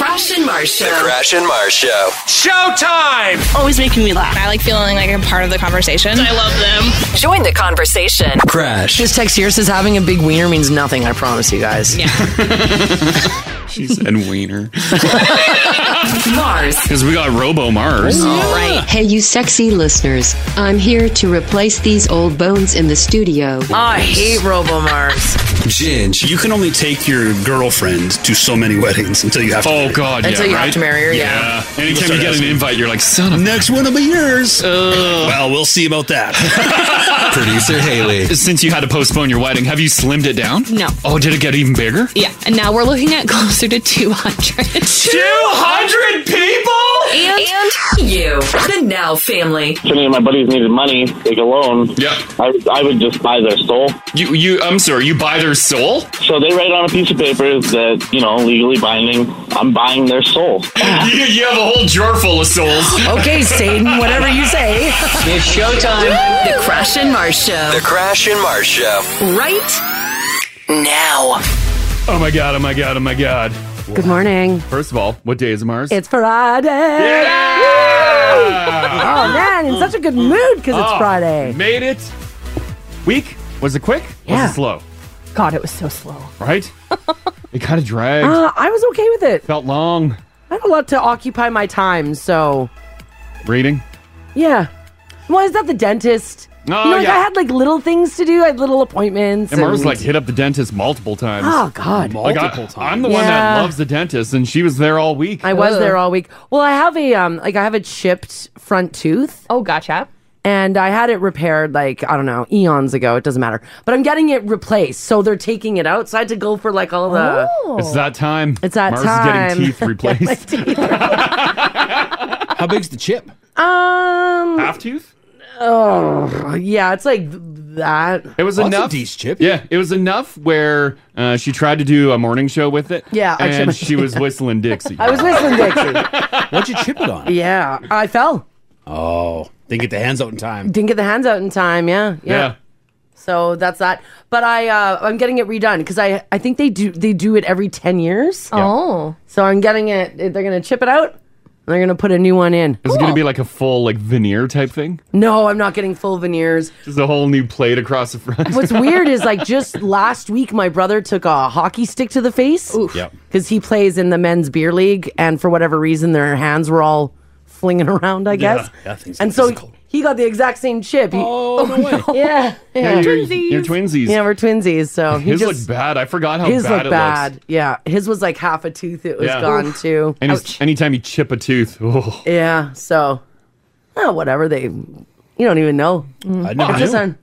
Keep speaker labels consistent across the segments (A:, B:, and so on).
A: Mars
B: The
A: Show.
B: Crash and Mars Show.
C: Showtime!
A: Always making me laugh.
D: I like feeling like I'm part of the conversation. I love them.
E: Join the conversation.
B: Crash.
E: This text here says having a big wiener means nothing, I promise you guys.
F: She said wiener.
E: Mars.
F: Because we got Robo Mars.
G: Hey, you sexy listeners. I'm here to replace these old bones in the studio.
E: I hate Robo Mars.
B: Ginge.
H: You can only take your girlfriend to so many weddings until you have to.
F: Oh, God.
E: Until
F: yeah,
E: you
F: right?
E: have to marry her, yeah.
F: Anytime you get an invite, you're like, son of
H: Next one will be yours. well, we'll see about that.
B: Producer Haley.
F: Since you had to postpone your wedding, have you slimmed it down?
D: No.
F: Oh, did it get even bigger?
D: Yeah, and now we're looking at closer to 200.
C: 200 people?
E: And, you, the Now family.
I: If any of my buddies needed money, take a loan.
F: Yeah.
I: I, would- I would just buy their soul.
F: You, you, I'm sorry, you buy their soul?
I: So they write on a piece of paper that, you know, legally binding, I'm buying their soul.
F: you, you have a whole drawer full of souls.
E: Okay, Satan, whatever you say.
A: It's showtime.
E: The Crash and Mars Show.
B: The Crash and Mars Show.
E: Right now.
F: Oh my god, oh my god, oh my god.
G: Good morning.
F: First of all, what day is Mars?
J: It's Friday.
F: yeah!
J: Oh man, in such a good mood because it's
F: Oh,
J: Friday.
F: Ah! Made it. Week? Was it quick?
J: Yeah.
F: Was it slow?
J: God, it was so slow.
F: Right? it kind of dragged.
J: Uh, I was okay with it.
F: Felt long.
J: I had a lot to occupy my time, so
F: Reading.
J: yeah. Well, is that the dentist?
F: Oh,
J: you know, like,
F: yeah.
J: I had like little things to do. I had little appointments.
F: And Mars
J: and-
F: like hit up the dentist multiple times.
J: Oh God.
F: Like, I, I'm the one
J: Yeah.
F: that loves the dentist, and she was there all week.
J: I was there all week. Well, I have a um, like I have a chipped front tooth,
D: oh, gotcha.
J: and I had it repaired like I don't know eons ago. It doesn't matter, but I'm getting it replaced, so they're taking it out. So I had to go for like all the.
D: Oh.
J: Oh.
F: It's that time.
J: It's that
F: Mars
J: time.
F: is getting teeth
J: My
F: replaced.
J: teeth.
C: How big's the chip?
J: um.
F: Half tooth?
J: Oh yeah, it's like th- that.
F: It was
C: That's a
F: enough.
C: decent chip.
F: Yeah, it was enough where uh, she tried to do a morning show with it.
J: Yeah, I
F: and
J: tried-
F: she was whistling Dixie.
J: I was whistling Dixie.
C: What'd you chip it on?
J: yeah, I fell.
C: Oh, didn't get the hands out in time.
J: Didn't get the hands out in time. Yeah, yeah.
F: yeah.
J: So that's that. But I, uh, I'm getting it redone because I, I think they do, they do it every ten years.
D: Oh.
J: So I'm getting it. They're gonna chip it out. And they're gonna put a new one in.
F: Is it going to be like a full like veneer type thing?
J: No, I'm not getting full veneers.
F: Just a whole new plate across the front.
J: What's weird is like just last week, my brother took a hockey stick to the face
C: Yep.
J: because he plays in the men's beer league, and for whatever reason, their hands were all flinging around. I guess.
C: that thing's
J: and so
C: physical.
J: he got the exact same chip. He-
C: Oh, no way.
J: Yeah.
F: Yeah,
J: Yeah.
F: you're, twinsies. You're twinsies.
J: Yeah, we're twinsies, so he
F: his
J: just
F: looked bad. I forgot how
J: his
F: bad
J: looked
F: it
J: bad.
F: looks.
J: Yeah, his was like half a tooth. It was
F: Yeah.
J: gone too.
F: And his, anytime you chip a tooth, oh,
J: Yeah, so oh, whatever they, you don't even know.
C: I never
J: It's
C: knew.
J: just on-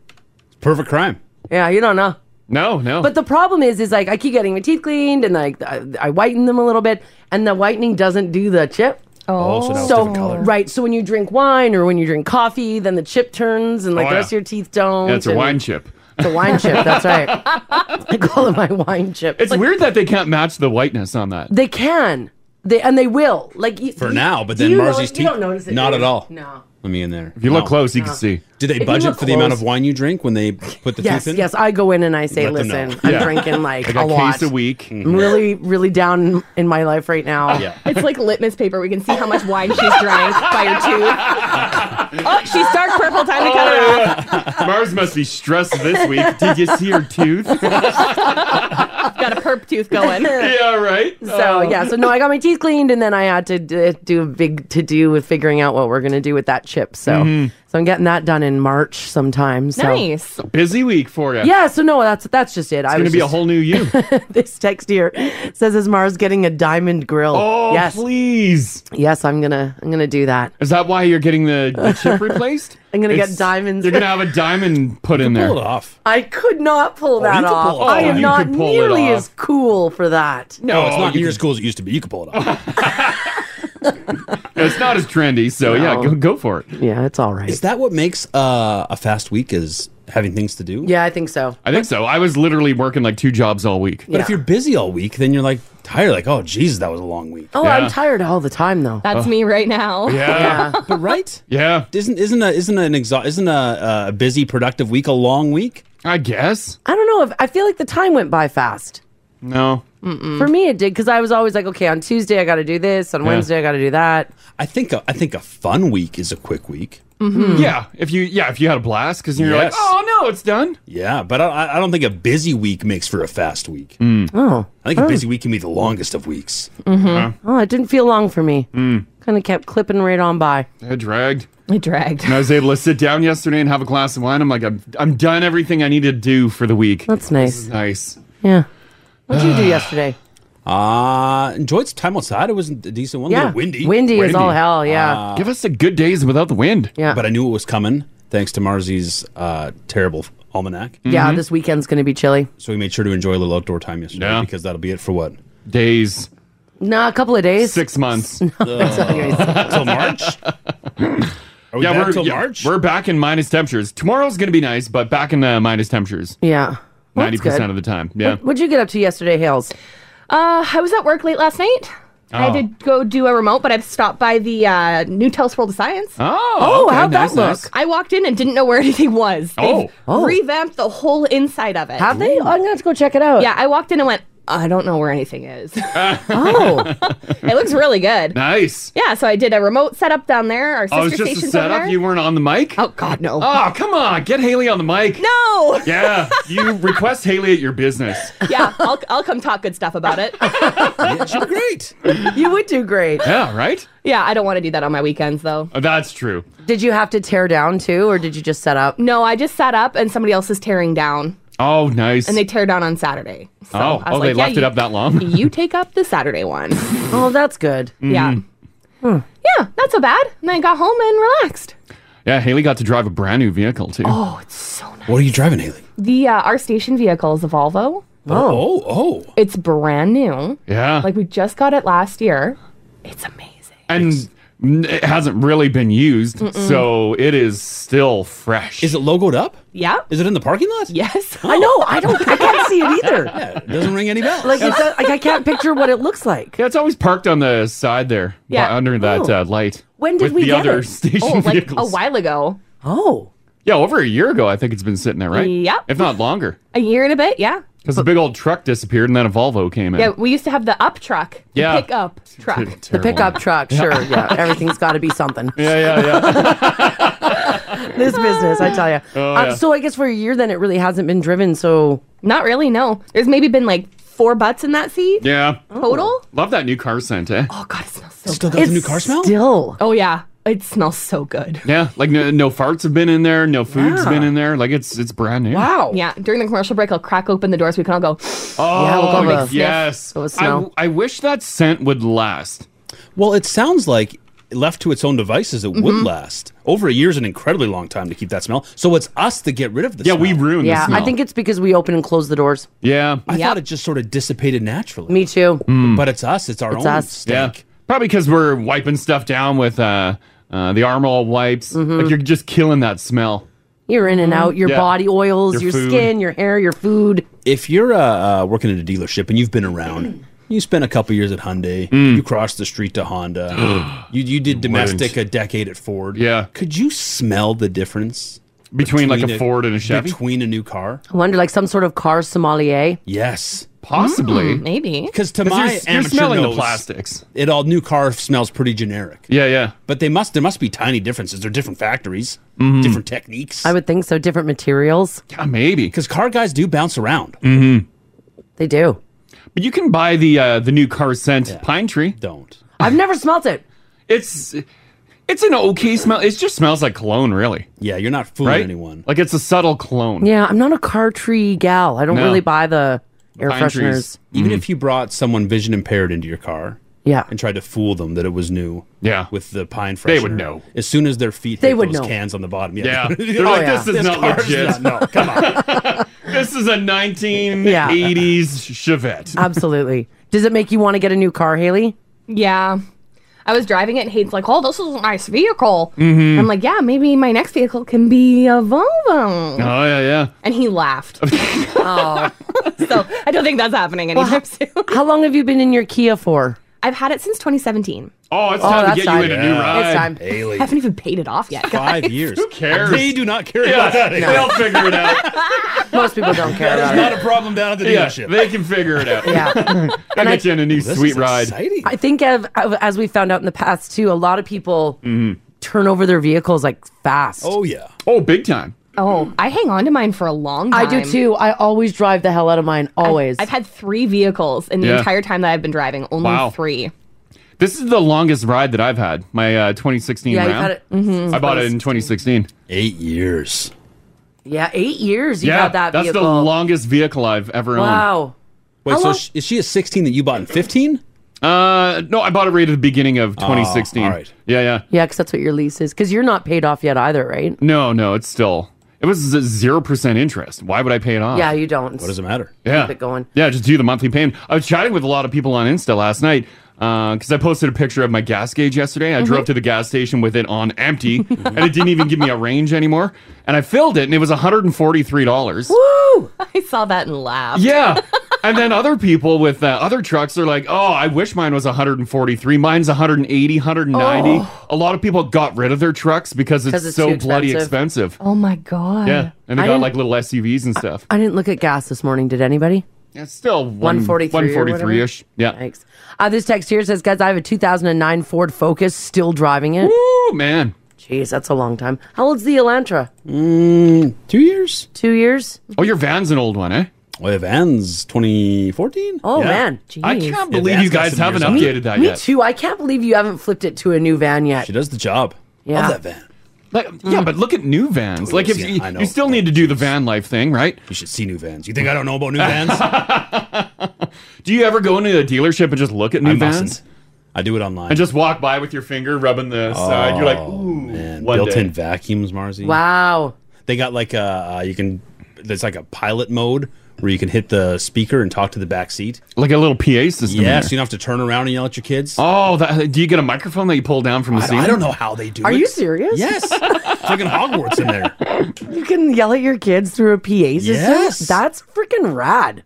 C: Perfect crime.
J: yeah, you don't know.
F: no, no.
J: But the problem is, is like I keep getting my teeth cleaned and like I, I whiten them a little bit, and the whitening doesn't do the chip.
C: Oh, so now it's
J: So
C: different color.
J: right, so when you drink wine or when you drink coffee, then the chip turns and like
F: Oh,
J: the
F: yeah.
J: rest of your teeth don't.
F: that's a
J: and-
F: wine chip.
J: It's a wine chip. That's right. I call it my wine chip.
F: It's weird that they can't match the whiteness on that.
J: They can. They and they will. Like y-
C: For
J: you-
C: now, but
J: do
C: then
J: you
C: Marzi's
J: notice-
C: teeth.
J: You don't notice it.
C: Not
J: do
C: at
J: you?
C: all.
J: No.
C: Let me in there.
F: If you look close, you can see.
C: Did they
J: you
C: budget
J: look
C: for the amount of
J: close-
C: wine you drink when they put the
J: Yes,
C: tooth in?
J: yes. I go in and I say,
C: Let them know.
J: "Listen, I'm
F: Yeah.
J: drinking like
F: I got
J: a
F: a
J: lot.
F: case a week.
J: I'm really, really down in my life right now."
C: Yeah.
D: It's like litmus paper. We can see how much wine she's drank by her tooth. Oh, she's dark purple. Time to cut her off.
F: Oh, Mars must be stressed this week. Did you see her tooth?
D: Got a perp tooth going.
F: yeah, right.
J: So
D: Oh.
J: yeah, so no, I got my teeth cleaned, and then I had to d- do a big to do with figuring out what we're gonna do with that chip. So, so I'm getting that done in March sometime. So.
D: Nice.
F: Busy week for you.
J: Yeah, so no, that's that's just it. I
F: It's gonna
J: was
F: be a
J: just-
F: whole new you.
J: this text here says is Mars getting a diamond grill.
F: Oh,
J: yes,
F: please.
J: yes, I'm gonna I'm gonna do that.
F: Is that why you're getting the, the chip replaced?
J: I'm gonna
F: It's-
J: get diamonds.
F: You're gonna have a diamond put in there.
C: Pull it off.
J: I could not pull that
C: could pull
J: off.
C: it off.
J: I am
F: You
J: not
F: could pull it
J: nearly
F: off.
J: as cool for that.
F: No,
C: oh, it's not
F: you
C: near as cool as it used to be. You can pull it off.
F: can- it's not as trendy. So yeah,
J: No.
F: go, go for it.
J: Yeah, it's all right.
C: Is that what makes uh, a fast week is having things to do?
J: yeah, I think so.
F: I think so. I was literally working like two jobs all week.
C: But if
J: Yeah.
C: you're busy all week, then you're like tired, like, oh, Jesus, that was a long week.
J: Oh,
F: Yeah.
J: I'm tired all the time though.
D: That's me right now.
F: Oh. Yeah,
J: yeah.
C: But right?
F: yeah.
C: Isn't isn't a isn't an exo- isn't a, a busy productive week a long week?
F: I guess.
J: I don't know if I feel like the time went by fast.
F: No.
J: For me, it did because I was always like, okay, on Tuesday I got to do this, on
F: Yeah.
J: Wednesday I got to do that.
C: I think a, I think a fun week is a quick week.
F: Mm-hmm. Yeah, if you yeah if you had a blast because you're
C: Yes.
F: like oh no it's done.
C: Yeah, but I, I don't think a busy week makes for a fast week.
F: Mm.
J: Oh,
C: I think a busy week can be the longest of weeks.
D: Mm-hmm.
J: oh, it didn't feel long for me. Kind of kept clipping right on by.
F: I Mm. dragged.
D: I dragged.
F: And I was able to sit down yesterday and have a glass of wine. I'm like I'm I'm done everything I need to do for the week.
J: That's nice.
F: Nice.
J: Yeah. What'd you do yesterday?
C: Uh enjoyed some time outside. It was a decent one. A
J: Yeah,
C: little windy. Uh,
J: Windy is
F: Windy.
J: all hell. Yeah.
F: Give us the good days without the wind.
J: yeah.
C: but I knew it was coming thanks to Marzi's uh, terrible almanac.
F: Mm-hmm.
J: yeah. This weekend's gonna be chilly.
C: So we made sure to enjoy a little outdoor time yesterday
F: Yeah.
C: because that'll be it for what
F: Days.
J: No, a couple of days.
F: Six months.
C: till March. Are we
F: Oh, yeah,
C: back
F: we're
C: till
F: yeah,
C: March?
F: we're back in minus temperatures. Tomorrow's gonna be nice, but back in uh, minus temperatures
J: Yeah. Well,
F: ninety
J: that's
F: percent
J: good.
F: of the time. Yeah.
J: What'd you get up to yesterday, Hales?
D: Uh, I was at work late last night. I
F: Oh.
D: had to go do a remote, but I've stopped by the uh, new Telus World of Science.
F: Oh,
J: Oh,
F: okay,
J: how'd that
F: nice, nice.
J: look?
D: I walked in and didn't know where anything was.
F: Oh.
D: They've revamped the whole inside of it.
J: Have they? Oh, I'm gonna have to go check it out.
D: Yeah, I walked in and went, I don't know where anything is. it
J: Oh,
D: looks really good.
F: Nice.
D: Yeah, so I did a remote setup down there. Our sister
F: Oh, it's just a
D: station's over
F: setup.
D: there.
F: You weren't on the mic.
D: Oh God, no.
F: Oh, come on. Get Haley on the mic.
D: no.
F: Yeah. You request Haley at your business.
D: yeah, I'll, I'll come talk good stuff about it.
C: Yeah, she did great.
J: you would do great.
F: Yeah, right?
D: yeah, I don't want to do that on my weekends though.
F: Oh, that's true.
J: Did you have to tear down too, or did you just set up?
D: No, I just sat up and somebody else is tearing down,
F: Oh, nice.
D: and they tear down on Saturday. So I
F: oh,
D: was
F: oh
D: like,
F: they
D: yeah,
F: left it
D: you-
F: up that long? Mm-hmm.
D: You take up the Saturday one.
J: Oh, that's good.
D: Yeah. Yeah, not so bad. And then I got home and relaxed.
F: Yeah, Haley got to drive a brand new vehicle, too.
D: Oh, it's so nice.
C: What are you driving, Haley?
D: The uh, our station vehicle is a Volvo.
C: Oh, oh, oh.
D: It's brand new.
F: yeah.
D: Like we just got it last year. It's amazing.
F: and n- it hasn't really been used, so it is still fresh.
C: Is it logoed up?
D: Yeah.
C: Is it in the parking lot?
D: Yes.
J: I know. I don't. I can't see it either.
C: Yeah, it doesn't ring any bells.
J: Like, it's a, like I can't picture what it looks like.
F: yeah, it's always parked on the side there,
D: Yeah.
F: by- under that uh, light.
J: When did
F: with
J: we
F: the
J: get
F: other
J: it?
F: station
D: Oh, like
F: vehicles?
D: a while ago.
J: Oh,
F: Yeah, over a year ago, I think it's been sitting there, right?
D: Yep.
F: If not longer.
D: A year and a bit, yeah.
F: Because the big old truck disappeared and then a Volvo came in.
D: Yeah, we used to have the up truck, the
F: Yeah.
D: pickup truck.
J: the pickup truck. Sure. Yeah. Everything's got to be something.
F: Yeah, yeah, yeah.
J: This business, I tell you. uh,
F: Oh, yeah.
J: So I guess for a year, then it really hasn't been driven. So
D: Not really, no. There's maybe been like four butts in that seat
F: Yeah.
D: total.
F: Love that new car scent, eh?
D: Oh god, it smells so good.
C: Still got the new car smell?
J: Still.
D: Oh yeah, it smells so good.
F: Yeah, like no, no farts have been in there, no food's
J: Yeah.
F: been in there. Like it's it's brand new.
J: Wow.
D: Yeah, during the commercial break, I'll crack open the doors. We can all go.
F: Oh,
J: Yeah, we'll go have a sniff.
F: yes.
J: Go with
F: I,
J: smell.
F: I wish that scent would last.
C: Well, it sounds like left to its own devices, it
F: Mm-hmm.
C: would last. Over a year is an incredibly long time to keep that smell. So it's us that get rid of the
F: Yeah,
C: smell.
F: we ruined
J: Yeah.
F: the smell.
J: I think it's because we open and close the doors.
F: Yeah. Hmm.
C: I
D: Yep.
C: thought it just sort of dissipated naturally.
J: Me too.
C: But it's us. It's our own
J: us.
F: Yeah.
C: stink.
F: Probably because we're wiping stuff down with uh, uh, the Armol wipes.
J: Mm-hmm.
F: Like you're just killing that smell.
J: You're in
C: Mm-hmm.
J: and out. Your
F: Yeah.
J: body oils,
F: Your
J: your,
F: food.
J: skin, your hair, your food.
C: If you're uh, uh, working at a dealership and you've been around, you spent a couple years at Hyundai,
F: Hmm.
C: you crossed the street to Honda, you, you did domestic a decade at Ford.
F: Yeah.
C: Could you smell the difference?
F: Between, like a, Ford and a Chevy.
C: Between a new car?
J: I wonder, like some sort of car sommelier. Mm,
C: Yes. Hmm.
F: Possibly.
D: Maybe.
C: Because to
F: 'Cause
C: my
F: you're, you're
C: amateur
F: smelling the
C: nose,
F: plastics.
C: it all new car smells pretty generic.
F: Yeah, yeah.
C: But they must there must be tiny differences. They're different factories,
F: Hmm.
C: different techniques.
J: I would think so. Different materials.
F: Mm-hmm. Yeah, maybe. Mm-hmm.
C: because car guys do bounce around.
J: They do.
F: But you can buy the uh, the new car scent pine tree.
C: Don't.
J: I've never smelt it.
F: It's it's an okay smell. It just smells like cologne, really.
C: Yeah, you're not fooling
F: right?
C: anyone.
F: Like it's a subtle clone.
J: Yeah, I'm not a car tree gal. I don't
F: No.
J: really buy the air
F: Pine
J: fresheners.
F: trees. Hmm.
C: Even if you brought someone vision impaired into your car
J: Yeah.
C: and tried to fool them that it was new,
F: Yeah.
C: with the pine freshener,
F: They would know.
C: as soon as their feet
J: They
C: hit
J: would
C: those
J: know. Oh,
C: cans on the bottom.
F: Yeah.
C: Yeah,
F: They're like, this is not
C: car's
F: legit.
C: not- no, come on.
F: This is a 1980s Chevette.
J: Absolutely. Does it make you want to get a new car, Haley?
D: Yeah. I was driving it, and Hayden's like, "Oh, this is a nice vehicle."
F: Mm-hmm.
D: I'm like, "Yeah, maybe my next vehicle can be a Volvo,"
F: oh, yeah, yeah.
D: and he laughed. so I don't think that's happening anytime soon.
J: How long have you been in your Kia for?
D: I've had it since 2017.
F: Oh, it's time to get you in a new ride.
D: It's time.
C: Haley.
D: I haven't even paid it off yet.
C: Five
D: guys.
C: years.
F: Who cares?
C: They do not care
F: Yeah,
C: about that. anymore.
F: They'll figure it out.
J: Most people don't care
C: That
J: about
C: is
J: it.
C: not a problem down at the
F: Yeah,
C: dealership.
F: they can figure it out.
J: Yeah.
F: They'll get you in a new
C: This
F: sweet
C: is
F: ride.
C: Exciting.
J: I think of, of- as we found out in the past too, a lot of people
F: Mm-hmm.
J: turn over their vehicles like fast.
C: oh yeah.
F: Oh, big time.
D: Oh, I hang on to mine for a long
J: I
D: time.
J: do too. I always drive the hell out of mine. Always.
D: I've had three vehicles in the
F: Yeah.
D: entire time that I've been driving. Only
F: Wow.
D: three.
F: This is the longest ride that I've had. My uh, 2016
J: Yeah,
F: round.
J: you've had it- Mm-hmm.
F: I bought it in 2016.
C: Eight years.
J: yeah, eight years you've
F: yeah,
J: had that
F: that's
J: vehicle.
F: the longest vehicle I've ever
J: wow.
C: Wait,
J: Hello?
C: so sh- is she a 16 that you bought in 15?
F: owned. Uh, no, I bought it right at the beginning of 2016.
C: all right.
F: Yeah, yeah.
J: Yeah, because that's what your lease is. Because you're not paid off yet either, right?
F: No, no, it's still. It was zero percent interest. Why would I pay it off?
J: Yeah, you don't.
C: What does it matter?
F: yeah.
J: keep it going.
F: Yeah, just do the monthly payment. I was chatting with a lot of people on Insta last night because I posted a picture of my gas gauge yesterday. I
J: Mm-hmm.
F: drove to the gas station with it on empty, and it didn't even give me a range anymore. And I filled it, and it was one hundred and forty-three dollars.
D: I saw that and laughed.
F: Yeah. And then other people with uh, other trucks are like, oh, I wish mine was 143. Mine's 180, 190. A lot of people got rid of their trucks because it's,
J: 'Cause Oh. it's
F: so
J: too
F: bloody
J: expensive.
F: expensive.
D: Oh my god.
F: Yeah. And they
J: I
F: got
J: didn't-
F: like little SUVs and stuff.
J: I didn't look at gas this morning. Did anybody?
F: it's still one-
J: 143 or
F: 143 ish. Yeah.
J: Thanks. Uh, this text here says, guys, I have a 2009 Ford Focus, still driving it.
F: Woo, Oh, man.
J: Jeez, that's a long time. How old's the Elantra?
C: Mm, Two years?
J: Two years?
F: Oh, your van's an old one, eh?
C: Well, Vans 2014?
J: Oh,
C: Yeah.
J: man.
F: I can't
J: Jeez.
C: Yeah,
F: believe
C: that's
F: you
C: got
F: guys
C: some
F: haven't
C: years on it.
F: updated that
J: Me
F: yet.
J: too. I can't believe you haven't flipped it to a new van yet.
C: She does the job.
J: Yeah.
C: Love that van.
F: Like, yeah, but look at new vans. Like, if
C: yeah,
F: you,
C: I know.
F: you still need to do the van life thing, right?
C: You should see new vans. You think I don't know about new vans? I
F: Do you ever go into a dealership and just look at new vans?
C: mustn't. I do it online.
F: and just walk by with your finger rubbing the side. You're like,
C: Oh,
F: ooh,
C: And
F: one
C: built-in
F: day.
C: vacuums, Marzi.
J: Wow.
C: They got like a uh, you can. There's like a pilot mode where you can hit the speaker and talk to the back seat.
F: like a little PA system. in
C: Yeah, so
F: there.
C: you don't have to turn around and yell at your kids.
F: Oh, that, do you get a microphone that you pull down from the
C: I,
F: ceiling?
C: I don't know how they do
J: Are
C: it.
J: you serious?
C: Yes. it's like in Hogwarts in there.
J: You can yell at your kids through a PA system?
C: Yes.
J: That's freaking rad.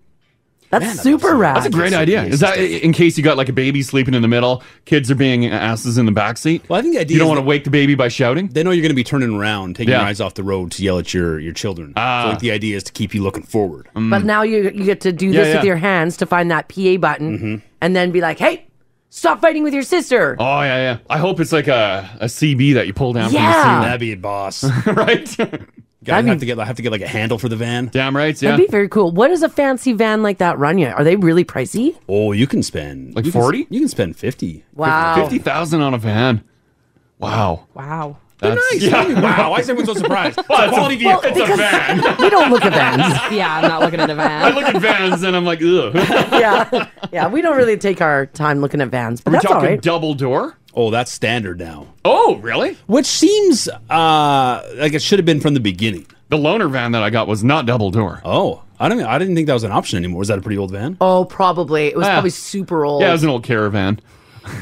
J: That's
C: Man, that
J: super
C: was-
J: rad.
F: That's a great
C: It's a
F: idea.
C: PA
F: Is that in case you got like a baby sleeping in the middle, kids are being asses in the back seat?
C: Well, I think the idea
F: you don't
C: is
F: want to
C: that-
F: wake the baby by shouting.
C: They know you're going to be turning around, taking
F: Yeah. Ah.
C: your eyes off the road to yell at your your children. so like the idea is to keep you looking forward.
F: Mm.
J: But now you you get to do
F: Yeah,
J: this with
F: yeah. Mm-hmm.
J: your hands to find that PA button and then be like, hey, stop fighting with your sister.
F: Oh yeah, yeah. I hope it's like a, a CB that you pull down
J: Yeah.
C: That'd be a boss.
F: from the ceiling, right?
C: Gotta have to get I have to get like a handle for the van.
F: Damn right. Yeah.
J: That'd be very cool. What does a fancy van like that run you? Are they really pricey?
C: Oh, you can spend
F: Like
C: you can-
F: 40?
C: You can spend fifty.
J: Wow.
F: Fifty thousand on a van. Wow.
J: Wow.
F: That's nice. Yeah.
C: Wow, why is everyone so surprised? It's a quality
F: Well,
C: vehicle.
F: it's a van.
J: we don't look at vans.
D: Yeah, I'm not looking at a
F: I
D: van.
F: look at vans and I'm like, ugh.
J: yeah. Yeah. We don't really take our time looking at vans, but
F: We're
J: that's all
F: talking
J: right.
F: double door.
C: Oh, that's standard now.
F: Oh, really?
C: Which seems uh like it should have been from the beginning.
F: The loaner van that I got was not double door.
C: Oh, I don't I didn't think that was an option anymore. Is that a pretty old van?
J: oh, probably. It was
F: Yeah.
J: probably super old.
F: Ah. Yeah, it was an old caravan.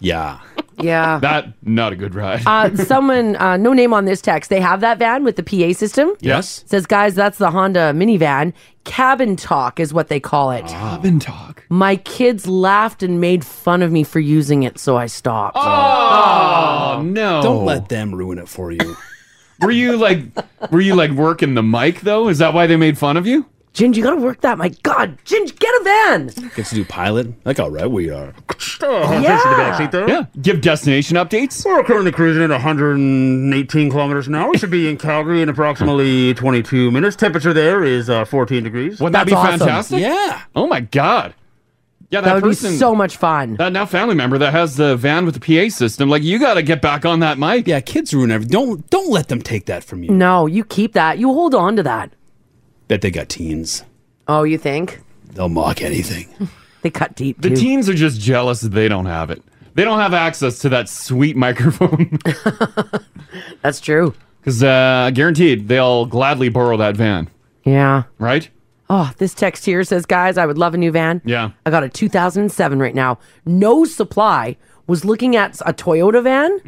C: Yeah.
J: Yeah.
F: That not a good ride.
J: Uh, someone, uh, no name on this text, they have that van with the PA system.
C: Yes.
J: Says, guys, that's the Honda minivan. Cabin talk is what they call it.
F: Cabin talk.
J: My kids laughed and made fun of me for using it, so I stopped.
F: Oh, no!
C: Don't let them ruin it for you.
F: Were you like, were you like working the mic though? Is that why they made fun of you?
J: Ginge, you gotta work that. My God, Ginge, get a van.
C: Gets to do pilot. Like all right, we are. Oh,
J: yeah.
F: Yeah. Give destination updates.
C: We're currently cruising at 118 kilometers an hour. We should be in Calgary in approximately 22 minutes. Temperature there is uh, 14 degrees.
F: Wouldn't that
J: That's
F: be
J: awesome.
F: fantastic?
C: Yeah.
F: Oh my god. Yeah, that,
J: That would
F: person.
J: be so much fun.
F: that now family member that has the van with the PA system. Like you got to get back on that mic.
C: Yeah, kids ruin everything. Don't don't let them take that from you.
J: No, you keep that. You hold on to that.
C: Bet they got teens.
J: Oh, you think?
C: They'll mock anything.
J: They cut deep.
F: The
J: too.
F: teens are just jealous that they don't have it. They don't have access to that sweet microphone
J: That's true.
F: because uh, guaranteed they'll gladly borrow that van,
J: Yeah.
F: right?
J: Oh, this text here says, guys, I would love a new van.
F: Yeah.
J: I got a 2007 right now. No supply. Was looking at a Toyota van,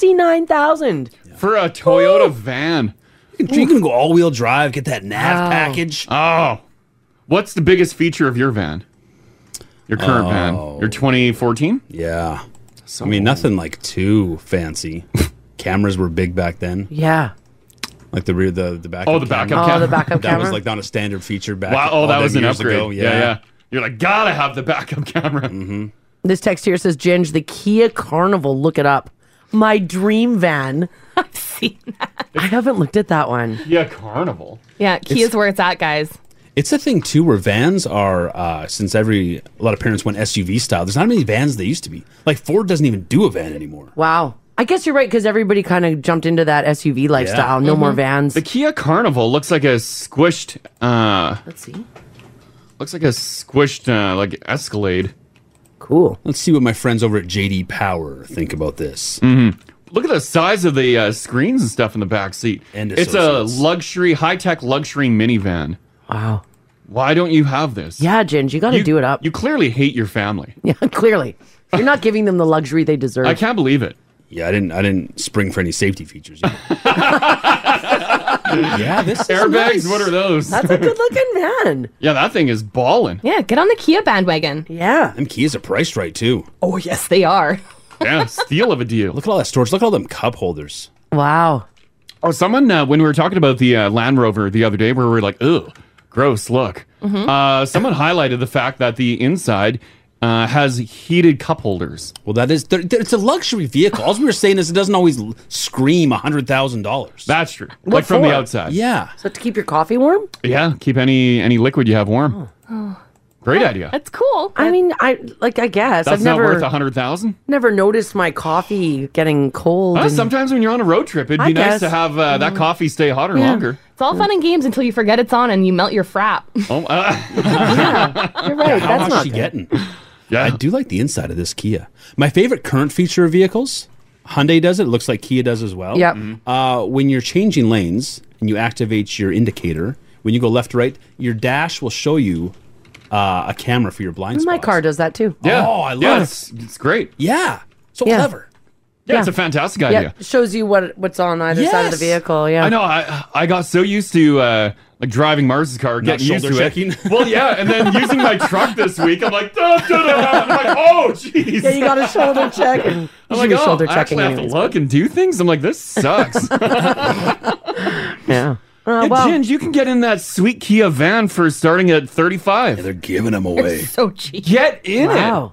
J: 69,000.
F: For a Toyota van.
C: You can, you can go all wheel drive, get that nav package.
F: Oh. What's the biggest feature of your van? Your current van. Your 2014?
C: Yeah. I mean, nothing like too fancy. Cameras were big back then.
J: Yeah.
C: Like the rear, the the backup.
F: Oh, the backup
C: camera.
F: Oh, camera. the backup
C: that was
F: camera.
C: like not a standard feature back.
F: Wow.
C: all
F: Oh, that
C: them
F: was an
C: years
F: upgrade.
C: ago. Mm-hmm.
F: Yeah. yeah, You're like, gotta have the backup camera.
J: This text here says, Ginge, the Kia Carnival. Look it up. My dream van. I've seen that. I haven't looked at that one.
F: Yeah, Carnival.
D: Yeah, key is where it's at, guys.
C: It's a thing too where vans are uh, since every a lot of parents went SUV style. There's not many vans they used to be. Like Ford doesn't even do a van anymore.
J: Wow. I guess you're right because everybody kind of jumped into that SUV lifestyle. No more vans.
F: Mm-hmm. The Kia Carnival looks like a squished. uh
J: Let's see.
F: Looks like a squished uh like Escalade.
J: Cool.
C: Let's see what my friends over at JD Power think about this.
F: Mm-hmm. Look at the size of the uh, screens and stuff in the back seat.
C: And
F: it's a
C: associates.
F: luxury, high-tech luxury minivan.
J: Wow.
F: Why don't you have this?
J: Yeah, Ginge, you got to
F: You-
J: do it up.
F: You clearly hate your family.
J: yeah, clearly. You're not giving them the luxury they deserve.
F: I can't believe it.
C: Yeah, I didn't I didn't spring for any safety features. either. yeah, this is
F: Airbags,
C: nice.
F: what are those?
J: That's a good looking van.
F: yeah, that thing is balling.
D: Yeah, get on the Kia bandwagon.
J: Yeah.
C: Them keys are priced right too.
D: Oh, yes, they are.
F: Yeah, steal of a deal.
C: Look at all that storage. Look at all them cup holders.
J: Wow.
F: Oh, someone uh, when we were talking about the uh, Land Rover the other day, where we were like, "Ugh, gross look."
J: Mm-hmm.
F: Uh, someone highlighted the fact that the inside uh, has heated cup holders.
C: Well, that is there, there- it's a luxury vehicle. All we were saying is it doesn't always l- scream hundred thousand dollars.
F: That's true. like from the
J: for?
F: outside.
C: Yeah,
J: So to keep your coffee warm?
F: yeah. Keep any any liquid you have
J: Oh.
F: warm. Great Oh. idea.
D: That's cool.
J: I mean, I like I guess.
F: That's
J: I've
F: not
J: never
F: worth a hundred thousand.
J: never noticed my coffee getting cold.
F: Uh,
J: and-
F: sometimes when you're on a road trip, it'd
J: I
F: be nice
J: guess. Mm-hmm.
F: to have uh, that coffee stay hotter longer.
D: It's all fun and games until you forget it's on and you melt your frap.
F: Oh, uh,
J: You're right.
F: Oh,
C: how
J: Oh, that's
C: much
J: not
C: she
J: good.
C: getting?
F: yeah.
C: I do like the inside of this Kia. My favorite current feature of vehicles, Hyundai does it. it looks like Kia does as well.
J: Yep. Mhm.
C: Uh, when you're changing lanes and you activate your indicator, when you go left to right, your dash will show you uh, a camera for your blind
J: My
C: spots.
J: car does that too.
F: yeah.
C: Oh, I love
F: yeah,
C: it.
F: It's, it's great.
C: Yeah, so
J: Yeah.
C: clever.
F: Yeah, it's a fantastic
J: Yeah.
F: idea.
J: it Shows you what what's on either side of the
C: Yes.
J: vehicle. Yeah.
F: I know. I I got so used to uh, like driving Mars's car, getting used to
C: shoulder checking?
F: it. Well, yeah, and then using my truck this week, I'm like, da, da, da. I'm like, oh, jeez.
J: Yeah, you got a shoulder check and
F: I'm
J: you should
F: like,
J: be
F: oh,
J: shoulder
F: I
J: checking
F: actually have to
J: anyways.
F: look and do things. I'm like, this sucks.
J: Yeah. Uh,
F: Yeah,
J: well,
F: Ginge, you can get in that sweet Kia van for starting at 35.
C: They're giving them away.
D: So cheap.
F: Get in
J: wow.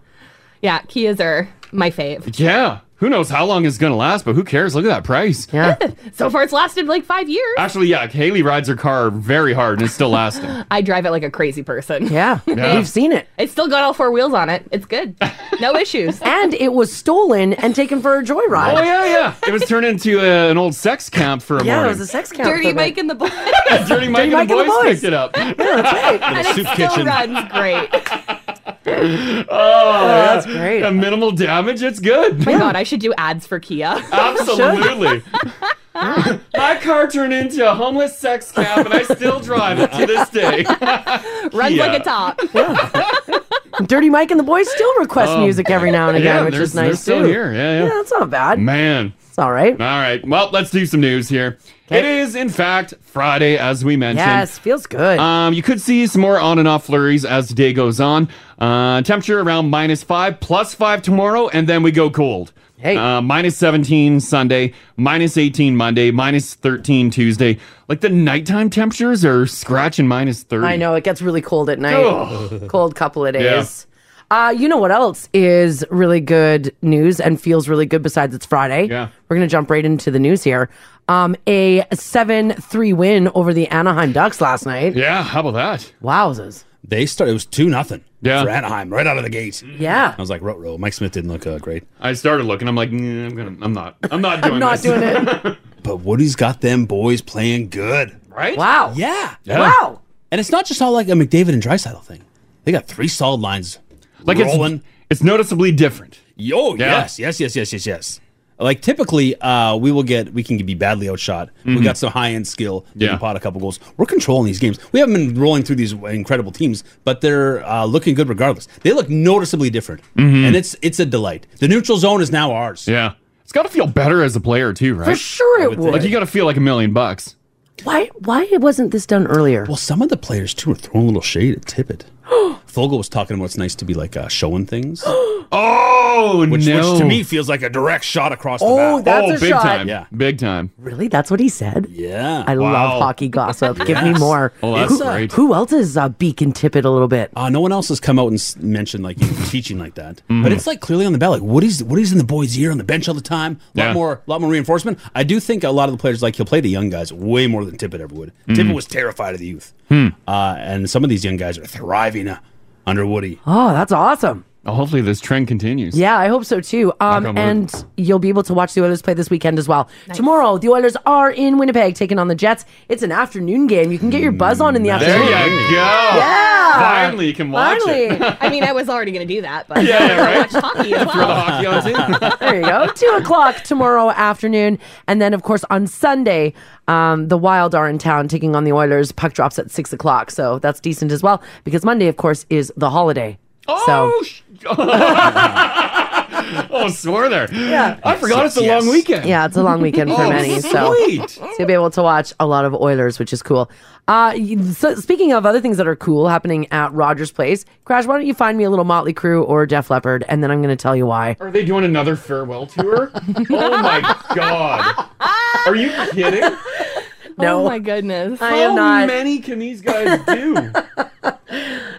D: Yeah, Kias are my fave.
F: it. Yeah. Who knows how long it's gonna last, but who cares? Look at that price.
J: Yeah.
D: So far, it's lasted like five years.
F: Actually, yeah, Haley rides her car very hard and it's still lasting.
D: I drive it like a crazy person.
J: Yeah.
F: Yeah.
J: We've seen it.
D: It's still got all four wheels on it. It's good. No issues.
J: And it was stolen and taken for a joyride.
F: oh yeah, yeah. It was turned into uh, an old sex camp for a
J: Yeah, it
F: morning.
J: was a sex count.
D: Dirty
J: for the-
D: Mike and the boys.
F: Dirty Mike,
J: Mike
F: and the boys, picked it up.
C: Little
D: and it
C: soup
D: still
C: kitchen.
D: runs great.
J: Oh, that's great.
F: Yeah, minimal damage. It's good.
D: My God, I should do ads for Kia.
F: Absolutely. My car turned into a homeless sex cab, and I still drive it to this day.
D: runs
F: Kia.
D: like a top.
J: Dirty Mike and the boys still request music every now and again,
F: Um, yeah,
J: which
F: they're,
J: is
F: they're
J: nice
F: still
J: too.
F: here. Yeah,
J: Yeah,
F: yeah.
J: that's not bad.
F: Man.
J: It's all right.
F: All right. Well, let's do some news here. It is, in fact, Friday, as we mentioned.
J: Yes, feels good.
F: Um, you could see some more on and off flurries as the day goes on. Uh, temperature around minus five, plus five tomorrow, and then we go cold.
J: Hey.
F: Uh, minus 17 Sunday, minus 18 Monday, minus 13 Tuesday. Like the nighttime temperatures are scratching minus 30.
J: I know it gets really cold at night.
F: Ugh.
J: Cold couple of
F: Oh. Yeah.
J: days. Uh, you know what else is really good news and feels really good besides it's Friday?
F: Yeah.
J: We're going to jump right into the news here. Um, a 7 3 win over the Anaheim Ducks last night.
F: Yeah, how about that?
J: Wowzers.
C: They started. It was two nothing.
F: Yeah.
C: for Anaheim right out of the gate.
J: Yeah.
C: I was like, row, row. Mike Smith didn't look uh, great,
F: I started looking. I'm like, "Nah, I'm gonna, I'm not, I'm not doing
J: I'm not
F: this."
J: doing it.
C: but Woody's got them boys playing good.
F: right?
J: Wow.
C: Yeah.
J: Wow.
C: And it's not just all like a McDavid and Drysaddle thing. They got three solid lines.
F: Like
C: rolling.
F: it's, it's noticeably different.
C: Yo,
F: Yeah.
C: yes, yes, yes, yes, yes, yes. Like typically, uh, we will get we can be badly outshot. We got some high end skill. We
F: Mhm. Yeah.
C: can pot a couple goals. We're controlling these games. We haven't been rolling through these incredible teams, but they're uh, looking good regardless. They look noticeably different,
F: Mm-hmm.
C: and it's it's a delight. The neutral zone is now ours.
F: Yeah, it's got to feel better as a player too, right?
J: For sure it
C: would
J: would.
F: Like you got to feel like a million bucks.
J: why, why wasn't this done earlier?
C: Well, some of the players too are throwing a little shade at Tippett. Fogel was talking about it's nice to be like uh, showing things.
F: oh
C: which,
F: no.
C: Which to me feels like a direct shot across the
J: Oh,
C: back.
J: that's a
F: big
J: shot.
F: time.
C: Yeah.
F: Big time.
J: Really? That's what he said?
C: Yeah.
J: I
F: Wow.
J: love hockey gossip. Give me more.
F: Oh, that's
J: who,
F: great.
J: Who else is uh, beaking Tippett a little bit?
C: Uh, no one else has come out and s- mentioned like you know, teaching like that, but it's like clearly on the ballot. Like, Woody's Woody's in the boys' ear on the bench all the time. A lot
F: Yeah.
C: more, lot more reinforcement. I do think a lot of the players like he'll play the young guys way more than Tippett ever would. Tippett was terrified of the youth,
F: Hmm.
C: uh, and some of these young guys are thriving uh, under Woody.
J: Oh, that's awesome.
F: Oh, hopefully this trend continues.
J: Yeah, I hope so too.
F: on
J: Um,
F: wood.
J: and you'll be able to watch the Oilers play this weekend as well. Tomorrow, the Oilers are in Winnipeg taking on the Jets. It's an afternoon game. You can get your buzz on in the
F: Mm, There
J: afternoon.
F: you go. Yeah. Finally you can watch
J: Finally.
F: it.
D: I mean, I was already gonna do that, but
F: Yeah, yeah, right.
D: I watched hockey as
F: Throw the
D: well.
F: hockey on too.
J: there you go. Two o'clock tomorrow afternoon. And then, of course, on Sunday, um, the Wild are in town taking on the Oilers. Puck drops at six o'clock. So that's decent as well because Monday, of course, is the holiday.
F: Oh,
J: so,
F: sh- oh, swore there. Yeah. I forgot it's a
C: Yes.
F: long weekend.
J: yeah, it's a long weekend for
F: Oh,
J: many. So.
F: sweet.
J: So you'll be able to watch a lot of Oilers, which is cool. Uh, you- so speaking of other things that are cool happening at Rogers Place, Crash, why don't you find me a little Motley Crue or Def Leppard, and then I'm going to tell you why.
F: Are they doing another farewell tour? oh my god. Are you kidding?
J: No.
D: Oh my goodness.
J: I am
F: How
J: not.
F: many can these guys do?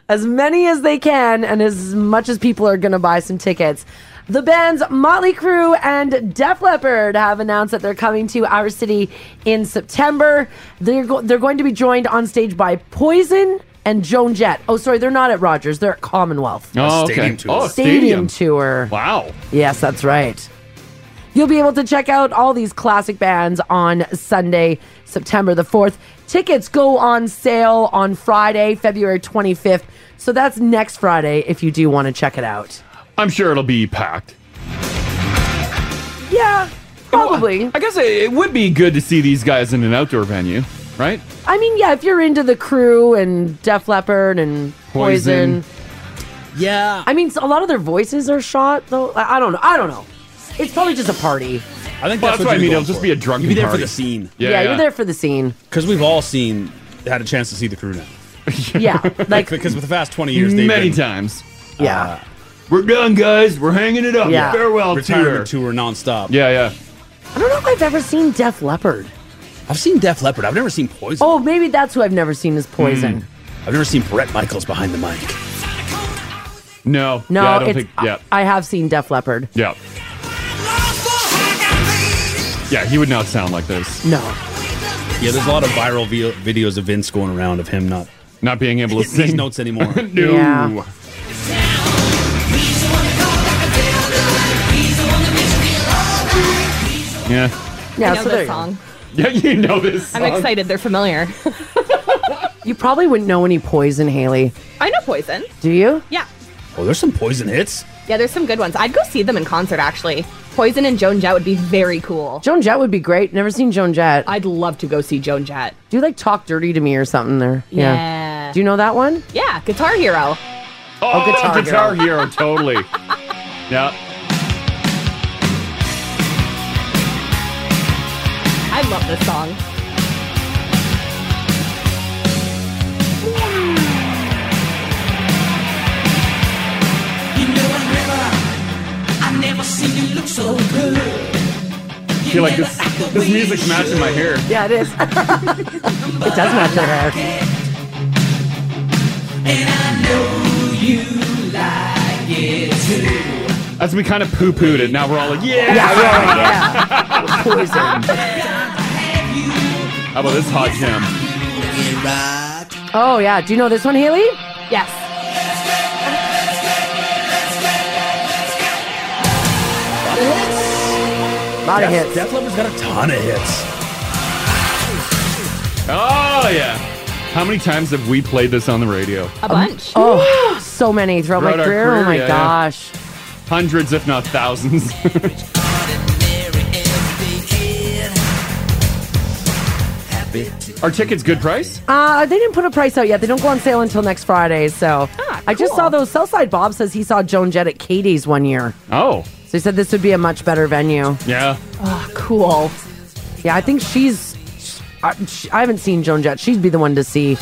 J: As many as they can, and as much as people are going to buy some tickets. The bands Motley Crue and Def Leppard have announced that they're coming to our city in September. They're go- they're going to be joined on stage by Poison and Joan Jett. Oh, sorry, they're not at Rogers; they're at Commonwealth.
F: oh,
C: stadium tour.
F: Oh,
J: stadium
F: stadium.
J: tour.
F: Wow.
J: Yes, that's right. You'll be able to check out all these classic bands on Sunday, September the 4th. Tickets go on sale on Friday, February 25th. So that's next Friday if you do want to check it out.
F: I'm sure it'll be packed.
J: Yeah, probably.
F: I guess it it would be good to see these guys in an outdoor venue, right?
J: I mean, yeah, if you're into the crew and Def Leppard and Poison.
F: Poison.
C: Yeah,
J: I mean, a lot of their voices are shot, though. I I don't know. I don't know. It's probably just a party.
C: I think
F: Well,
C: that's,
F: that's what I
C: you're
F: mean,
C: going
F: it'll just
C: for.
F: be a drunken
C: You'll be there
F: party.
C: for the scene
J: Yeah, you're there for the scene.
C: because we've all seen had a chance to see the crew now.
J: Yeah, like,
C: Because with the past twenty years, they've
F: Many
C: been
F: times.
J: yeah.
F: Uh, We're done, guys. We're hanging it up.
J: Yeah.
F: Farewell tour.
C: retirement tour nonstop.
F: Yeah, yeah.
J: I don't know if I've ever seen Def Leppard.
C: I've seen Def Leppard. I've never seen Poison.
J: Oh, maybe that's who I've never seen as Poison.
C: Hmm. I've never seen Brett Michaels behind the mic.
F: No.
C: Hmm.
J: No,
F: yeah, I don't
J: it's,
F: think. Yeah.
J: I, I have seen Def Leppard.
F: yeah. Yeah, he would not sound like this.
J: No.
C: Yeah, there's a lot of viral vi- videos of Vince going around of him not
F: Not being able to
C: hitting these
F: sing.
C: notes anymore.
F: No.
J: Yeah.
F: Yeah.
J: Yeah,
D: I know
J: so there
D: this
J: you, go.
D: song.
F: Yeah, you know this.
D: I'm
F: song.
D: excited. They're familiar.
J: You probably wouldn't know any Poison, Haley.
D: I know Poison.
J: Do you?
D: Yeah.
C: Oh, there's some Poison hits.
D: Yeah, there's some good ones. I'd go see them in concert, actually. Poison and Joan Jett would be very cool.
J: Joan Jett would be great. Never seen Joan Jett.
D: I'd love to go see Joan Jett.
J: Do you like Talk Dirty to Me or something there?
D: Yeah.
J: Do you know that one?
D: Yeah, Guitar Hero.
F: Oh,
J: Guitar
F: Guitar,
J: Hero.
F: Hero, totally. yeah.
D: I love this song.
F: I feel like this this music's matching my hair.
J: Yeah, it is. it does match her hair.
F: As we kind of poo pooed it, now we're all like, yeah.
J: Poison.
F: How about this hot jam?
J: Oh, yeah. Do you know this one, Haley?
D: Yes.
J: A lot of hits.
C: Def Leppard's got a ton of hits.
F: Oh yeah. How many times have we played this on the radio?
D: A bunch.
J: Oh, so many throughout my
F: Throughout our
J: career. oh,
F: career,
J: my
F: yeah, yeah.
J: gosh.
F: Hundreds, if not thousands. Are tickets good price?
J: Uh, they didn't put a price out yet. They don't go on sale until next Friday. So
D: Ah,
J: I just
D: cool.
J: saw those. Southside Bob says he saw Joan Jett at Katie's one year.
F: Oh,
J: So he said this would be a much better venue.
F: yeah.
D: Ah, cool.
J: Yeah, I think she's. I, sh I haven't seen Joan Jett. She'd be the one to see.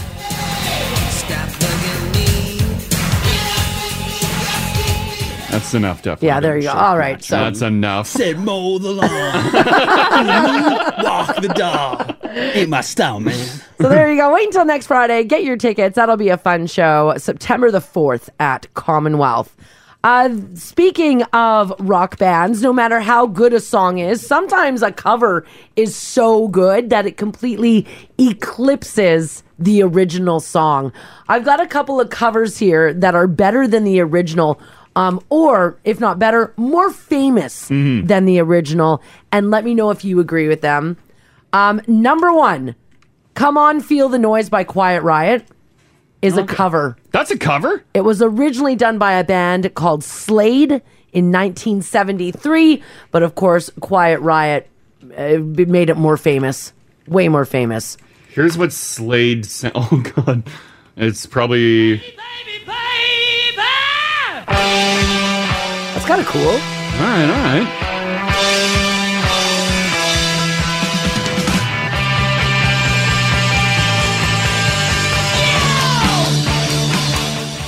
F: That's enough, definitely.
J: Yeah, there you go. All right, so-
F: That's enough.
C: Said mow the lawn, walk the dog. Ain't my style, man.
J: So there you go. Wait until next Friday. Get your tickets. That'll be a fun show. September the 4th at Commonwealth. Uh, speaking of rock bands, no matter how good a song is, sometimes a cover is so good that it completely eclipses the original song. I've got a couple of covers here that are better than the original, um, or if not better, more famous
K: Mhm.
J: than the original. And let me know if you agree with them. Um, number one, Come On Feel the Noise by Quiet Riot is a cover.
F: That's a cover?
J: It was originally done by a band called Slade in 1973, but of course, Quiet Riot uh, b- made it more famous, way more famous.
F: Here's what Slade sent. Oh, God. It's probably.
J: That's kind of cool.
F: All right, all right.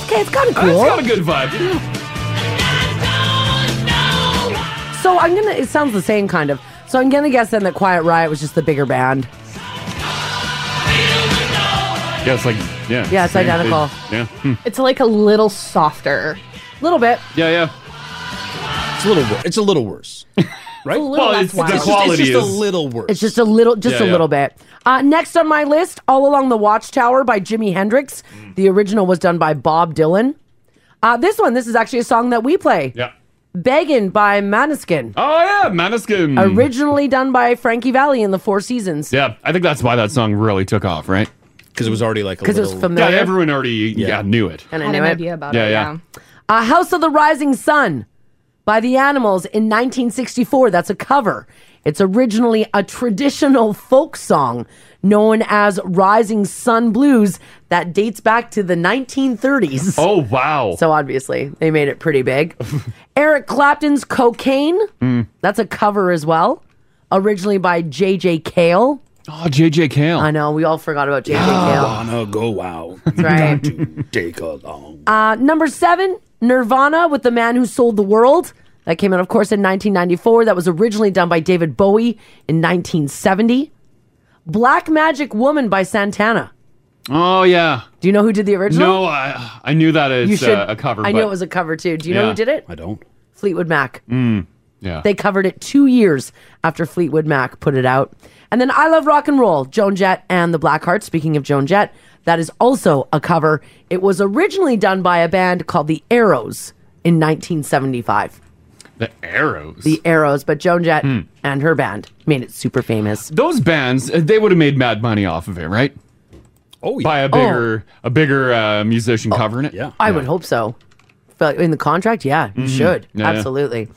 J: Okay, it's kind of
F: It's
J: cool.
F: got a good vibe.
J: So I'm gonna. It sounds the same kind of. So I'm gonna guess then that Quiet Riot was just the bigger band.
F: Yeah, it's like. Yeah.
J: Yeah, it's
F: same thing.
J: identical.
F: Yeah. Hmm.
D: It's like a little softer.
J: Little bit.
F: Yeah, yeah.
C: It's a little. wor- It's a little worse, right?
D: little Well, less it's- the wild.
C: just-
D: quality
C: It's just
D: is-
C: a little worse.
J: It's just a little, just
C: Yeah,
J: a
C: yeah.
J: little bit. Uh, next on my list, "All Along the Watchtower" by Jimi Hendrix.
C: Mm.
J: The original was done by Bob Dylan. Uh, this one, this is actually a song that we play.
F: Yeah.
J: "Beggin" by Maniskin.
F: Oh, yeah. Maniskin.
C: Mm.
J: Originally done by Frankie Valli in the Four Seasons.
F: Yeah, I think that's why that song really took off, right?
C: Because it was already like a
J: 'Cause it was little- familiar.
F: Yeah, everyone already yeah. knew it.
J: And I
D: Had
J: knew
D: an
J: it.
D: idea about
F: Yeah,
D: it.
F: yeah.
J: Uh, House of the Rising Sun by The Animals in 1964. That's a cover. It's originally a traditional folk song known as Rising Sun Blues that dates back to the 1930s.
F: Oh, wow.
J: So obviously, they made it pretty big. Eric Clapton's Cocaine.
F: Mm.
J: That's a cover as well. Originally by J.J. Cale.
F: Oh, J.J. Cale. I
J: know. We all forgot about J.J. Cale.
C: Wanna go out? That's
J: right.
C: Take along.
J: Uh, number seven, Nirvana with The Man Who Sold the World. That came out, of course, in 1994. That was originally done by David Bowie in 1970. Black Magic Woman by Santana.
F: Oh, yeah.
J: Do you know who did the original?
F: No, I, I knew that it's uh, a cover.
J: I
F: but-
J: knew it was a cover, too. Do you know
F: Yeah.
J: who did it?
C: I don't.
J: Fleetwood Mac.
F: Mm, yeah.
J: They covered it two years after Fleetwood Mac put it out. And then I Love Rock and Roll, Joan Jett and the Blackhearts. Speaking of Joan Jett, that is also a cover. It was originally done by a band called The Arrows in 1975.
F: the arrows.
J: The Arrows, but Joan Jett and her band made it super famous.
F: Those bands, uh, they would have made mad money off of it, right?
C: Oh, yeah.
F: By a
J: Oh.
F: bigger, a bigger uh, musician covering it. Yeah.
J: I would hope so. But in the contract, yeah, you
F: Mhm.
J: should.
F: Yeah, yeah.
J: Absolutely.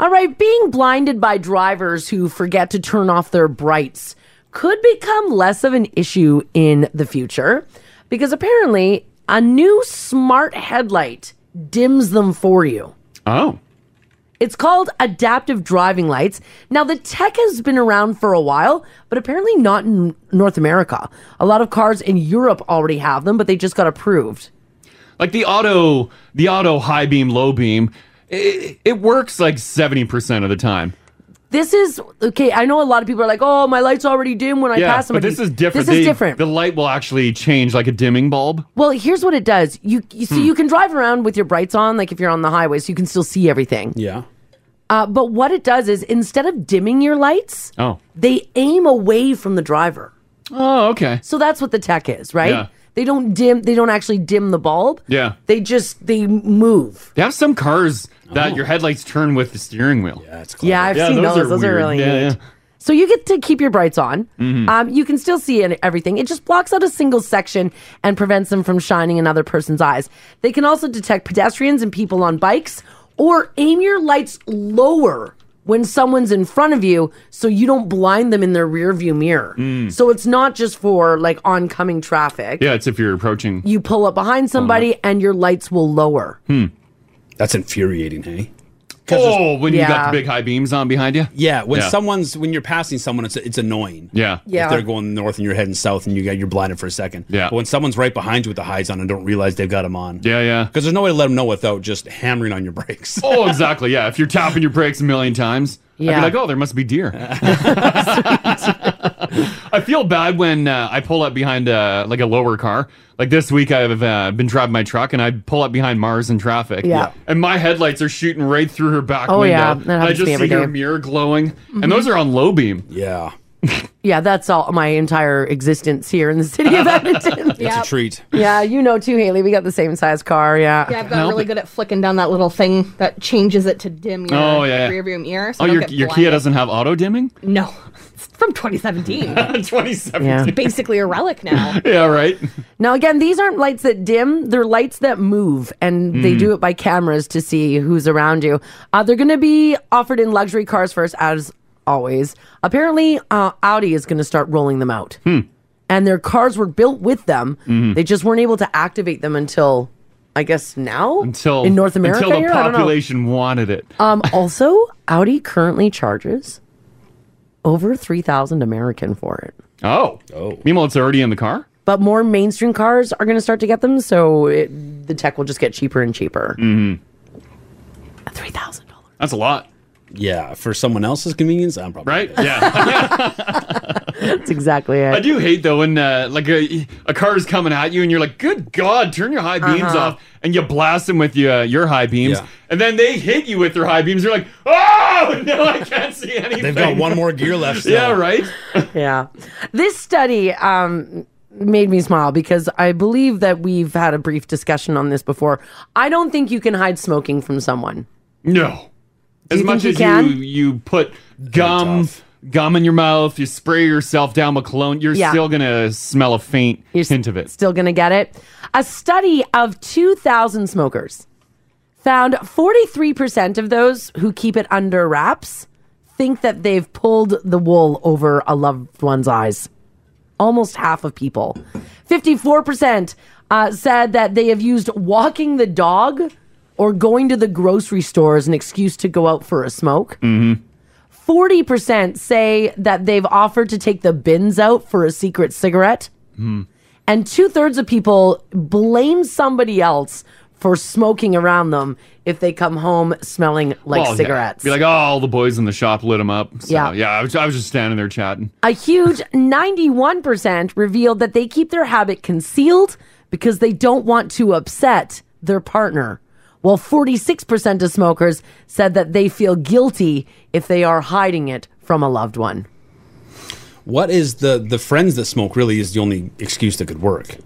J: All right, being blinded by drivers who forget to turn off their brights could become less of an issue in the future because apparently a new smart headlight dims them for you.
F: Oh.
J: It's called adaptive driving lights. Now, the tech has been around for a while, but apparently not in North America. A lot of cars in Europe already have them, but they just got approved.
F: Like the auto, the auto high beam, low beam, it, it works like 70% of the time.
J: This is okay. I know a lot of people are like, "Oh, my light's already dim when I
F: yeah,
J: pass somebody."
F: but this is different.
J: This is
F: They-
J: different.
F: The light will actually change like a dimming bulb.
J: Well, here's what it does. You, you see,
F: Hmm.
J: you can drive around with your brights on, like if you're on the highway, so you can still see everything.
C: Yeah.
J: Uh, but what it does is instead of dimming your lights,
F: Oh.
J: they aim away from the driver.
F: Oh, okay.
J: So that's what the tech is, right?
F: Yeah.
J: They don't dim. They don't actually dim the bulb.
F: Yeah.
J: They just they move.
F: They have some cars that your headlights turn with the steering wheel. Yeah,
C: Oh. it's
J: Yeah, I've seen those. Those are really
F: yeah,
J: neat. So you get to keep your brights on.
F: Mm-hmm.
J: Mhm. Um, you can still see it- everything. It just blocks out a single section and prevents them from shining in another person's eyes. They can also detect pedestrians and people on bikes, or aim your lights lower when someone's in front of you so you don't blind them in their rear view mirror.
F: Mm.
J: So it's not just for like oncoming traffic.
F: Yeah, it's if you're approaching.
J: You
F: Uh-huh.
J: pull up behind somebody and your lights will lower.
F: Hmm.
C: That's infuriating, hey?
F: Oh, when you got the big high beams on behind you?
C: Yeah, when
F: Yeah.
C: someone's when you're passing someone, it's it's annoying.
F: Yeah.
C: If they're going north and you're heading south and you got you're blinded for a second. Yeah. But when someone's right behind you with the highs on and don't realize they've got them on.
F: Yeah, yeah.
C: Because there's no way to let them know without just hammering on your brakes.
F: Oh, exactly. Yeah. If you're tapping your brakes a million times, I'd
C: Yeah.
F: be like, oh, there must be deer. I feel bad when uh, I pull up behind uh, like a lower car. Like this week, I've uh, been driving my truck and I pull up behind Mars in traffic.
J: Yeah. Yeah.
F: And my headlights are shooting right through her back
J: Oh,
F: window.
J: yeah. That
F: And I
J: happens to
F: just
J: me
F: see
J: every
F: her
J: day.
F: mirror glowing.
J: Mhm.
F: And those are on low beam.
C: Yeah.
J: Yeah, that's all my entire existence here in the city of Edmonton.
C: It's a treat.
J: yeah, you know too, Haley. We got the same size car. Yeah.
D: Yeah, I've got really good at flicking down that little thing that changes it to dim your
F: Oh, yeah.
D: rearview mirror. So
F: Oh,
D: I don't
F: your,
D: get
F: your Kia
D: blinded.
F: doesn't have auto dimming?
D: No, it's from 2017.
F: 2017.
D: It's basically a relic now.
F: yeah, right.
J: Now again, these aren't lights that dim; they're lights that move, and they
F: Mm.
J: do it by cameras to see who's around you. Uh, they're going to be offered in luxury cars first, as always. Apparently, uh, Audi is going to start rolling them out,
F: Hmm.
J: and their cars were built with them.
F: Mhm.
J: They just weren't able to activate them until, I guess, now
F: Until,
J: in North America.
F: until the
J: here? I don't know.
F: population wanted it.
J: Um, also, Audi currently charges over three thousand American for it.
F: Oh. Oh. Meanwhile, it's already in the car?
J: But more mainstream cars are going to start to get them, so it, the tech will just get cheaper and cheaper.
F: Mm-hmm.
J: Three thousand.
F: That's a lot.
C: Yeah. For someone else's convenience, I'm probably
F: right. Yeah.
J: That's exactly it.
F: I do hate though when uh, like a, a car is coming at you and you're like, "Good God, turn your high beams
J: Uh-huh.
F: off!" and you blast them with your uh, your high beams, and then they hit you with their high beams. You're like, "Oh no, I can't see anything."
C: They've got one more gear left. still.
F: yeah, right.
J: yeah. This study um, made me smile because I believe that we've had a brief discussion on this before. I don't think you can hide smoking from someone.
F: No,
J: Do
F: as
J: you
F: much
J: think you
F: as
J: can?
F: you you put gum gum in your mouth, you spray yourself down with cologne, you're
J: Yeah.
F: still gonna smell a faint hint of it.
J: Still going to get it. A study of 2,000 smokers found 43% of those who keep it under wraps think that they've pulled the wool over a loved one's eyes. Almost half of people. 54% uh, said that they have used walking the dog or going to the grocery store as an excuse to go out for a smoke.
F: Mm-hmm.
J: 40% say that they've offered to take the bins out for a secret cigarette.
F: Hmm.
J: And two thirds of people blame somebody else for smoking around them if they come home smelling like
F: Well, yeah.
J: cigarettes.
F: Be like, "Oh, all the boys in the shop lit them up." So,
J: Yeah.
F: yeah, I was, I was just standing there chatting.
J: A huge 91% revealed that they keep their habit concealed because they don't want to upset their partner. While 46% of smokers said that they feel guilty if they are hiding it from a loved one.
C: What is the the friends that smoke really is the only excuse that could work.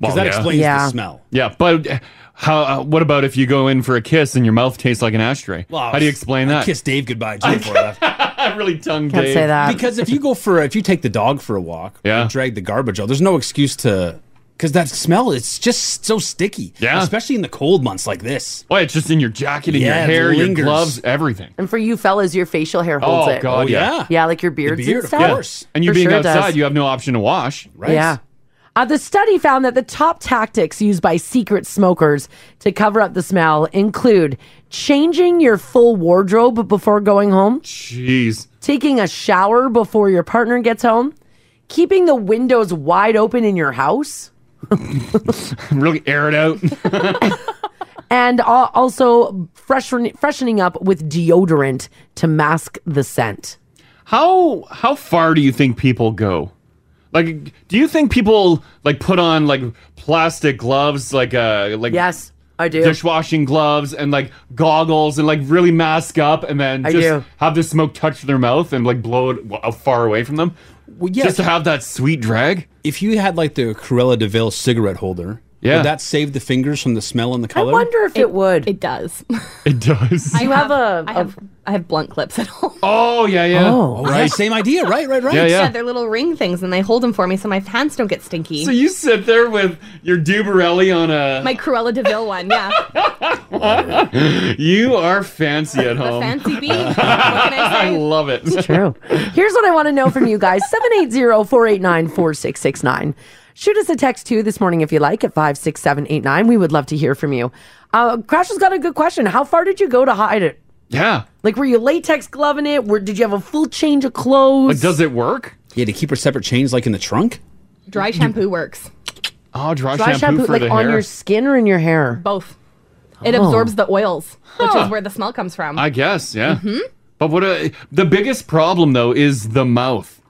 C: Because that
F: yeah.
C: explains the smell.
F: Yeah, but uh, how? Uh, what about if you go in for a kiss and your mouth tastes like an ashtray?
C: Well,
F: how do you explain that?
C: Kiss Dave goodbye too before I left.
F: I really tongue
C: Can't
F: Dave.
C: say that. Because if you go for if you take the dog for a walk, yeah, drag the garbage out. There's no excuse to because that smell it's just so sticky.
F: Yeah.
C: especially in the cold months like this.
F: Oh, it's just in your jacket, in your hair, your gloves, everything.
J: And for you fellas, your facial hair holds
F: Oh,
J: it.
F: God, Oh, yeah. yeah.
J: Yeah, like your beards and stuff.
F: And you
J: For
F: being
J: sure it does.
F: outside, you have no option to wash.
J: Yeah. Uh, the study found that the top tactics used by secret smokers to cover up the smell include changing your full wardrobe before going home,
F: Jeez.
J: taking a shower before your partner gets home, keeping the windows wide open in your house,
F: really air it out.
J: and al- also freshen- freshening up with deodorant to mask the scent.
F: How how far do you think people go? Like, do you think people like put on like plastic gloves, like uh, like
J: yes, I do.
F: dishwashing gloves and like goggles and like really mask up and then
J: I
F: just
J: do.
F: have the smoke touch their mouth and like blow it w- out far away from them?
C: Well, yeah.
F: just to have that sweet drag.
C: If you had like the Cruella De Vil cigarette holder,
F: Yeah.
C: would that save the fingers from the smell and the color?
J: if it, would.
D: It does.
F: It does.
D: I have a. I
J: a-
D: have. I have blunt clips at home.
F: Oh yeah yeah.
C: Oh, right. Same idea. Right. Right. Right.
F: Yeah, yeah.
D: They're little ring things, and they hold them for me, so my hands don't get stinky.
F: So you sit there with your Dubarelli on a.
D: my Cruella Deville one, yeah.
F: you are fancy at home.
D: fancy bee.
F: I love it. It's
J: true. Here's what I want to know from you guys 780 489 4669. Shoot us a text too this morning if you like at 56789. We would love to hear from you. Uh, Crash has got a good question. How far did you go to hide it
F: Yeah.
J: Like, were you latex gloving it? Were, did you have a full change of clothes?
F: Like, does it work?
C: Yeah, to keep her separate chains like in the trunk.
D: Dry shampoo works.
F: Oh, dry,
J: Dry shampoo, like on your skin or in your hair?
D: Both. It
J: Oh.
D: absorbs the oils, which
F: Huh.
D: is where the smell comes from. Hmm?
F: I guess, yeah.
J: Mm-hmm.
F: But what uh the biggest problem though is the mouth,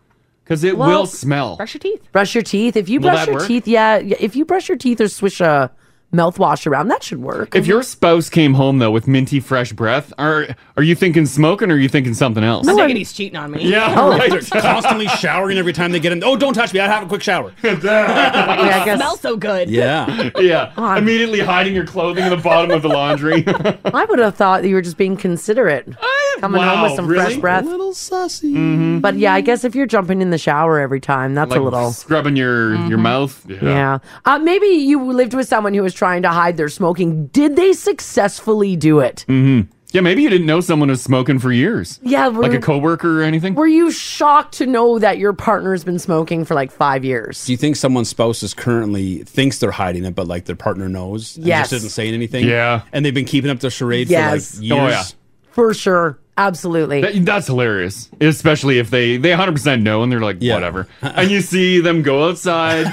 F: because it
J: Well,
F: will smell.
D: Brush your teeth.
J: Brush your teeth. If you
F: Will
J: brush
F: that
J: your
F: work?
J: teeth, yeah, yeah, if you brush your teeth or swish a mouthwash around, that should work.
F: If your spouse came home though with minty fresh breath, are are you thinking smoking or are you thinking something else?
D: I'm thinking he's cheating on me.
F: Yeah, right.
C: They're constantly showering every time they get in. Oh, don't touch me. I'd have a quick shower.
J: Yeah, I
D: It
J: guess-
D: smells so good.
C: yeah.
F: yeah. Immediately hiding your clothing in the bottom of the laundry.
J: I would have thought that you were just being considerate, coming home with
F: wow,
J: some
F: really? Mm-hmm.
J: fresh breath.
C: little sussy.
J: But yeah, I guess if you're jumping in the shower every time, that's
F: like
J: a little. Mm-hmm.
F: scrubbing your your mouth. Yeah.
J: Yeah. Uh, maybe you lived with someone who was trying to hide their smoking. Did they successfully do it?
F: Mm-hmm. Yeah, Maybe you didn't know someone was smoking for years.
J: Yeah. Were,
F: Like a coworker or anything.
J: were you shocked to know that your partner's been smoking for like five years?
C: Do you think someone's spouse is currently thinks they're hiding it, but like their partner knows and
J: Yes.
C: just isn't saying anything?
F: Yeah.
C: And they've been keeping up their charade
J: Yes.
C: for like years.
F: Oh, yeah.
J: For sure. Absolutely.
F: That- that's hilarious, especially if they they 100% know and they're like
C: Yeah.
F: whatever, and you see them go outside.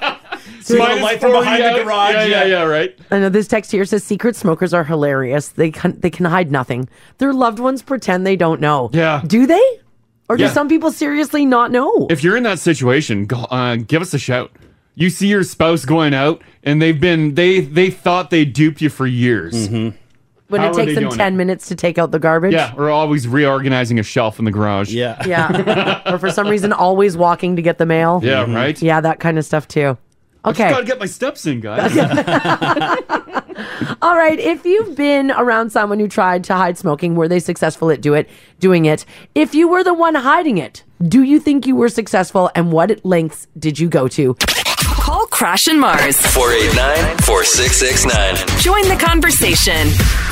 C: Minus
F: Minus
C: light from
F: 40
C: behind the
F: out.
C: garage,
F: Yeah, yeah,
C: yeah.
F: yeah, right.
J: I know this text here says secret smokers are hilarious. They can they can hide nothing. Their loved ones pretend they don't know.
F: Yeah.
J: Do they? Or do
F: Yeah.
J: some people seriously not know?
F: If you're in that situation, go, uh, give us a shout. You see your spouse going out, and they've been they they thought they duped you for years.
J: when
F: Mm-hmm. how
J: it
F: are
J: takes
F: they
J: them
F: doing
J: ten
F: it?
J: minutes to take out the garbage.
F: Yeah, we're always reorganizing a shelf in the garage.
C: Yeah.
J: Yeah. or for some reason always walking to get the mail.
F: yeah, right.
J: Mm-hmm. Yeah, that kind of stuff too. Okay.
F: Gotta get my steps in, guys.
J: All right. If you've been around someone who tried to hide smoking, were they successful at do it doing it? If you were the one hiding it, do you think you were successful and what lengths did you go to?
K: Call Crash and Mars.
B: 489 4669.
K: Join the conversation.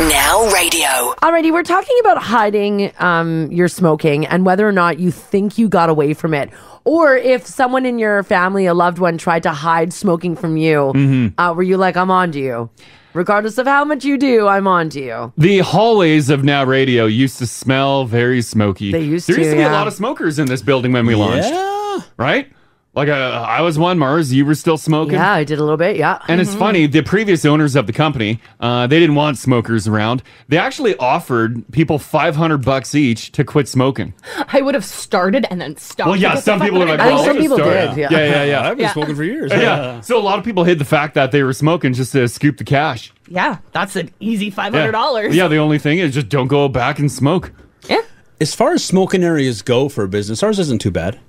K: Now radio.
J: Alrighty, we're talking about hiding um, your smoking and whether or not you think you got away from it. Or if someone in your family, a loved one, tried to hide smoking from you,
F: Mm-hmm.
J: uh, were you like, I'm on to you? Regardless of how much you do, I'm on to you.
F: the hallways of Now Radio used to smell very smoky.
J: They used
F: there
J: to,
F: used to be
J: yeah.
F: a lot of smokers in this building when we launched,
C: Yeah.
F: right? Like uh, I was one, Mars. You were still smoking.
J: Yeah, I did a little bit. Yeah. Mm-hmm.
F: And it's funny, the previous owners of the company, uh, they didn't want smokers around. They actually offered people 500 bucks each to quit smoking.
D: I would have started and then stopped.
F: Well, yeah,
D: because
F: some
D: if I
F: people are
D: would've
F: like,
J: I think
F: well,
J: some
F: I'll just
J: people
F: start.
J: did, yeah.
F: yeah, yeah.
C: I've
F: yeah.
C: been
D: Yeah.
C: smoking for years.
F: Yeah. So a lot of people hid the fact that they were smoking just to scoop the cash.
D: Yeah, that's an easy five
F: Yeah.
D: hundred dollars.
F: Yeah, the only thing is just don't go back and smoke.
C: As far as smoking areas go for a business, ours isn't too bad. Uh,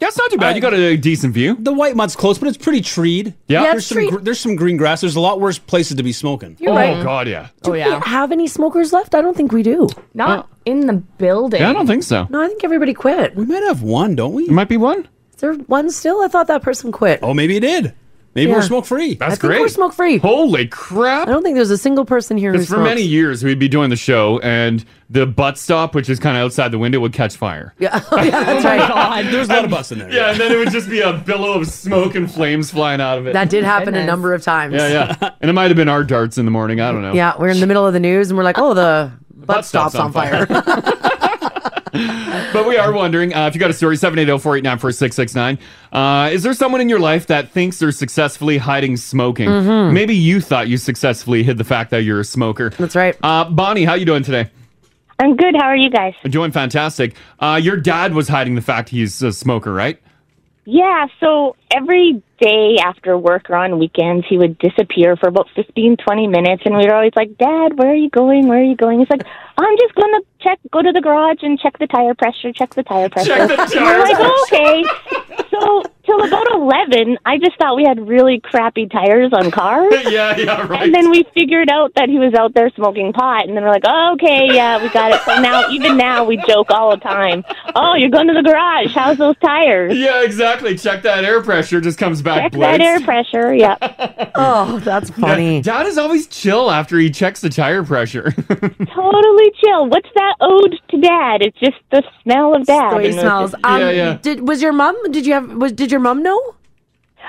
F: That's not too bad. you got a decent view.
C: The white mud's close, but it's pretty treed.
F: Yeah. Yeah,
C: there's
F: it's
C: some
J: treed.
C: gr- there's some green grass. There's a lot worse places to be smoking.
F: oh, God, yeah.
D: Oh yeah.
J: have any smokers left? I don't think we do.
D: Not in the building.
F: Uh, Yeah, I don't think so.
J: No, I think everybody quit.
C: We might have one, don't we?
F: There might be one.
J: Is there one still? I thought that person quit.
C: Oh, maybe it did. Maybe
J: Yeah.
C: we're smoke free.
J: I
F: That's
J: think
F: great.
J: we're smoke free. I
F: Holy crap.
J: don't think there's a single person here who
F: Because for
J: smokes.
F: many years, we'd be doing the show, and the butt stop, which is kind of outside the window, would catch fire.
J: yeah, that's right.
C: There's a lot of bus in there.
F: Yeah, and then it would just be a billow of smoke and flames flying out of it.
J: That did happen a
D: Goodness.
J: number of times.
F: yeah, yeah. And it might have been our darts in the morning. I don't know.
J: Yeah, we're in the middle of the news and we're like, oh, the butt
F: butt
J: stop's on fire.
F: But we are wondering uh, if you got a story, 780 489 4669. Uh, Is there someone in your life that thinks they're successfully hiding smoking? Maybe you thought you successfully hid the fact that you're a smoker.
J: That's right.
F: Uh, Bonnie, how you doing today?
L: I'm good. How are you guys?
F: I'm doing fantastic. Uh, your dad was hiding the fact he's a smoker, right?
L: Yeah, so every day after work or on weekends, he would disappear for about fifteen, twenty minutes, and we were always like, Dad, where are you going? Where are you going? He's like, I'm just going to check, go to the garage and check the tire pressure, check the tire pressure.
F: Check the tire
L: we're like, okay. So, till about 11, I just thought we had really crappy tires on cars.
F: yeah, yeah, right.
L: And then we figured out that he was out there smoking pot, and then we're like, oh, okay, yeah, we got it. So now, even now, we joke all the time. Oh, you're going to the garage. How's those tires?
F: yeah, exactly. Check that air pressure. Just comes back.
L: Check that
F: blitz.
L: air pressure. Yeah.
J: oh, that's funny.
F: Dad is always chill after he checks the tire pressure.
L: totally chill. What's that ode to dad? It's just the smell of dad.
J: The way it
L: And it-
J: smells. Um,
F: yeah.
J: Did was your mom? Did you have? Was did your mom know?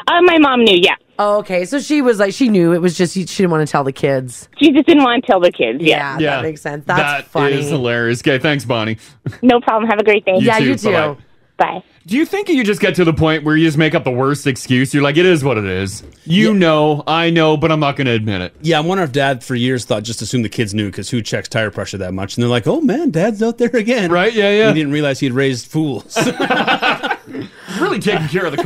L: Uh, my mom knew. Yeah.
J: Oh, okay. So she was like, she knew it was just she didn't want to tell the kids.
L: She just didn't want to tell the kids. Yeah,
J: yeah, that makes sense. That's
F: That
J: funny.
F: is hilarious. Okay, thanks, Bonnie.
L: No problem. Have a great day.
F: You Yeah, too. you too. Bye-bye.
L: Bye.
F: Do you think you just get to the point where you just make up the worst excuse? You're like, it is what it is. You know, I know, but I'm not going to admit it.
C: Yeah, I wonder if dad for years thought just assumed the kids knew because who checks tire pressure that much? And they're like, oh man, dad's out there again. Right?
F: Yeah, yeah.
C: He didn't realize he'd raised fools.
F: really taking care of the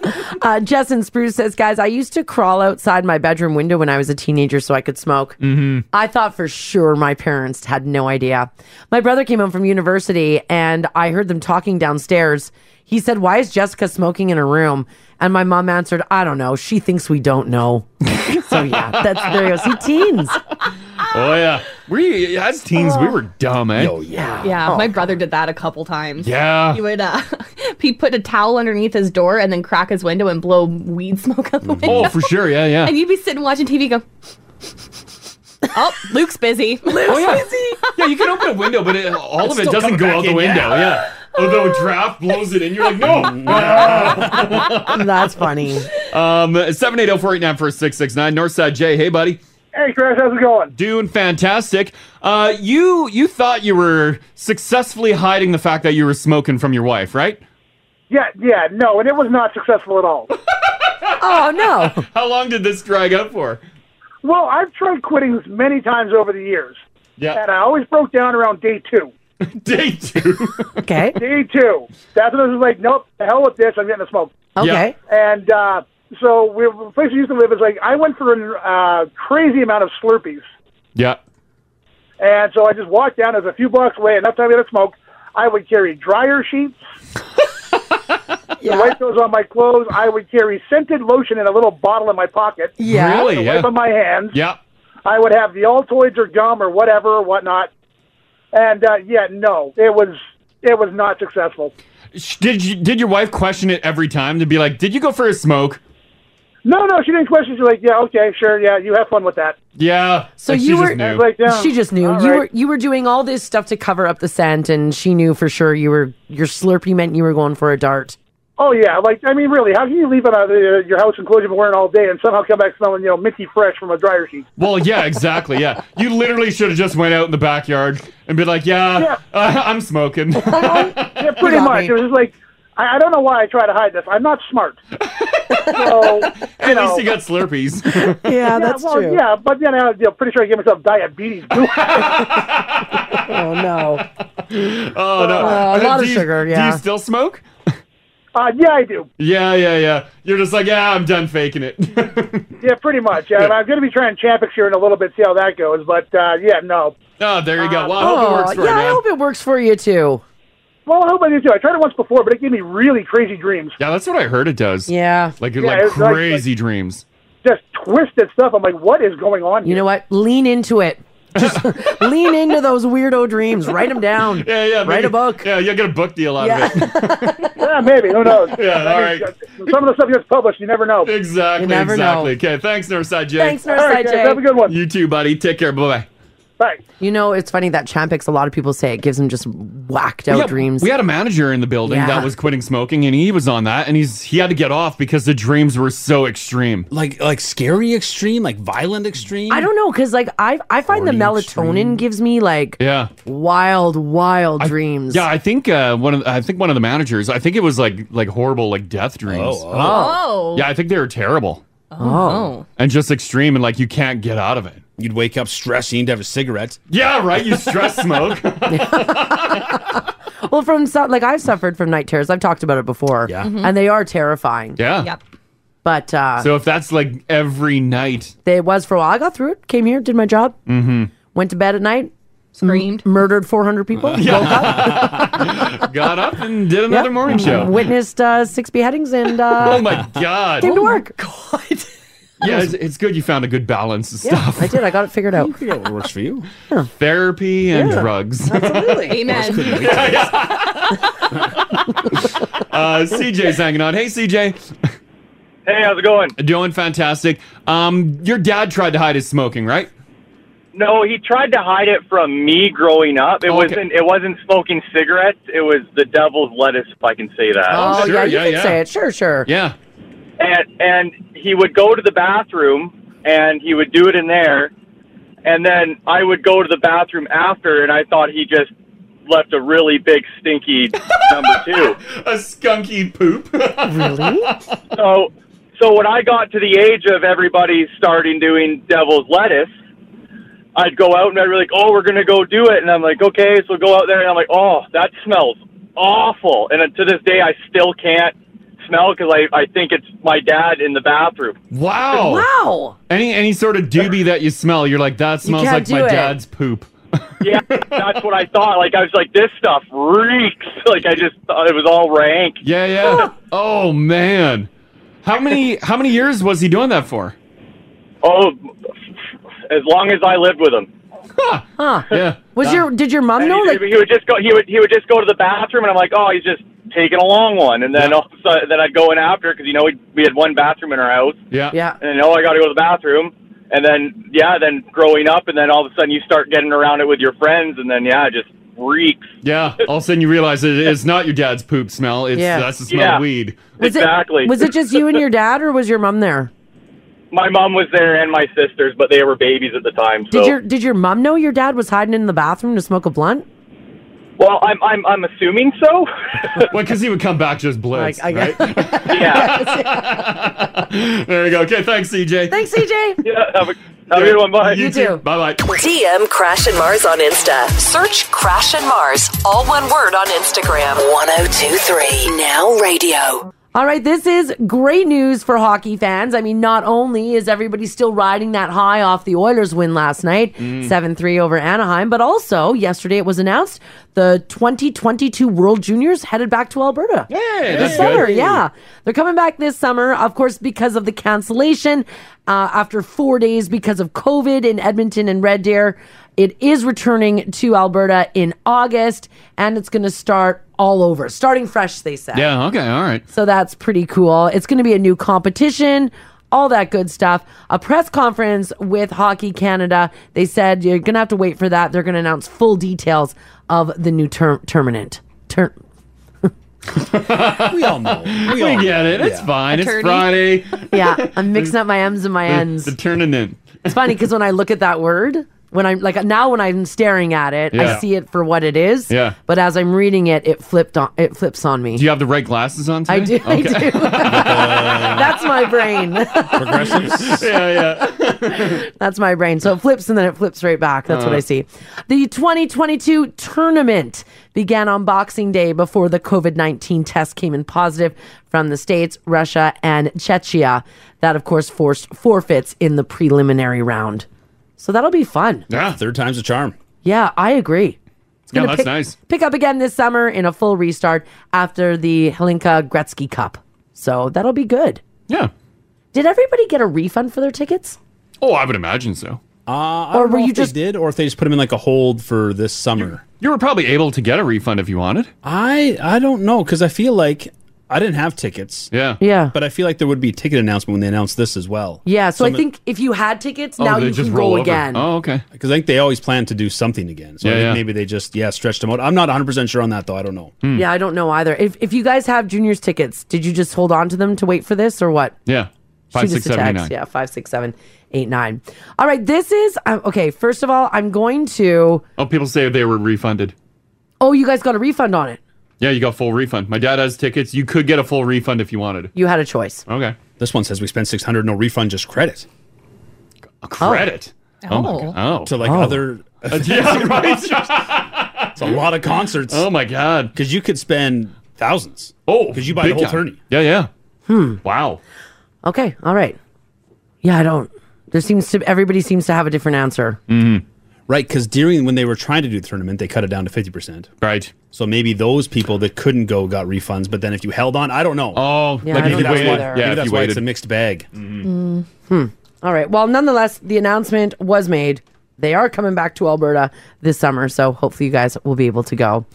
F: car.
J: Uh, Jess and Spruce says, guys, I used to crawl outside my bedroom window when I was a teenager so I could smoke.
M: Mm-hmm.
J: I thought for sure my parents had no idea. My brother came home from university and I heard them talking downstairs. He said, Why is Jessica smoking in her room? And my mom answered, I don't know. She thinks we don't know.
D: Oh,
J: so yeah, that's there you go. See, teens.
F: Oh yeah, we as teens we were dumb, eh? Oh
D: Yeah, my brother did that a couple times.
F: Yeah.
D: he would. Uh, he put a towel underneath his door and then crack his window and blow weed smoke out the window.
F: Oh, for sure. Yeah, yeah.
D: And you'd be sitting watching TV, go. Oh, Luke's busy.
F: oh, yeah. yeah, you can open a window, but it, all
D: It's
F: of it
D: still coming
F: doesn't go
D: back
F: out the
D: in,
F: window.
D: yeah.
F: Yeah. Although a draft blows it in, you're like, no.
J: That's funny.
F: Um, seven eight zero four eight nine four six six nine. Northside J. Hey, buddy.
N: Hey, Chris. How's it going?
F: Doing fantastic. Uh, you you thought you were successfully hiding the fact that you were smoking from your wife, right?
N: Yeah, yeah, no, and it was not successful at all.
J: oh no!
F: How long did this drag out for?
N: Well, I've tried quitting this many times over the years.
F: Yeah.
N: And I always broke down around day two.
F: day two.
J: okay.
N: Day two. That's when I was like, nope, the hell with this. I'm getting a smoke.
J: Okay.
N: And uh, so we, the place we used to live is like I went for a uh, crazy amount of Slurpees.
F: Yeah.
N: And so I just walked down. It was a few blocks away. Enough time to get a smoke. I would carry dryer sheets. The wipe those on my clothes. I would carry scented lotion in a little bottle in my pocket.
F: Yeah. Really?
N: To
F: Yeah.
N: Wipe on my hands.
F: Yeah.
N: I would have the Altoids or gum or whatever or whatnot. And uh, yeah, no, it was it was not successful.
F: Sh- Did you, did your wife question it every time to be like, did you go for a smoke?
N: No, no, she didn't question. She's like, yeah, okay, sure, yeah, you have fun with that.
F: Yeah.
J: So
F: Like, she
J: you
F: just
J: were
F: knew.
J: she just knew.
N: All
J: You
N: right.
J: were you were doing all this stuff to cover up the scent and she knew for sure you were your slurpee meant you were going for a dart.
N: Oh yeah, like I mean, really, how can you leave it out of uh, your house and clothes you've been wearing all day and somehow come back smelling you know minty fresh from a dryer sheet?
F: Well, yeah, exactly. Yeah, you literally should have just went out in the backyard and be like, "Yeah, Uh, I'm smoking."
N: yeah, pretty much. It was just like I, I don't know why I try to hide this. I'm not smart. so
F: At least you got Slurpees.
N: yeah, well, Yeah, but then I, you know, pretty sure I gave myself diabetes. Too.
J: oh no.
F: Oh no,
J: Uh, a lot
F: Do
J: of
F: you-
J: sugar,
F: Do
J: yeah.
F: you still smoke?
N: Uh, yeah, I do.
F: Yeah, yeah, yeah. You're just like, yeah, I'm done faking it.
N: Yeah, pretty much. Yeah, and I'm going to be trying Champix here in a little bit, see how that goes. But uh, yeah, no.
F: Oh, there you go. Well, I
J: oh, yeah, I hope it works for you too.
N: Well, I hope I do too. I tried it once before, but it gave me really crazy dreams.
F: Yeah, that's what I heard it does.
J: Yeah,
F: like
N: Yeah,
F: like
N: it's like-
F: crazy dreams.
N: Just twisted stuff. I'm like, what is going on?
J: You know what? Lean into it. Just lean into those weirdo dreams. Write them down.
F: Yeah, yeah.
J: Write a book.
F: Yeah, you'll get a book deal out of it.
N: yeah, maybe. Who knows?
F: Yeah, all right.
N: Some of the stuff gets published, you never know.
F: Exactly, exactly. Okay, thanks, Northside Jay.
J: Thanks, Northside All right, guys, Jay. have a
N: good one.
F: You too, buddy. Take care. Bye bye.
J: You know, it's funny that Champix. A lot of people say it gives them just whacked out
F: Yeah,
J: dreams.
F: We had a manager in the building
J: Yeah.
F: that was quitting smoking, and he was on that, and he's he had to get off because the dreams were so extreme,
C: like like scary extreme, like violent extreme.
J: I don't know because like I I find the melatonin gives me like
F: Yeah.
J: wild wild dreams.
F: Yeah, I think uh, one of I think one of the managers. I think it was like like horrible like death dreams.
J: Oh, oh. Oh.
F: Yeah, I think they were terrible.
J: Oh.
F: And just extreme, and like you can't get out of it.
C: You'd wake up stressed. You need to have a cigarette.
F: Yeah, right. You stress smoke.
J: Well, from so- like I've suffered from night terrors. I've talked about it before. Yeah,
F: Mhm.
J: and they are terrifying.
F: Yeah.
J: But uh,
F: So if that's like every night,
J: they- it was for a while. I got through it. Came here, did my job,
F: mm-hmm.
J: went to bed at night, screamed, murdered four hundred people. woke up,
F: got up and did another
J: yep,
F: morning show.
J: Witnessed uh, six beheadings and uh,
F: oh my god.
J: came to work.
F: Yeah, it's, it's good. You found a good balance of stuff.
J: I did. I got it figured out.
F: What works for you? Therapy and
J: Yeah.
F: drugs.
D: Amen.
F: uh, CJ's hanging on. Hey, CJ.
O: Hey, how's it going?
F: Doing fantastic. Um, your dad tried to hide his smoking, right?
O: No, he tried to hide it from me growing up. It
F: Oh, Okay.
O: wasn't. It wasn't smoking cigarettes. It was the devil's lettuce, if I can say that.
J: Oh, yeah, you can say it. Sure, sure.
F: Yeah.
O: and and he would go to the bathroom and he would do it in there, and then I would go to the bathroom after, and I thought he just left a really big stinky number two,
F: a skunky poop.
O: really? So, so when I got to the age of everybody starting doing devil's lettuce. I'd go out and I'd be like, "Oh, we're gonna go do it," and I'm like, "Okay." So go out there and I'm like, "Oh, that smells awful," and then to this day I still can't smell because I I think it's my dad in the bathroom.
F: Wow.
J: Wow.
F: Any any sort of doobie that you smell, you're like, that smells
O: can't
F: like my
O: do it."
F: dad's poop.
O: Yeah, that's what I thought. Like I was like, "This stuff reeks." Like I just thought it was all rank.
F: Yeah, yeah. oh man. How many how many years was he doing that for?
O: Oh, as long as I lived with him.
J: Huh.
F: Yeah.
J: Was your did your mom
O: And
J: know?
O: he,
J: Like,
O: he would just go. He would he would just go to the bathroom, and I'm like, oh, he's just taking a long one. And then all of a sudden, then I'd go in after because you know we we had one bathroom in our house.
F: Yeah.
J: Yeah.
O: And then, oh, I got to go to the bathroom. And then yeah, then growing up, and then all of a sudden you start getting around it with your friends, and then yeah, it just reeks.
F: Yeah. All of a sudden you realize it, it's not your dad's poop smell. It's
J: Yeah.
F: that's the smell
O: Yeah.
F: of weed.
J: was It, was it just you and your dad, or was your mom there?
O: My mom was there and my sisters, but they were babies at the time. So
J: Did your did your mom know your dad was hiding in the bathroom to smoke a blunt?
O: well, I'm I'm I'm assuming so.
F: well, because he would come back just blitz,
J: I- I-
F: right? yeah. there we go. Okay, thanks, CJ.
J: Thanks, CJ.
O: yeah, have a, have a good one. Bye.
F: You, too. Bye bye.
K: DM Crash and Mars on Insta. Search Crash and Mars, all one word on Instagram. 1023 Now Radio.
J: All right, this is great news for hockey fans. I mean, not only is everybody still riding that high off the Oilers win last night,
M: Mm.
J: 7 3 over Anaheim, but also yesterday it was announced the 2022 World Juniors headed back to Alberta. Yeah,
F: that's
J: summer.
F: good.
J: Yeah, they're coming back this summer, of course, because of the cancellation uh, after four days because of COVID in Edmonton and Red Deer. It is returning to Alberta in August, and it's going to start all over, starting fresh, they said.
F: Yeah, okay, all right.
J: So that's pretty cool. It's going to be a new competition, all that good stuff. A press conference with Hockey Canada. They said you're going to have to wait for that. They're going to announce full details of the new term terminant. Ter-
C: we all know.
F: We,
J: all
F: get
J: know.
F: it. It's
J: Yeah.
F: fine.
J: Attorney.
F: It's Friday.
J: yeah, I'm mixing up my M's and my N's.
F: The, the turning in.
J: It's funny because when I look at that word, when I'm like now when I'm staring at it,
F: Yeah.
J: I see it for what it is.
F: Yeah.
J: But as I'm reading it, it flipped on. It flips on me.
F: Do you have the right glasses on
J: I
F: today?
J: do. I do. That's my brain.
F: Progressives? yeah,
J: yeah. That's my brain. So it flips and then it flips right back. That's what
F: Uh.
J: I see. The 2022 tournament began on Boxing Day before the COVID 19 test came in positive from the States, Russia, and Chechnya. That, of course, forced forfeits in the preliminary round. So that'll be fun.
C: Yeah, third time's a charm.
J: Yeah, I agree. It's
C: Yeah,
J: gonna
C: that's
J: pick,
C: nice.
J: Pick up again this summer in a full restart after the Helinka Gretzky Cup. So that'll be good.
F: Yeah.
J: Did everybody get a refund for their tickets?
F: Oh, I would imagine so.
C: Uh, or were you just did, or if they just put him in like a hold for this summer?
F: You were probably able to get a refund if you wanted.
C: I I don't know because I feel like I didn't have tickets.
F: Yeah,
J: yeah.
C: But I feel like there would be a ticket announcement when they announced this as well.
J: Yeah, so
C: Some-
J: I think if you had tickets, now you can go again.
F: Oh, okay.
C: Because I think they always plan to do something again. So I
F: Yeah,
C: think
F: yeah.
C: maybe they just yeah stretched them out. I'm not 100 percent sure on that though. I don't know.
F: Hmm.
J: Yeah, I don't know either. If if you guys have juniors tickets, did you just hold on to them to wait for this or what?
F: Yeah. Five,
J: Shoot
F: six,
J: us a
F: seven, eight,
J: text.
F: nine.
J: Yeah, five, six, seven, eight, nine. All right, this is um, okay. First of all, I'm going to.
F: Oh, people say they were refunded.
J: Oh, you guys got a refund on it.
F: Yeah, you got full refund. My dad has tickets. You could get a full refund if you wanted.
J: You had a choice.
F: Okay.
C: This one says we spent 600, no refund, just credit.
F: A credit.
C: Oh.
F: my God. oh.
C: To like other.
F: Uh, yeah, right.
C: it's a lot of concerts.
F: Oh my god.
C: Because you could spend thousands.
F: Oh,
C: because you buy the
F: big
C: whole
F: time.
C: tourney.
F: Yeah, yeah.
J: Hmm.
F: Wow.
J: Okay. All right. Yeah, I don't. There seems to everybody seems to have a different answer.
C: Mm-hmm. Right, because during when they were trying to do the tournament, they cut it down to fifty percent.
F: Right.
C: So maybe those people that couldn't go got refunds, but then if you held on, I don't know.
F: Oh,
J: Yeah, like I if
C: maybe
J: you
C: that's
J: waited.
C: why.
J: Yeah,
C: maybe
F: if
C: that's
F: you
C: why it's
F: waited.
C: a mixed bag.
J: Mm, hmm. All right. Well, nonetheless, the announcement was made. They are coming back to Alberta this summer, so hopefully you guys will be able to go.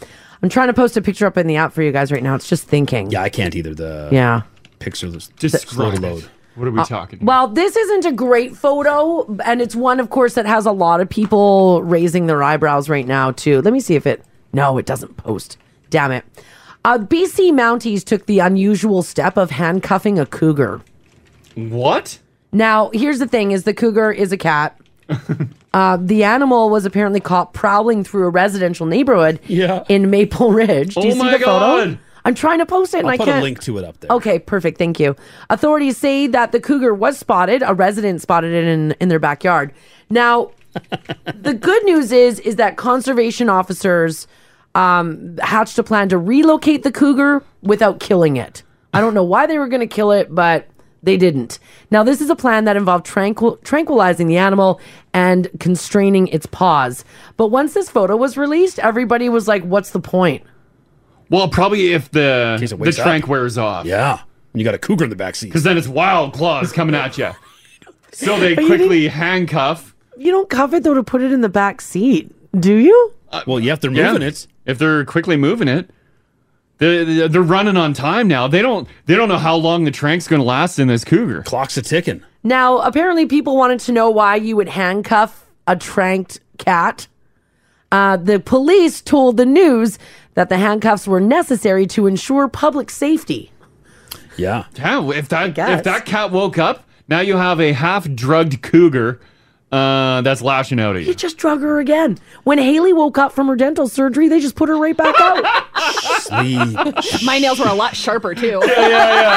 J: I'm trying to post a picture up in the app for you guys right now. It's just thinking.
C: Yeah, I can't either. The
J: Yeah.
C: picture just
J: Just
C: slow to
J: scroll.
C: load.
F: What are we talking?
J: Well, this isn't a great photo, and it's one, of course, that has a lot of people raising their eyebrows right now, too. Let me see if it. No, it doesn't post. Damn it. Uh, BC Mounties took the unusual step of handcuffing a cougar.
F: What?
J: Now, here's the thing: is the cougar is a cat. uh, the animal was apparently caught prowling through a residential neighborhood in Maple Ridge. Do you
C: Oh
J: see
C: my
J: the photo?
C: God.
J: I'm trying to post it, and
C: I'll
J: I
C: put
J: can't.
C: a link to it up there.
J: Okay, perfect. Thank you. Authorities say that the cougar was spotted. A resident spotted it in, in their backyard. Now, the good news is is that conservation officers um, hatched a plan to relocate the cougar without killing it. I don't know why they were going to kill it, but they didn't. Now, this is a plan that involved tranquil- tranquilizing the animal and constraining its paws. But once this photo was released, everybody was like, "What's the point?"
F: Well, probably if the the
J: wakes up.
F: trank wears off.
C: Yeah, you got a cougar in the backseat. Because
F: then it's wild claws coming at you. So they
J: But you
F: quickly handcuff.
J: You don't cuff it though to put it in the back seat, do you?
F: well,
C: yeah, if they're
J: moving
F: it, uh, if they're quickly moving it, they're, they're they're running on time now. They don't they don't know how long the trank's going to last in this cougar.
C: Clock's a ticking.
J: Now, apparently, people wanted to know why you would handcuff a tranked cat. Uh, the police told the news that the handcuffs were necessary to ensure public safety.
C: Yeah.
F: Yeah. If that
J: guess.
F: if that cat woke up, now you have a half drugged cougar uh, that's lashing out at you.
J: You just drug her again. When Haley woke up from her dental surgery, they just put her right back out.
D: My nails were a lot sharper too.
F: Yeah,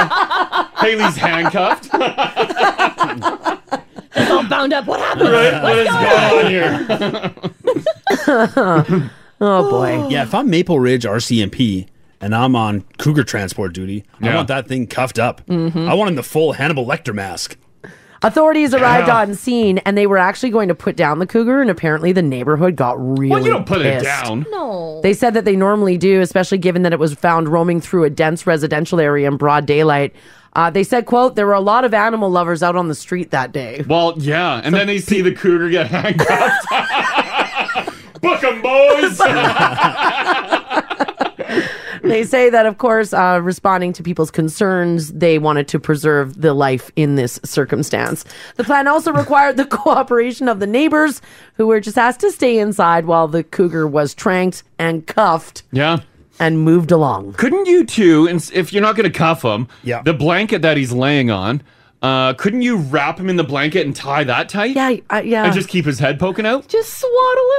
F: yeah, Haley's handcuffed.
D: It's all bound up. What happened?
F: Right? What is going on here?
C: oh
J: boy.
C: Yeah, if I'm Maple Ridge RCMP and I'm on cougar transport duty, I want that thing cuffed up.
J: Mhm.
C: I want him the full Hannibal Lecter mask.
J: Authorities arrived
C: Yeah.
J: on scene and they were actually going to put down the cougar, and apparently the neighborhood got really pissed.
D: No.
J: They said that they normally do, especially given that it was found roaming through a dense residential area in broad daylight. Uh, they said, "quote There were a lot of animal lovers out on the street that day."
F: Well, yeah, and then they see the cougar get handcuffed. Book 'em, boys.
J: they say that, of course, uh, responding to people's concerns, they wanted to preserve the life in this circumstance. The plan also required the cooperation of the neighbors, who were just asked to stay inside while the cougar was tranked and cuffed
F: yeah.
J: and moved along.
F: Couldn't you two, ins- if you're not going to cuff him,
J: Yeah.
F: the blanket that he's laying on, uh, couldn't you wrap him in the blanket and tie that tight?
J: Yeah, uh, yeah.
F: And just keep his head poking out?
D: Just swaddle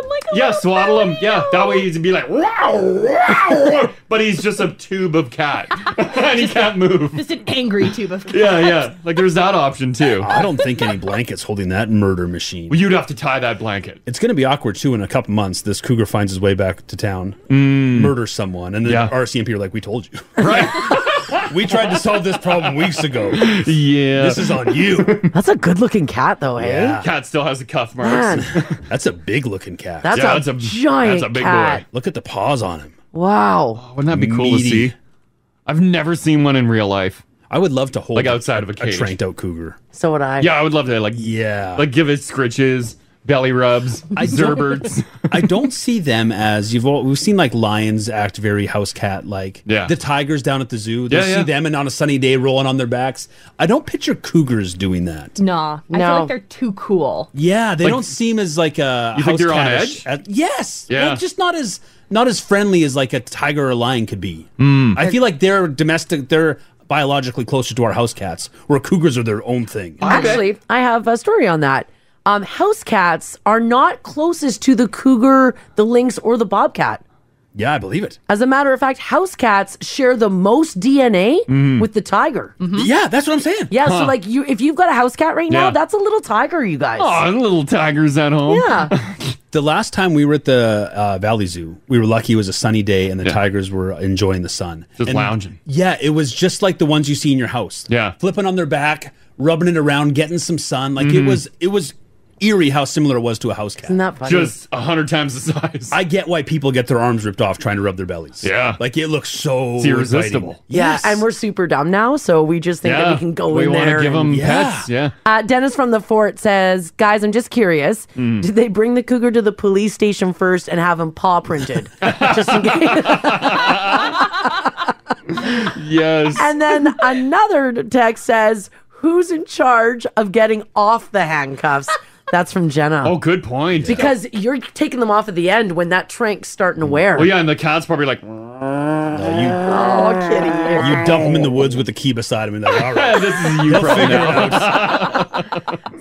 D: him like a
F: yeah, swaddle him. Yeah, that way he'd be like, wow, wow. but he's just a tube of cat, and he can't move.
D: just an angry tube of cat.
F: Yeah, Uh, yeah. Like there's that option too.
C: I don't think any blanket's holding that murder machine. Well,
F: you'd have to tie that blanket.
C: It's going to be awkward too. In a couple months, this cougar finds his way back to town,
F: Mm.
C: murders someone, and then RCMP are like, "We told you, right? we tried to solve this problem weeks ago.
F: Yeah,
C: this is on you."
J: That's a good-looking cat, though, eh?
F: Cat still has the cuff
J: Man.
F: marks.
C: that's a big looking cat.
J: That's Yeah, a that's a- giant that's a big cat. boy.
C: Look at the paws on him.
J: Wow.
F: Wouldn't that be cool to
C: Meaty.
F: see? I've never seen one in real life.
C: I would love to hold
F: like outside of a cage.
C: tranked out cougar.
J: So would I.
F: Yeah, I would love to like
C: yeah,
F: like give it scritches, belly rubs, zerberts.
C: I don't see them as you've all, we've seen like lions act very house cat like.
F: Yeah.
C: The tigers down at the zoo, they
F: Yeah,
C: see
F: yeah.
C: them and on a sunny day rolling on their backs. I don't picture cougars doing that.
D: Nah, I feel
C: No.
D: like they're too cool.
C: Yeah, they
D: Like-
C: don't seem as like uh, a.
F: You think
C: house
F: they're on
C: cat-ish
F: edge?
C: at- yes.
F: Yeah.
C: Like just not as not as friendly as like a tiger or a lion could be.
F: Hmm.
C: I feel like they're domestic. They're biologically closer to our house cats, where cougars are their own thing.
J: Actually, I have a story on that. Um, house cats are not closest to the cougar, the lynx, or the bobcat.
C: yeah, I believe it.
J: As a matter of fact, house cats share the most DNA
F: Mm-hmm.
C: Mm.
J: with the tiger.
C: Yeah, that's what I'm saying.
J: Yeah, so
F: Huh.
J: like you, if you've got a house cat right now,
F: Yeah.
J: that's a little tiger, you guys.
F: Oh, little tigers at home.
J: yeah,
C: The last time we were at the uh, Valley Zoo, we were lucky. It was a sunny day, and the tigers were enjoying the sun,
F: Just
C: And-
F: lounging.
C: Yeah, it was just like the ones you see in your house.
F: Yeah.
C: flipping on their back, rubbing it around, getting some sun. Like
F: Mhm.
C: it was, it was eerie how similar it was to a house cat. Isn't
J: that funny?
F: Just a hundred times the size.
C: I get why people get their arms ripped off trying to rub their bellies. Yeah, like it looks so
F: It's irresistible.
C: inviting.
J: yeah, and we're super dumb now, so we just think that we can go
F: we
J: in
F: wanna
J: there.
F: give them
J: and-
F: pets. Yeah.
J: Uh, Dennis from the fort says, "Guys, I'm just curious.
F: Mm.
J: Did they bring the cougar to the police station first and have him paw printed, just in case?"
F: Yes.
J: And then another text says, "Who's in charge of getting off the handcuffs?" That's from Jenna.
F: Oh, good point.
J: Because you're taking them off at the end when that trank's starting to wear.
F: Oh, Well, yeah, and the cat's probably like,
C: No, you, you dump him in the woods with a key beside him, and they're like, all right,
F: this is you
C: problem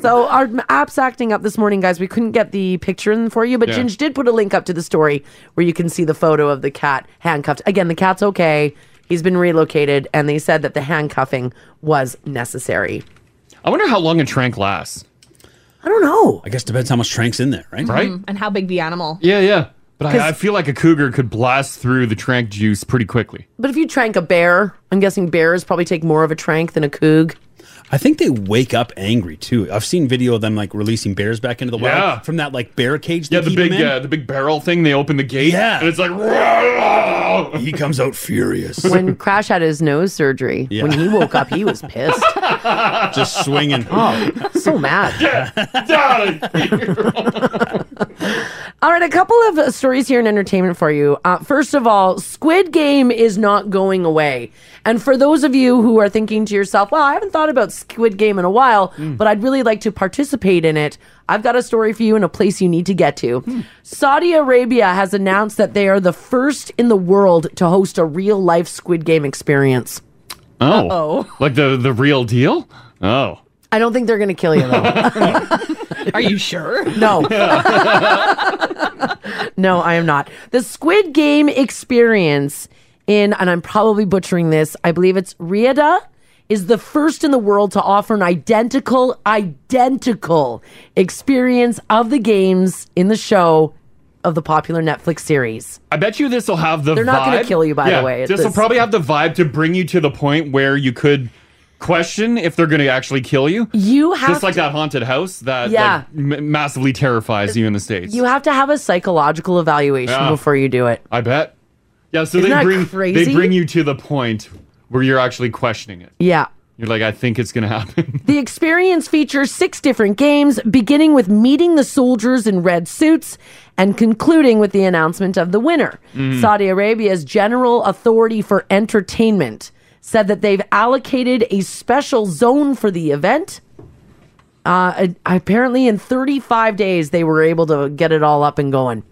J: So our m- app's acting up this morning, guys. We couldn't get the picture in for you, but
F: Yeah.
J: Ginge did put a link up to the story where you can see the photo of the cat handcuffed. Again, the cat's okay. He's been relocated, and they said that the handcuffing was necessary.
F: I wonder how long a trank lasts.
J: I don't know. Mm-hmm.
C: I guess depends how much trank's in there, right?
F: Right?
D: Mhm. And how big the animal?
F: Yeah, yeah. But
J: 'Cause-
F: I, I feel like a cougar could blast through the trank juice pretty quickly.
J: But if you trank a bear, I'm guessing bears probably take more of a trank than a coog.
C: I think they wake up angry too. I've seen video of them like releasing bears back into the wild
F: Yeah.
C: from that like bear cage.
F: Yeah,
C: they
F: the
C: keep 'em
F: big
C: in.
F: uh, the big barrel thing. They open the gate.
C: Yeah.
F: and it's like "Roar!"
C: he comes out furious.
J: When Crash had his nose surgery,
C: Yeah.
J: when he woke up, he was pissed.
C: just swinging.
J: Oh, so mad.
F: Darling.
J: All right, a couple of uh, stories here in entertainment for you. Uh, first of all, Squid Game is not going away. And for those of you who are thinking to yourself, well, I haven't thought about Squid Game in a while, but I'd really like to participate in it, I've got a story for you and a place you need to get to. Saudi Arabia has announced that they are the first in the world to host a real life Squid Game experience.
F: Oh,
J: Uh-oh.
F: like the the real deal? Oh,
J: I don't think they're going to kill you, though.
D: Are you sure?
J: No. no, I am not. The Squid Game experience in, and I'm probably butchering this, I believe it's Rieda, is the first in the world to offer an identical, identical experience of the games in the show of the popular Netflix series.
F: I bet you this will have the.
J: They're not gonna
F: vibe-
J: kill you, by the way.
F: This will
J: This-
F: probably have the vibe to bring you to the point where you could question if they're going to actually kill you.
J: You have
F: just like
J: to-
F: that haunted house that
J: Yeah.
F: like, m- massively terrifies you in the states.
J: You have to have a psychological evaluation
F: Yeah.
J: before you do it.
F: I bet. Yeah, so
J: Isn't
F: they
J: that
F: bring
J: crazy?
F: they bring you to the point where you're actually questioning it.
J: Yeah.
F: You're like, I think it's going to happen.
J: The experience features six different games, beginning with meeting the soldiers in red suits and concluding with the announcement of the winner.
M: Mm.
J: Saudi Arabia's General Authority for Entertainment said that they've allocated a special zone for the event. Uh, apparently, in 35 days, they were able to get it all up and going.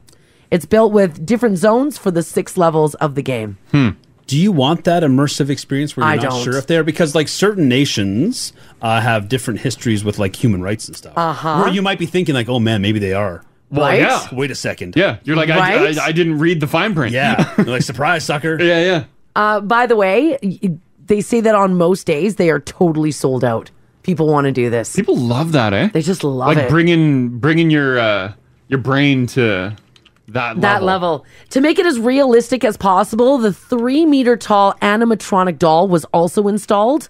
J: It's built with different zones for the six levels of the game.
C: Hmm. Do you want that immersive experience where you're
J: I
C: not
J: don't.
C: sure if they're because like certain nations uh, have different histories with like human rights and stuff.
J: Uh-huh.
C: Where you might be thinking like, oh man, maybe they are.
F: Well, Right? yeah.
C: Wait a second.
F: Yeah, you're like, I- Right? I- I didn't read the fine print.
C: Yeah, you're like surprise sucker.
F: Yeah, yeah.
J: Uh, by the way, y- they say that on most days they are totally sold out. People want to do this.
F: People love that, eh?
J: They just love
F: like
J: it.
F: bringing bringing your uh, your brain to that
J: that
F: level.
J: level. To make it as realistic as possible, the three meter tall animatronic doll was also installed.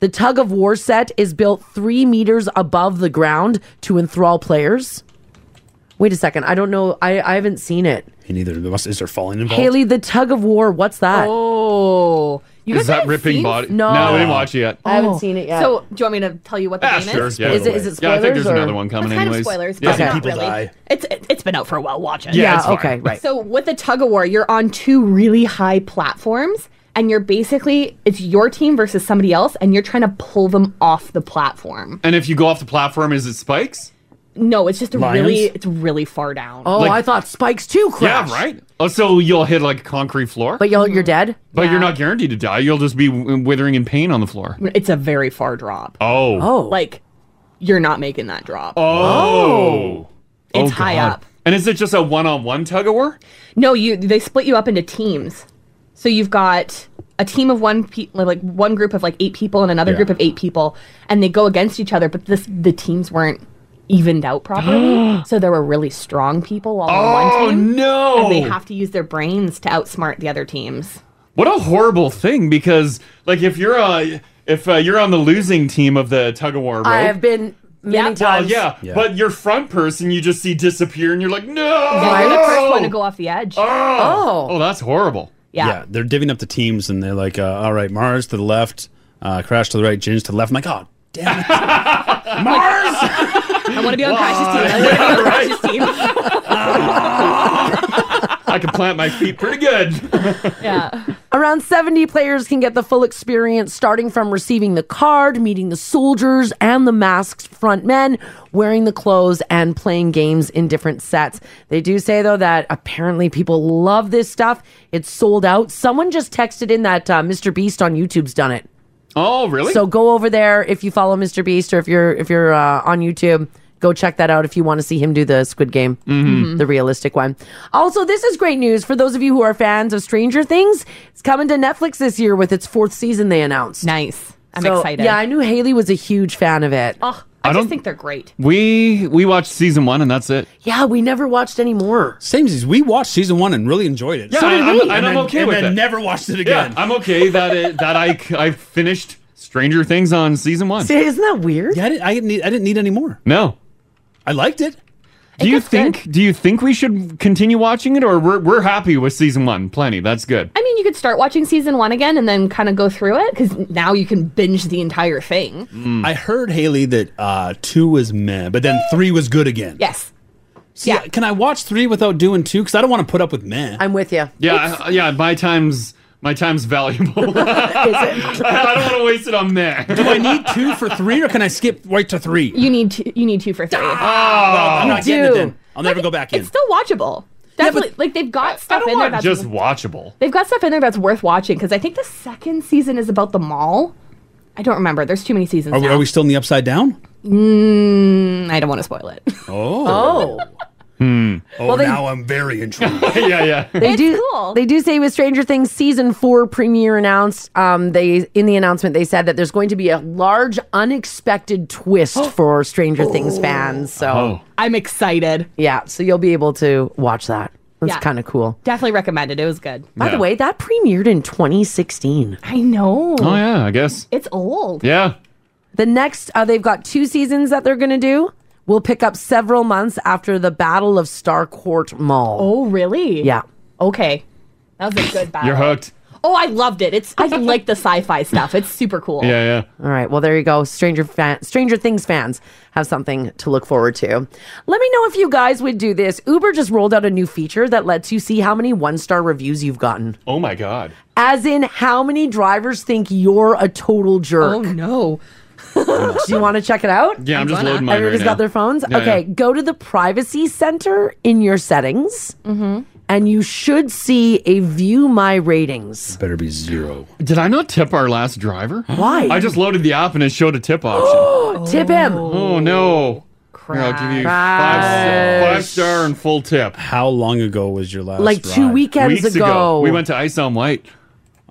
J: The tug of war set is built three meters above the ground to enthrall players. Wait a second. I don't know. I, I haven't seen it.
C: And neither of us is there falling involved.
J: Haley, the tug of war. What's that?
D: Oh,
C: Is that ripping body-
J: No,
F: No, we didn't watch it yet.
J: I haven't seen it yet.
D: So, do you want me to tell you what the
F: Ah,
D: game
F: sure,
D: is?
F: yeah.
D: is it is it
F: Yeah, I
D: spoilers?
F: think there's
D: or-
F: another one coming
D: It's kind
F: anyways.
D: of spoilers,
F: Yeah,
D: but
F: I think
D: not
F: people
D: really.
F: die.
D: It's it, it's been out for a while. Watch it.
F: Yeah, Yeah, it's fine. okay, right.
D: So with the tug of war, you're on two really high platforms, and you're basically it's your team versus somebody else, and you're trying to pull them off the platform.
F: And if you go off the platform, is it spikes?
D: No, it's just a
F: Lions?
D: really it's really far down.
F: Oh, Like- I
J: thought spikes too.
F: Yeah, right. Oh, so you'll hit like a concrete floor,
J: But you'll, you're dead.
F: but you're not guaranteed to die. You'll just be w- withering in pain on the floor.
D: It's a very far drop.
F: Oh,
D: like you're not making that drop.
F: oh,
D: It's
F: Oh,
D: high
F: God.
D: up.
F: And is it just a one-on-one tug of war?
D: No, you they split you up into teams. So you've got a team of one pe- like one group of like eight people and another group of eight people and they go against each other, but this the teams weren't evened out properly. so there were really strong people all on
F: Oh,
D: one team.
F: no.
D: And they have to use their brains to outsmart the other teams.
F: What a horrible thing! Because like if you're uh, if uh, you're on the losing team of the tug of war, rope,
J: I have been many
F: Well,
J: times.
F: yeah, but your front person you just see disappear, and you're like, no.
D: Yeah, you're the first one to go off the edge.
F: Oh, that's horrible.
D: Yeah.
C: they're divvying up the teams, and they're like, uh, all right, Mars to the left, uh, Crash to the right, Ginge to the left. I'm like, oh,
D: I want to be on Crash's team. I
F: Yeah,
D: want to be on
F: right.
D: Crash's team.
F: I can plant my feet pretty good.
D: yeah.
J: Around 70 players can get the full experience, starting from receiving the card, meeting the soldiers and the masked front men, wearing the clothes, and playing games in different sets. They do say, though, that apparently people love this stuff. It's sold out. Someone just texted in that uh, Mr. Beast on YouTube's done it.
F: Oh, really?
J: So go over there if you follow Mr. Beast or if you're if you're uh, on YouTube. Go check that out if you want to see him do the Squid Game,
F: Mm-hmm.
M: Mhm.
J: the realistic one. Also, this is great news for those of you who are fans of Stranger Things. It's coming to Netflix this year with its fourth season. They announced. Nice.
D: I'm excited.
J: Yeah, I knew Haley was a huge fan of it.
D: Oh,
F: I
D: I,
F: don't-
D: just think they're great.
F: We we watched season one and that's it.
J: Yeah, we never watched any more.
C: Same as we watched season one and really enjoyed it.
F: Yeah, I- I'm, and I'm okay with
C: it.
F: that.
C: Never watched it again.
F: Yeah, I'm okay that it, that I c- I finished Stranger Things on season one.
J: See, isn't that weird?
C: Yeah, I didn't, I didn't need I didn't need any more.
F: No,
C: I liked it.
F: Do you think Do you think we should continue watching it, or we're we're happy with season one? Plenty. That's good.
D: I mean, you could start watching season one again and then kind of go through it because now you can binge the entire thing.
F: Mm.
C: I heard Haley that uh, two was meh, but then three was good again.
D: Yes.
C: See, yeah. Can I watch three without doing two? Because I don't want to put up with meh.
J: I'm with you.
F: Yeah, I- yeah. My time's my time's valuable. I don't want to waste it on that.
C: Do I need two for three, or can I skip right to three?
D: You need two, you need two for three.
F: Ah.
C: well, I'm not
D: You
C: getting it
D: do.
C: then. I'll never go back in.
D: It's still watchable. Definitely, like they've got stuff in there that's
F: Just watchable.
D: they've got stuff in there that's worth watching because I think the second season is about the mall. I don't remember. There's too many seasons.
C: Are, we-
D: now.
C: are we still in the upside down?
D: Mm, I don't want to spoil it.
C: Oh.
H: Hmm.
C: Oh,
J: Well, they-
C: now I'm very intrigued.
F: yeah, yeah.
J: They do. They do say with Stranger Things season four premiere announced. Um, they in the announcement they said that there's going to be a large unexpected twist for Stranger Things fans. So
F: Oh.
D: I'm excited.
J: Yeah, so you'll be able to watch that. That's
D: Yeah.
J: kind of cool.
D: Definitely recommended. It was good.
J: By the way, that premiered in 2016.
D: I know.
F: Oh yeah, I guess.
D: It's old.
F: Yeah.
J: The next, uh, they've got two seasons that they're going to do. We'll pick up several months after the Battle of Starcourt Mall.
D: Oh, really?
J: Yeah.
D: Okay. That was a good battle.
F: You're hooked.
D: Oh, I loved it. It's I like the sci-fi stuff. It's super cool.
F: yeah.
J: All right. Well, there you go. Stranger fan, Stranger Things fans have something to look forward to. Let me know if you guys would do this. Uber just rolled out a new feature that lets you see how many one star reviews you've gotten.
F: Oh my god.
J: As in, how many drivers think you're a total jerk? Oh
D: no.
J: Do you want to check it out?
F: Yeah, I'm just loading mine
J: Everybody's
F: right now.
J: got their phones.
F: Yeah,
J: okay,
F: yeah.
J: go to the privacy center in your settings, and you should see a view my ratings.
C: Better be zero.
F: Did I not tip our last driver?
J: Why?
F: I just loaded the app and it showed a tip option.
J: Tip him.
F: oh no. Here, I'll give you five,
J: Crash.
F: five star and full tip.
C: How long ago was your last?
J: Like two drive? weekends
F: Weeks
J: ago.
F: We went to Ice on White.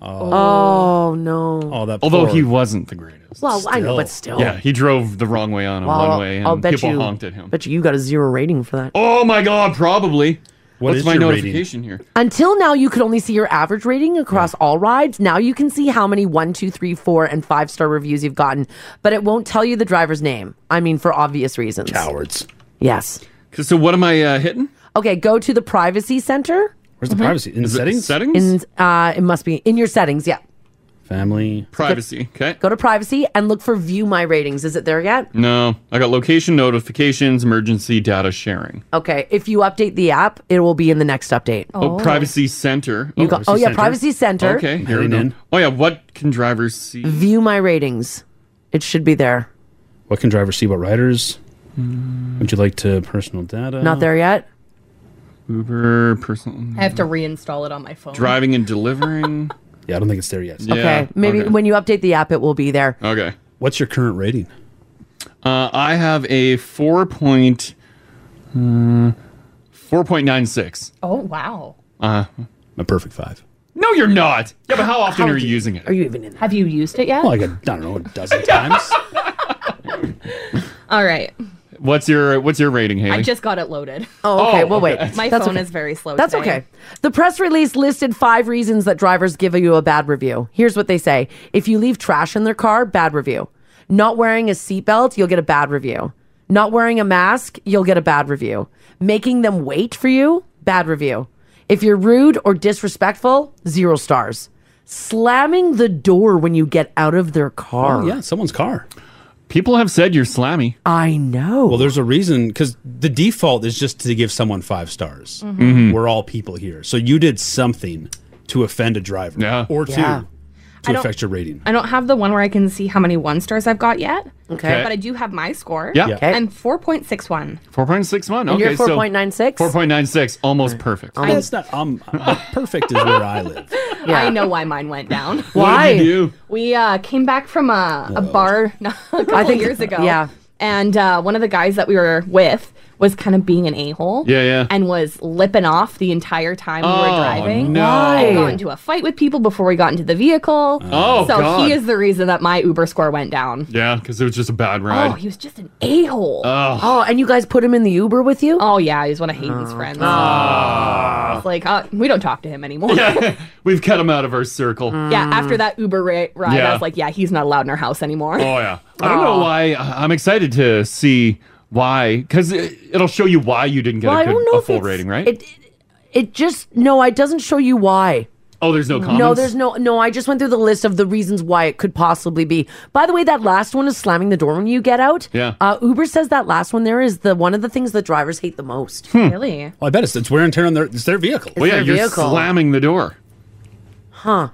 J: Oh, no.
C: Oh, that.
F: Although
J: poor-
F: he wasn't the greatest.
J: Well, I know, but still.
F: Yeah, he drove the wrong way on a
J: Oh. Well,
F: one way, and
J: I'll bet
F: people
J: you-
F: honked at him.
J: Bet you got a zero rating for that.
F: Oh my god, probably. What's
C: is
F: my
C: your rating?
F: notification here?
J: Until now, you could only see your average rating across all rides. Now you can see how many one, two, three, four, and five star reviews you've gotten, but it won't tell you the driver's name. I mean, for obvious reasons.
C: Cowards.
J: Yes.
F: So what am I uh, hitting?
J: Okay, go to the privacy center.
C: Where's the privacy? In
F: Is it
C: settings?
J: In, uh, it must be in your settings. Yeah.
C: Family.
F: Privacy. Okay.
J: Go to privacy and look for view my ratings. Is it there yet?
F: No, I got location notifications, emergency data sharing.
J: Okay. If you update the app, it will be in the next update.
F: Oh, privacy center.
J: You got- oh, yeah, privacy center.
F: Okay,
J: I'm
F: here we
J: heading
F: go.
J: in.
F: Oh yeah, what can drivers see?
J: View my ratings. It should be there.
C: What can drivers see about riders? Would you like to personal data?
J: Not there yet.
F: Uber personal
D: I have to reinstall it on my phone.
F: driving and delivering.
C: yeah, I don't think it's there yet.
J: okay. Maybe when you update the app, it will be there.
F: Okay.
C: What's your current rating?
F: Uh, I have a four point uh, four point nine six.
D: Oh wow.
F: Uh,
C: a perfect five.
F: No, you're not. Yeah, but how often are you using it?
J: Are you even in?
D: Have you used it yet?
C: Well, like a, I don't know, a dozen times.
D: All right.
F: What's your What's your rating, Haley?
D: I just got it loaded.
J: Oh, okay. well, wait.
D: My
J: That's
D: phone
J: okay.
D: is very slow.
J: That's
D: today.
J: okay. The press release listed five reasons that drivers give you a bad review. Here's what they say if you leave trash in their car, bad review. Not wearing a seatbelt, you'll get a bad review. Not wearing a mask, you'll get a bad review. Making them wait for you, bad review. If you're rude or disrespectful, zero stars. Slamming the door when you get out of their car.
C: Oh, yeah, someone's car.
F: People have said you're slammy.
J: I know.
C: Well, there's a reason because the default is just to give someone five stars.
F: Mhm. Mhm.
C: We're all people here, so you did something to offend a driver or two
D: Yeah. I
C: to
D: don't-
C: affect your rating.
D: I don't have the one where I can see how many one stars I've got yet.
C: Okay.
D: But I do have my score.
F: Yeah. Okay.
D: And 4.61.
F: Four point six one.
D: And
F: Okay,
D: you're
F: so
D: 4.96?
F: Four point nine six, almost perfect.
D: Almost.
C: That's not um, perfect is where I live.
D: I know why mine went down.
F: Why? What did you do?
D: We uh, came back from a, a bar a couple
J: think-
D: years ago.
J: yeah.
D: And uh, one of the guys that we were with was kind of being an a hole.
F: Yeah, yeah.
D: And was lipping off the entire time we were
F: Oh,
D: driving.
F: no.
D: I
F: Why?
D: got into a fight with people before we got into the vehicle.
F: Oh,
D: so
F: God.
D: he is the reason that my Uber score went down.
F: Yeah, because it was just a bad ride.
D: Oh, he was just an a hole.
F: Ugh.
J: Oh, and you guys put him in the Uber with you?
D: Oh yeah, he's one of Hayden's friends.
F: Ah.
D: It's like uh, we don't talk to him anymore. Yeah.
F: Yeah, we've cut him out of our circle.
D: after that Uber ra- ride, I
F: Yeah.
D: was like, yeah, he's not allowed in our house anymore.
F: Oh yeah. I don't know why. I- I'm excited to see why, because it'll show you why you didn't get
J: Well, I
F: a, good,
J: don't know
F: a
J: if
F: full
J: it's-
F: rating, right?
J: It it just no, it doesn't show you why.
F: oh, there's no comments.
J: No, there's no no. I just went through the list of the reasons why it could possibly be. By the way, that last one is slamming the door when you get out.
C: Yeah.
J: Uh, Uber says that last one there is the one of the things that drivers hate the most.
C: Hmm.
D: Really?
C: Well, I bet it's, it's wear and tear on their it's their vehicle.
J: Well, It's yeah, their you're vehicle.
F: slamming the door.
J: Huh.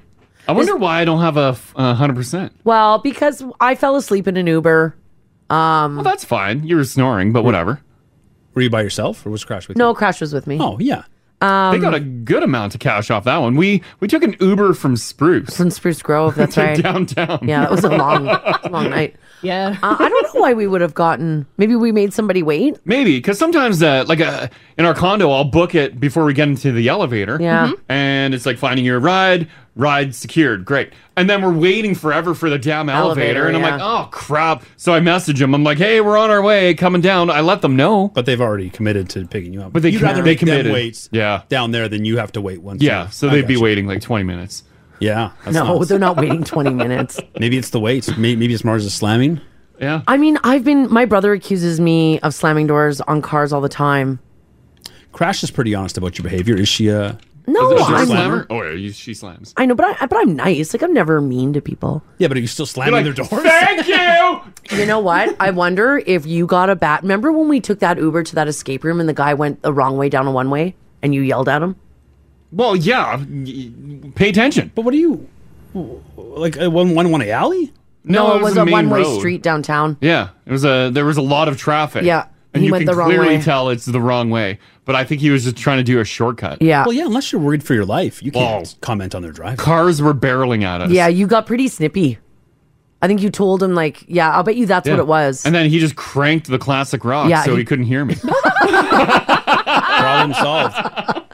F: I wonder why I don't have a hundred percent.
J: Well, because I fell asleep in an Uber. Um.
F: Well, that's fine. You were snoring, but whatever.
C: Were you by yourself, or was Crash with
J: no, Crash was with me.
C: Oh yeah.
J: Um,
F: they got a good amount of cash off that one. We we took an Uber from Spruce.
J: From Spruce Grove, that's
F: to
J: right.
F: Downtown.
J: Yeah, that was a long, long night.
D: Yeah.
J: Uh, I don't know why we would have gotten. Maybe we made somebody wait.
F: Maybe because sometimes, uh, like uh, in our condo, I'll book it before we get into the elevator.
J: Yeah. Mhm.
F: and it's like finding your ride, ride secured, great. And then we're waiting forever for the damn elevator,
C: Elevator,
F: and I'm
C: yeah.
F: like, oh crap. So I message them. I'm like, hey, we're on our way, coming down. I let them know,
C: but they've already committed to picking you up.
F: But they
C: You'd
F: com-
C: rather
F: they
C: make them
F: committed.
C: wait
F: yeah
C: down there than you have to wait one.
F: Yeah,
C: time.
F: so
C: I
F: they'd be
C: gotcha.
F: waiting like 20 minutes.
C: Yeah. that's
J: No,
C: nuts.
J: they're not waiting 20 minutes.
C: Maybe it's the weights. May- Maybe it's Mars is slamming.
F: Yeah.
J: I mean, I've been. My brother accuses me of slamming doors on cars all the time.
C: Crash is pretty honest about your behavior. Is she uh
J: No,
C: is she a
J: I'm
C: slammer?
F: Oh, yeah, you, she slams.
J: I know, but I, but I'm nice. Like I'm never mean to people.
C: Yeah, but are you still slamming
J: You're
C: their
J: like,
C: doors?
J: "Thank
F: you.
J: You know what? I wonder if you got a bat. Remember when we took that Uber to that escape room and the guy went the wrong way down a one way and you yelled at him?
F: Well, yeah, y- y- pay attention.
C: But what do you like? uh, One one one alley?
F: No, it
J: it
F: was
J: was
F: the
J: a
F: main
J: one way
F: road.
J: street downtown.
F: Yeah, it was a there was a lot of traffic.
J: Yeah,
F: and
J: he
F: you
J: went
F: can
J: the wrong
F: clearly
J: way.
F: tell it's the wrong way. But I think he was just trying to do a shortcut.
C: Well, yeah. Unless you're worried for your life, you can't
F: Whoa.
C: comment on their drive.
F: Cars were barreling at us.
J: Yeah, you got pretty snippy. I think you told him like, yeah, I'll bet you that's
F: Yeah.
J: what it was.
F: And then he just cranked the classic rock,
J: Yeah,
F: so
J: he-
F: he, couldn't hear me.
C: Problem solved.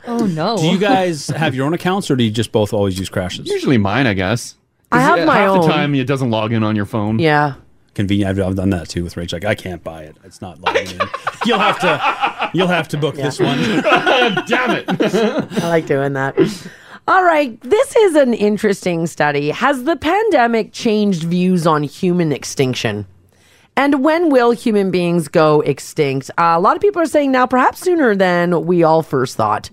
D: Oh no.
C: Do you guys have your own accounts, or do you just both always use crashes?
F: Usually mine, I guess.
J: I have my
F: half
J: own.
F: the time it doesn't log in on your phone.
J: Yeah.
C: Convenient. I've, I've done that too with Rachel. Like, I can't buy it. It's not logging in. You'll have to. You'll have to book this one.
F: Damn it.
J: I like doing that. All right, this is an interesting study. Has the pandemic changed views on human extinction? And when will human beings go extinct? Uh, a lot of people are saying now, perhaps sooner than we all first thought.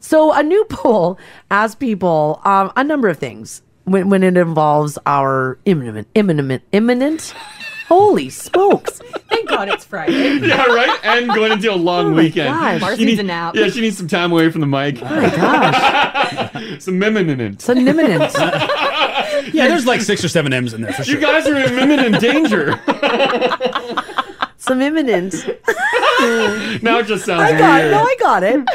J: So, a new poll asked people um, a number of things when, when it involves our imminent, imminent, imminent. Holy smokes!
D: Thank God it's Friday.
F: yeah, right. And going into a long weekend.
J: Oh gosh. Mars
F: She
J: needs
F: need-
J: a nap.
F: Yeah, she needs some time away from the mic. Oh my gosh. some imminent.
J: Some imminent.
C: yeah, there's like six or seven M's in there for sure.
F: You guys are in imminent danger.
J: Some imminent.
F: now it just sounds
J: I
F: weird.
J: got it. No, I got it.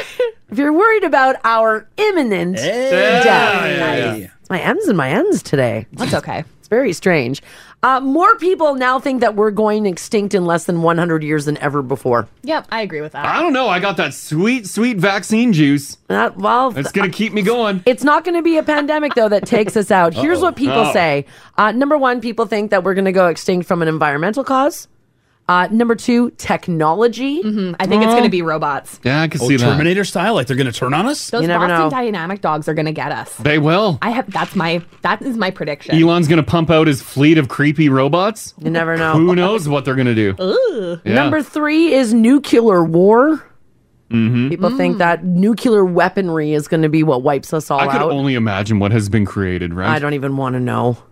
J: if you're worried about our imminent death,
F: Yeah, yeah, yeah.
J: my M's and my N's today.
D: That's okay.
J: It's very strange. Uh, more people now think that we're going extinct in less than 100 years than ever before.
D: Yep, I agree with that.
F: I don't know. I got that sweet, sweet vaccine juice.
J: That well,
F: it's gonna keep me going.
J: It's not going to be a pandemic, though, that takes us out. Here's
F: Uh-oh.
J: what people
F: Oh.
J: say uh, Number one, people think that we're going to go extinct from an environmental cause. Uh, number two, technology.
D: Mm-hmm. I think it's going to be robots.
F: Yeah, I can
C: oh,
F: see that.
C: Terminator style, like they're gonna turn on us.
D: Those Boston Dynamic dogs are going to get us.
F: They will.
D: I have. That's my. That is my prediction.
F: Elon's gonna pump out his fleet of creepy robots.
J: You never know.
F: Who knows what they're gonna do?
D: Ooh.
F: Yeah.
J: Number three is nuclear war.
F: Mm-hmm.
J: People
D: Mm.
J: think that nuclear weaponry is going to be what wipes us all
F: I could
J: out.
F: only imagine what has been created, right?
J: I don't even want to know.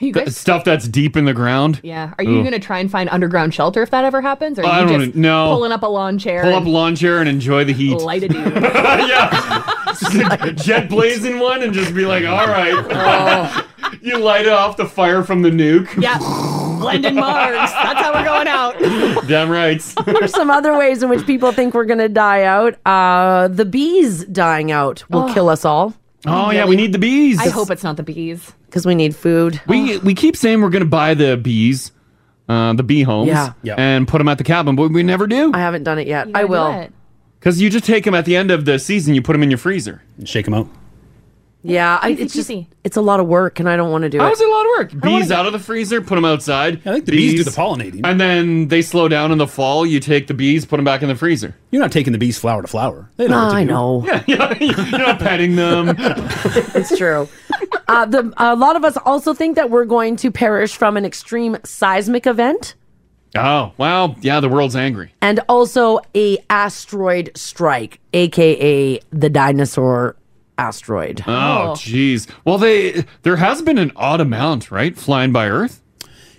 D: You
F: Th- stuff that's deep in the ground.
D: Yeah. Are you
F: Ooh.
D: going to try and find underground shelter if that ever happens? Or are
F: I
D: you
F: don't
D: just
F: know.
D: pulling up a lawn chair?
F: pull up
D: and
F: a lawn chair and enjoy the heat?
D: Light a dude.
F: Jet blazing one and just be like, all right.
J: Oh.
F: you light it off the fire from the nuke.
D: Yeah. Glendon Marks. That's how we're going out.
F: Damn right.
J: There's some other ways in which people think we're going to die out. Uh, the bees dying out will
D: Oh.
J: kill us all.
F: Oh, yeah, we need the bees.
D: I hope it's not the bees.
J: because we need food.
F: We we keep saying we're gonna buy the bees, uh, the bee homes,
J: Yeah. Yeah.
F: and put them at the cabin, but we never do.
J: I haven't done it yet. I will.
F: Because you just take them at the end of the season, you put them in your freezer and shake them out.
J: Yeah, I,
D: Easy
J: it's just
D: peasy.
J: it's a lot of work, and I don't want to do
F: How
J: it.
F: is it a lot of work? Bees out of the freezer, put them outside. I think
C: the bees do the pollinating.
F: and then they slow down in the fall. You take the bees, put them back in the freezer.
C: You're not taking the bees flower to flower. They
J: No,
C: know what to
J: I
C: do.
J: know.
F: Yeah, You're not petting them.
J: it's true. Uh, the, a lot of us also think that we're going to perish from an extreme seismic event
F: Oh wow, yeah, the world's angry.
J: and also a asteroid strike, aka the dinosaur asteroid.
F: Oh jeez. Well, they there has been an odd amount, right, flying by Earth.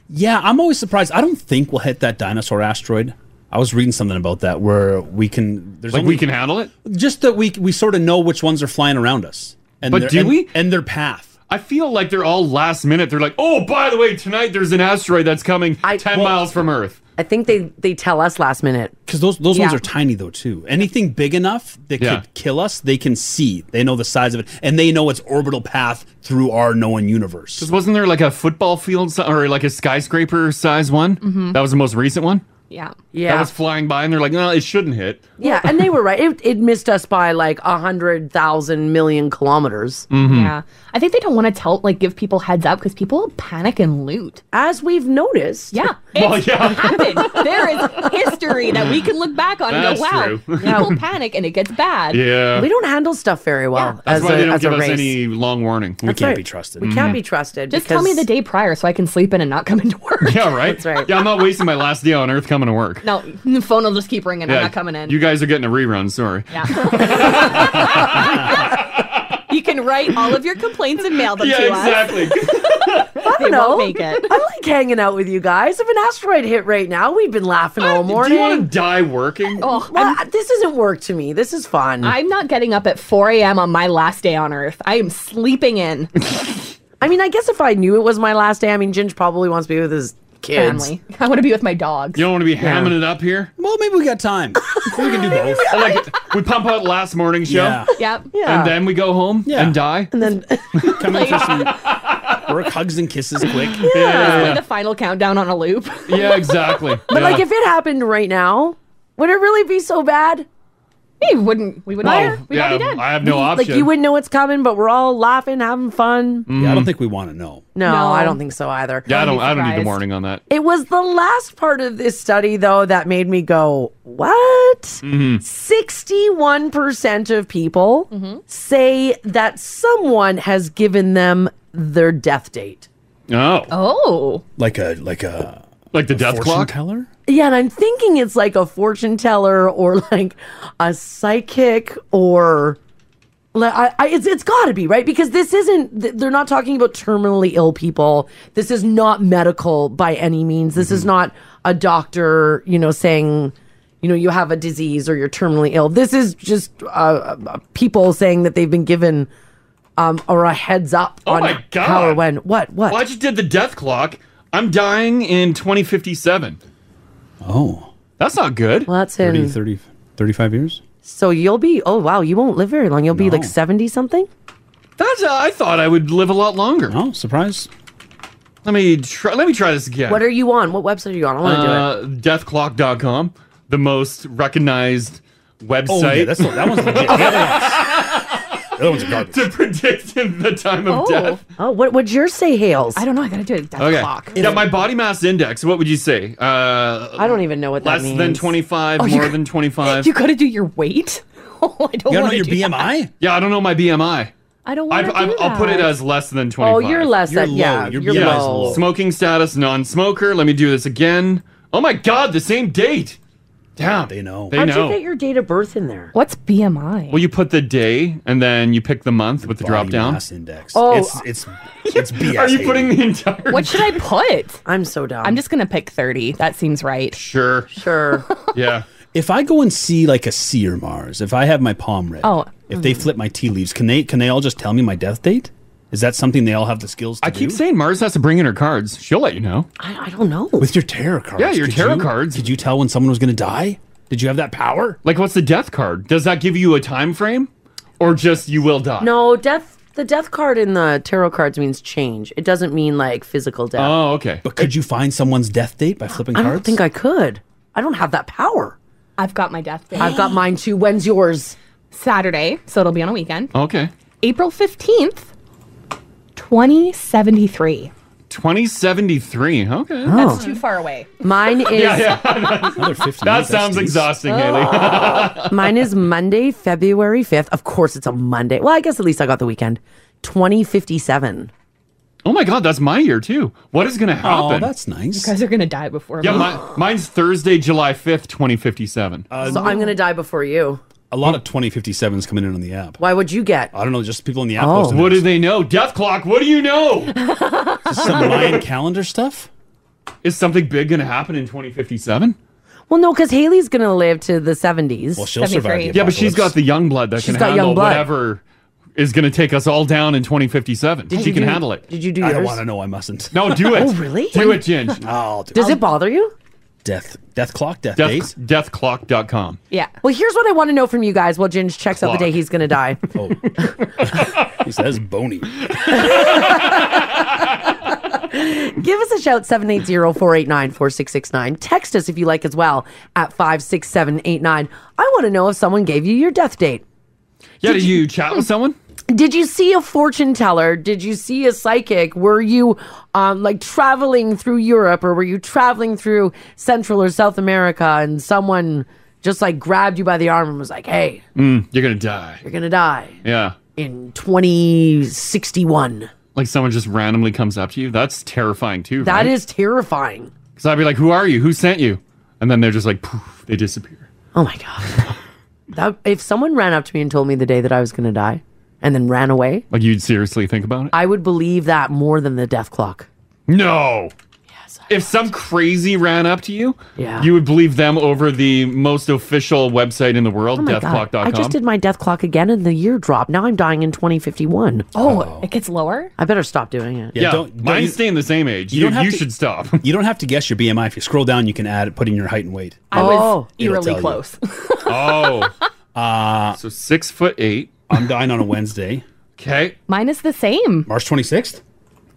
C: Yeah, I'm always surprised. I don't think we'll hit that dinosaur asteroid. I was reading something about that where we can. There's
F: Like we can handle it.
C: Just that we we sort of know which ones are flying around us. And
F: But
C: their-
F: do
C: and-
F: we?
C: And their path.
F: I feel like they're all last minute. They're like, oh, by the way, tonight there's an asteroid that's coming ten
J: well-
F: miles from Earth.
J: I think they they tell us last minute
C: because those Those ones
J: Yeah.
C: are tiny though too. Anything big enough that
F: Yeah.
C: could kill us, they can see. They know the size of it, and they know its orbital path through our known universe.
F: Just wasn't there like a football field si- or like a skyscraper size one?
J: Mhm.
F: That was the most recent one.
D: Yeah.
F: that was flying by, and they're like, no, it shouldn't hit.
J: yeah, and they were right. It, it missed us by like a hundred thousand million kilometers.
F: Mhm.
D: Yeah. I think they don't want to tell, like, give people heads up because people will panic and loot.
J: As we've noticed.
D: Yeah.
J: Well,
D: It's
J: yeah.
D: happened. There is history that we can look back on
F: That's
D: and go, wow,
F: true.
D: people panic and it gets bad.
F: Yeah.
J: we don't handle stuff very well.
F: That's
J: as
F: why
J: a,
F: they don't
J: as
F: give
J: a
F: us
J: race.
F: any long warning. We
J: That's right. We can't be trusted.
D: Mm-hmm. Just tell me the day prior so I can sleep in and not come into work.
F: Mm-hmm. Yeah, right. That's right. Yeah, I'm not wasting my last day on Earth coming to work.
D: No, the phone will just keep ringing.
F: Yeah,
D: I'm not coming in.
F: You guys are getting a rerun. Sorry.
D: You can write all of your complaints and mail them
F: Yeah,
D: to
F: exactly.
D: us.
J: I
D: They
J: don't know.
D: won't make it.
J: I like hanging out with you guys. If an asteroid hit right now, we've been laughing all morning.
F: Do you want to die working?
J: Oh, well, this isn't work to me. This is fun. I,
D: I'm not getting up at 4 a.m. on my last day on Earth. I am sleeping in.
J: mean, I guess if I knew it was my last day, I mean, Ginge probably wants to be with his kids.
D: Family. I want to be with my dogs.
F: You don't want to be
J: Yeah.
F: hamming it up here.
C: Well, maybe we got time. we can do both.
F: like we pump out last morning show.
C: Yeah.
D: Yep.
F: And then we go home and die.
J: And then
C: come in for some work hugs and kisses quick. Yeah.
D: Let's play the final countdown on a loop.
F: Yeah, exactly.
J: But like, if it happened right now, would it really be so bad?
D: It wouldn't. We wouldn't.
F: Well, We'd all be yeah, dead. I have no
J: Like,
F: option.
J: you wouldn't know what's coming, but we're all laughing, having fun.
C: Yeah, I don't think we want to know.
J: No, I don't think so either.
F: Mm-hmm. Yeah, I don't. I don't need the warning on that.
J: It was the last part of this study, though, that made me go, What?
F: Mm-hmm.
J: 61% of people say that someone has given them their death date.
F: Oh.
D: Oh.
C: Like a like a
F: like the death
C: fortune
F: clock?
C: teller.
J: Yeah, and I'm thinking it's like a fortune teller or like a psychic or. Like, I, I, it's it's got to be right because this isn't. th- They're not talking about terminally ill people. This is not medical by any means. This is not a doctor, you know, saying, you know, you have a disease or you're terminally ill. This is just uh, uh, people saying that they've been given um or a heads up
F: Oh
J: on
F: my God.
J: how or when. What what?
F: Well, I just did the death clock. I'm dying in 2057.
C: Oh.
F: That's not good.
J: Well, that's in
C: 30, 30, 35 years?
J: So you'll be, oh wow, you won't live very long. You'll be like 70 something?
F: That's. Uh, I thought I would live a lot longer.
C: Oh, surprise!
F: Let me try. Let me try this again.
J: What are you on? What website are you on? I want to do it.
F: uh, Deathclock.com, the most recognized website.
C: Oh, that's the- that one's legit. That one's garbage.
F: to predict the time of death.
J: oh, what would yours say, Hales? I
D: don't know. I gotta do a death
F: okay. Yeah, my body mass index. What would you say? Uh,
J: I don't even know what that
F: less than
J: means.
F: 25,
J: Oh, you
F: more
J: got-
F: than 25.
D: You gotta do your weight. Oh, I don't want to do that.
F: Yeah, I don't know my BMI.
D: I don't
F: I,
D: want to do
F: I, I'll put it
D: that.
F: as less than 25.
J: Oh, you're less You're than- low. yeah, Your you're BMI is low. low.
F: Smoking status, non-smoker. Let me do this again. Oh my God, the same date. Damn.
C: They know.
F: They
J: How'd you
F: know.
J: get your date of birth in there?
D: What's BMI?
F: Well, you put the day and then you pick the month with the drop down. index.
D: Oh.
C: It's it's it's BS.
F: Are you putting the entire?
D: What should I put?
J: I'm so dumb.
D: I'm just gonna pick thirty. That seems right.
F: Sure.
J: Sure.
F: yeah.
C: If I go and see like a seer Mars, if I have my palm read,
D: Oh.
C: if
J: mm-hmm.
C: they flip my tea leaves, can they can they all just tell me my death date? Is that something they all have the skills to
F: I keep saying Mars has to bring in her cards. She'll let you know.
J: I, I don't know.
C: With your tarot cards.
F: Yeah, your
C: could
F: tarot
C: you-
F: cards.
C: Did you tell when someone was going to die? Did you have that power?
F: Like, what's the death card? Does that give you a time frame, or just you will die?
J: No, death. The death card in the tarot cards means change. It doesn't mean like physical death.
F: Oh, okay.
C: But could you find someone's death date by flipping
J: I
C: cards?
J: don't think I could. I don't have that power.
D: I've got my death date.
J: I've got mine too. When's yours?
D: Saturday, so it'll be on a weekend.
F: Okay.
D: April fifteenth, twenty seventy three.
F: 2073. Okay.
C: Oh.
D: That's too far away.
J: Mine is
F: Yeah, yeah. that sounds exhausting, Haley.
J: mine is Monday, February fifth. Of course, it's a Monday. Well, I guess at least I got the weekend. Twenty fifty seven.
F: Oh my God, that's my year too. What is going to happen?
C: Oh, that's
D: You
C: nice.
D: guys are gonna die before
F: Yeah,
D: me.
F: mi- mine's Thursday, July 5th, 2057.
J: so I'm gonna die before you.
C: Uh, A lot of 2057s coming in on the app.
J: Why would you get?
C: I don't know, just people in the app.
F: Oh.
C: posting
F: What
C: it.
F: do they know? Death clock. What do you know?
C: Some Mayan calendar stuff?
F: Is something big going to happen in 2057?
J: Well, no, because Haley's gonna live to the seventies.
F: Well,
J: she'll survive the
F: Yeah, but she's got the young blood that
J: She's
F: can
J: got
F: handle
J: young blood.
F: whatever is going to take us all down in 2057.
J: Did
F: she
J: you
F: can
J: do-
F: handle it.
J: did you do
C: I don't
J: yours?
C: want to know. I mustn't.
F: No, do it.
J: Oh, really? Ah.
F: Do it, Ginge.
C: Oh,
J: Does it bother you?
C: death, death clock, death,
F: death Deathclock.com.
D: Yeah.
J: Well, here's what I want to know from you guys. Well, Ginge checks out the day he's gonna die.
C: He says bony.
J: Give us a shout, 780-489-4669. Text us if you like as well at 56789. I want to know if someone gave you your death date.
F: Yeah, did you chat with Oh, someone?
J: Did you see a fortune teller? Did you see a psychic? Were you um, like traveling through Europe or were you traveling through Central or South America and someone just like grabbed you by the arm and was like, hey,
F: Mm, you're going to die.
J: you're going to die
F: Yeah.
J: in 2061?
F: Like someone just randomly comes up to you. That's terrifying too.
J: That is terrifying.
F: Because I'd be like, who are you? Who sent you? And then they're just like, poof, they disappear.
J: Oh my God. That, if someone ran up to me and told me the day that I was going to die and then ran away,
F: Like you'd seriously think about it?
J: I would believe that more than the death clock.
F: No. Yes, if some crazy ran up to you,
J: Yeah.
F: you would believe them over the most official website in the world,
J: Oh my God.
F: deathclock.com.
J: I just did my death clock again and the year dropped. Now I'm dying in 2051.
D: Oh, it gets lower?
J: I better stop doing it.
F: Yeah, mine's staying the same age. You, you should stop.
C: You don't have to guess your BMI. If you scroll down, you can add put in your height and weight.
D: I was
C: It'll tell
D: eerily
C: you.
D: close.
F: Oh. Uh, so six foot eight.
C: I'm dying on a Wednesday.
F: Okay.
D: Mine is the same.
C: March 26th?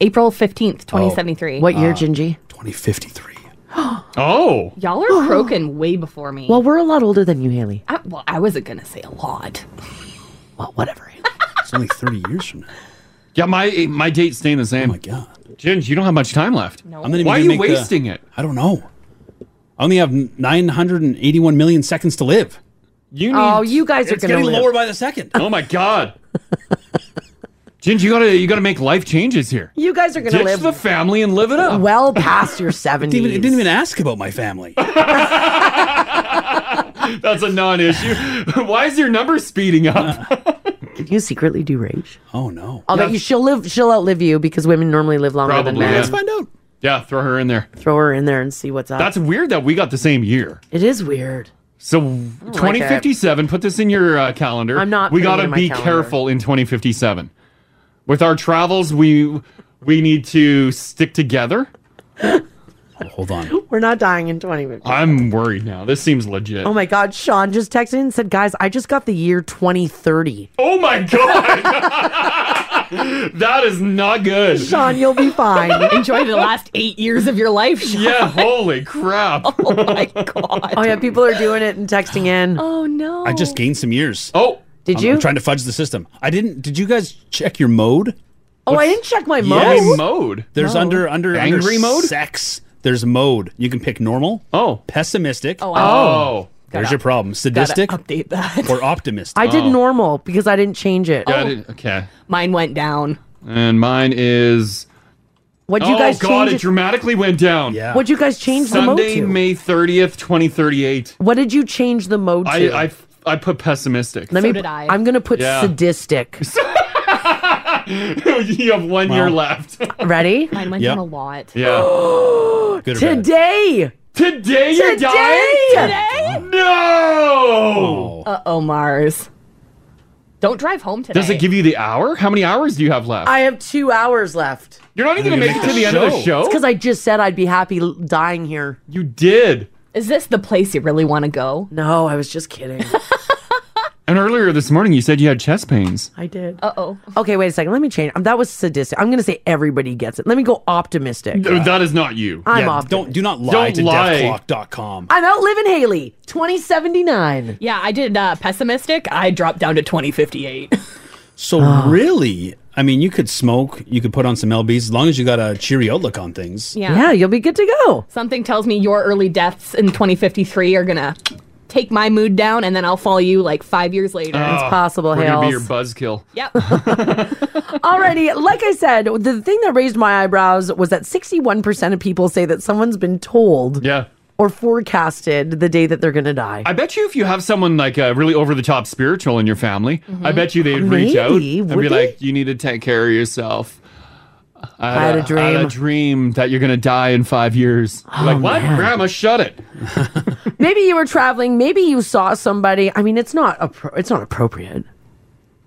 D: April
J: Oh.
D: fifteenth, twenty seventy three.
F: Ah.
C: Uh,
J: Gingy?
C: 2053.
F: oh.
D: Y'all are croaking way before me.
J: Well, we're a lot older than you, Haley.
D: I, well, I wasn't gonna say a lot.
C: It's only 30 years from now.
F: Yeah, my my date's staying the same. Oh my
C: god.
F: Ginge, you don't have much time left.
C: I'm not even
F: Why are
C: gonna
F: you
C: make the-
F: wasting it?
C: I don't know. I only have 981 million seconds to live.
F: You
J: Oh, you guys are
C: It's
J: going to
C: getting
J: live.
C: lower by the second.
F: Oh my god. Ginge, you gotta you gotta make life changes here.
J: You guys are going to
F: Ditch
J: live
F: the family and live it up.
J: well past your 70s.
C: It didn't, even, it didn't even ask about my family.
F: That's a non-issue. Why is your number speeding up?
J: Can you secretly do rage?
C: Oh no.
J: I'll bet you she'll live. She'll outlive you because women normally live longer than
F: Probably.
J: men.
F: yeah. Yeah, throw her in there.
J: Throw her in there and see what's up.
F: That's weird that we got the same year.
J: it is weird.
F: So 2057, put this in your uh, calendar.
J: I'm not
F: We
J: putting it
F: gotta
J: in my
F: be
J: calendar.
F: careful in 2057. With our travels, we we need to stick together.
C: Hold on.
J: We're not dying in 20 minutes.
F: I'm worried now. This seems legit.
J: Oh my God, Sean just texted and said, guys, I just got the year 2030.
F: Oh my god! that is not good.
J: Sean, you'll be fine.
D: Enjoy the last eight years of your life, Sean.
F: Yeah, holy crap.
J: Oh yeah, people are doing it and texting in.
D: Oh no.
C: I just gained some years.
F: Oh.
J: Did
C: I'm,
J: you?
C: I'm trying to fudge the system. I didn't. Did you guys check your mode?
J: Oh, I didn't check my mode.
F: Yes. Mode.
C: There's
J: No.
C: under under
F: Angry
C: under
F: mode?
C: Sex. There's mode. You can pick normal.
F: Oh.
C: Pessimistic.
D: Oh, I- Oh.
C: There's
D: Gotta-
C: your problem. Sadistic
D: update that.
C: or optimistic.
J: I
F: Oh.
J: did normal because I didn't change it. Oh.
F: Got it. Okay.
D: Mine went down.
F: And mine is
J: What'd you
F: oh,
J: guys
F: God,
J: change
F: it
J: it-
F: dramatically went down.
J: Yeah. What'd you guys change the mode
F: Sunday,
J: to?
F: May 30th, 2038.
J: What did you change the mode to?
F: I, I, I put pessimistic.
J: Let me. I'm gonna put
F: Yeah.
J: sadistic.
F: you have one year left.
J: Ready?
D: Mine went
F: Yeah.
D: down a lot.
F: Yeah. Good
J: Today.
F: Today you're dying?
D: Today?
F: No.
D: Uh oh, Mars. Don't drive home today.
F: Does it give you the hour? How many hours do you have left?
J: I have two hours left.
F: You're not even going to make it to the end of the show.
J: It's because I just said I'd be happy l- dying here.
F: You did.
D: Is this the place you really want to go?
J: No, I was just kidding.
F: And earlier this morning, you said you had chest pains.
J: I did.
D: Uh oh.
J: Okay, wait a second. Let me change. Um, that was sadistic. I'm gonna say everybody gets it. Let me go optimistic.
F: Th- That is not you.
J: I'm off.
C: Don't do not lie
F: Don't
C: to
F: lie.
C: deathclock.com.
J: I'm outliving Haley. 2079.
D: Yeah, I did uh, pessimistic. I dropped down to 2058.
C: So
D: Oh.
C: really, I mean, you could smoke, you could put on some lbs, as long as you got a cheery outlook on things.
D: Yeah. Yeah,
J: you'll be good to go.
D: Something tells me your early deaths in 2053 are going to take my mood down, and then I'll follow you like five years later.
F: Oh, We're gonna be your buzzkill.
J: Alrighty, like I said, the thing that raised my eyebrows was that 61% of people say that someone's been told
F: yeah.
J: or forecasted the day that they're going to die.
F: I bet you if you have someone like uh, really over the top spiritual in your family, I
J: Mhm.
F: bet you they'd reach out
J: Maybe,
F: and
J: would
F: be
J: they?
F: like, "You need to take care of yourself." I
J: had a
F: I had a
J: dream. Oh,
F: dream that you're gonna die in five years. You're like what, Grandma? Shut it.
J: maybe you were traveling, maybe you saw somebody. I mean, it's not appro- it's not appropriate.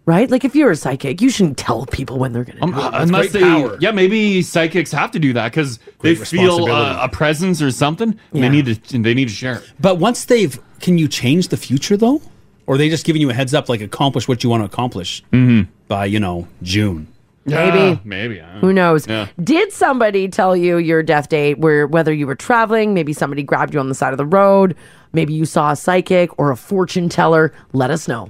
J: Right? Like if you're a psychic, you shouldn't tell people when they're going to
F: Um,
J: die.
F: unless they, yeah, maybe psychics have to do that because they
C: Great
F: feel
C: responsibility.
F: uh, a presence or something. and They
C: Yeah.
F: need to. They need to share.
C: But once they've, can you change the future though? Or are they just giving you a heads up, like accomplish what you want to accomplish by, you know, June?
J: Maybe.
F: Yeah, Mm-hmm. maybe. I don't
J: Who knows?
F: Yeah.
J: Did somebody tell you your death date where whether you were traveling, maybe somebody grabbed you on the side of the road, maybe you saw a psychic or a fortune teller? Let us know.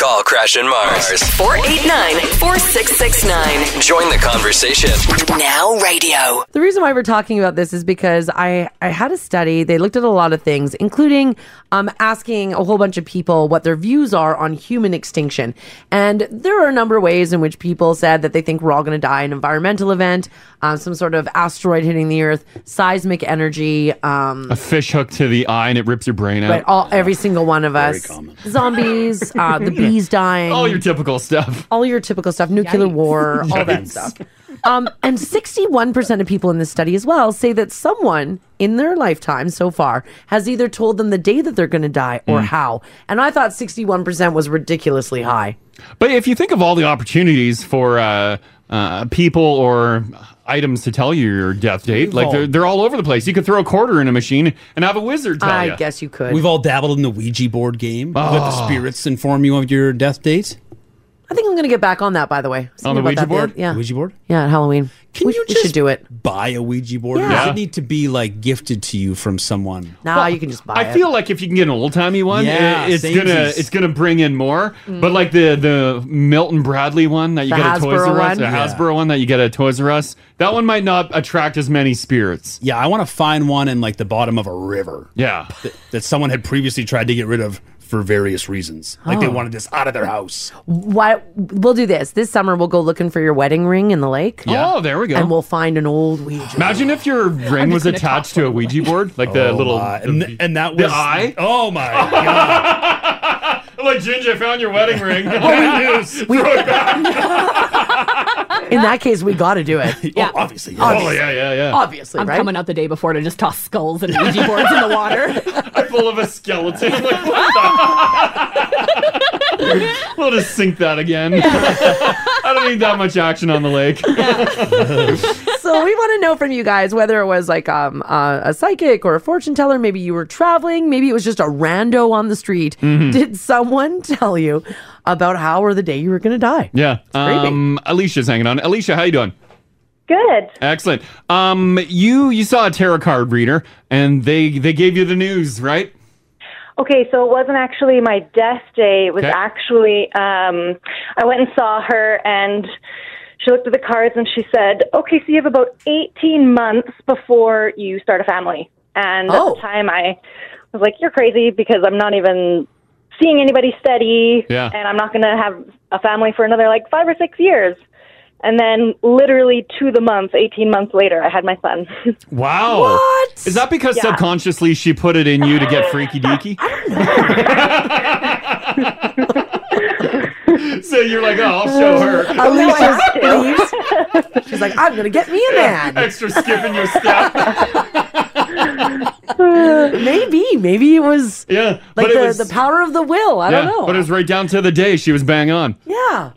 B: Call Crash and Mars.
K: 489 4669.
B: Join the conversation.
K: Now radio.
J: The reason why we're talking about this is because I, I had a study. They looked at a lot of things, including um, asking a whole bunch of people what their views are on human extinction. And there are a number of ways in which people said that they think we're all going to die an environmental event, um, some sort of asteroid hitting the earth, seismic energy, um,
F: A fish hook to the eye and it rips your brain out.
J: but all every single one of us zombies, uh, the bees dying,
F: all your typical stuff.
J: all your typical stuff, nuclear war, all that
F: Yikes.
J: stuff. Um, and 61% of people in this study as well say that someone in their lifetime so far has either told them the day that they're going to die or how. And I thought 61% was ridiculously high.
F: But if you think of all the opportunities for uh, uh, people or items to tell you your death date, like
C: all-
F: they're, they're all over the place. You could throw a quarter in a machine and have a wizard tell you.
J: you
F: could.
C: We've all dabbled in the Ouija board game. Let
F: Oh.
C: the spirits inform you of your death date.
J: I think I'm going to get back on that, by the way. I was
C: On
J: thinking
C: the Ouija
J: about that the-
C: board?
J: Yeah.
C: Ouija board?
J: Yeah, at Halloween. Can we, you just, should do it.
C: Buy a Ouija board.
J: Yeah.
C: Does it need to be like gifted to you from someone?
J: Nah, you can just buy
F: I
J: it.
F: feel like if you can get an old timey one,
C: Yeah,
F: it- it's
C: samesies.
F: gonna it's gonna bring in more. But like the the Milton Bradley one that you
C: The
F: get at Toys
C: Hasbro
F: R Us,
C: one?
F: the
C: Yeah.
F: Hasbro one that you get at Toys R Us, that one might not attract as many spirits.
C: Yeah, I want to find one in like the bottom of a river.
F: Yeah.
C: That, that someone had previously tried to get rid of for various reasons. Like they
J: Oh.
C: wanted this out of their house.
J: Why, we'll do this. This summer, we'll go looking for your wedding ring in the lake.
F: Yeah. Oh, there we go.
J: And we'll find an old Ouija.
F: Imagine if your ring was attached to a Ouija board, like the
C: Oh
F: little
C: my.
F: and,
C: that
F: the
C: was-
F: eye.
C: Oh my
F: like Ginger I found your wedding ring.
J: Well,
F: we,
J: In that case, we got to do it.
D: yeah.
C: obviously.
F: yes. Oh, yeah, yeah, yeah.
J: Obviously,
D: I'm
J: right?
D: coming out the day before to just toss skulls and Ouija boards in the water.
F: full of a skeleton. Like, what the- we'll just sink that again. I don't need that much action on the lake.
J: so we want to know from you guys whether it was like um, uh, a psychic or a fortune teller. Maybe you were traveling. Maybe it was just a rando on the street.
F: Mhm.
J: Did someone tell you about how or the day you were going to die?
F: Yeah.
J: creepy.
F: Um, Alicia's hanging on. Alicia, how you doing?
M: Good.
F: Excellent. Um, you you saw a tarot card reader, and they they gave you the news, right?
M: Okay, so it wasn't actually my death day. It was
F: Okay.
M: actually um, I went and saw her, and she looked at the cards and she said, "Okay, so you have about eighteen months before you start a family." And at the time, I was like, "You're crazy," because I'm not even seeing anybody steady,
P: Yeah.
M: and I'm not going to have a family for another like five or six years. And then, literally to the month, 18 months later, I had my son.
F: Wow. What? Is that because
M: Yeah.
F: subconsciously she put it in you to get freaky deaky? so you're like, oh, I'll show her.
J: Alicia's leaves. She's like, I'm gonna get me a man.
F: Extra skipping your step.
J: maybe, maybe it was
F: yeah,
J: like
F: but it
J: the,
F: was-
J: the power of the will. I
F: Yeah,
J: don't
F: But it
J: know.
F: was right down to the day she was bang on.
J: Yeah.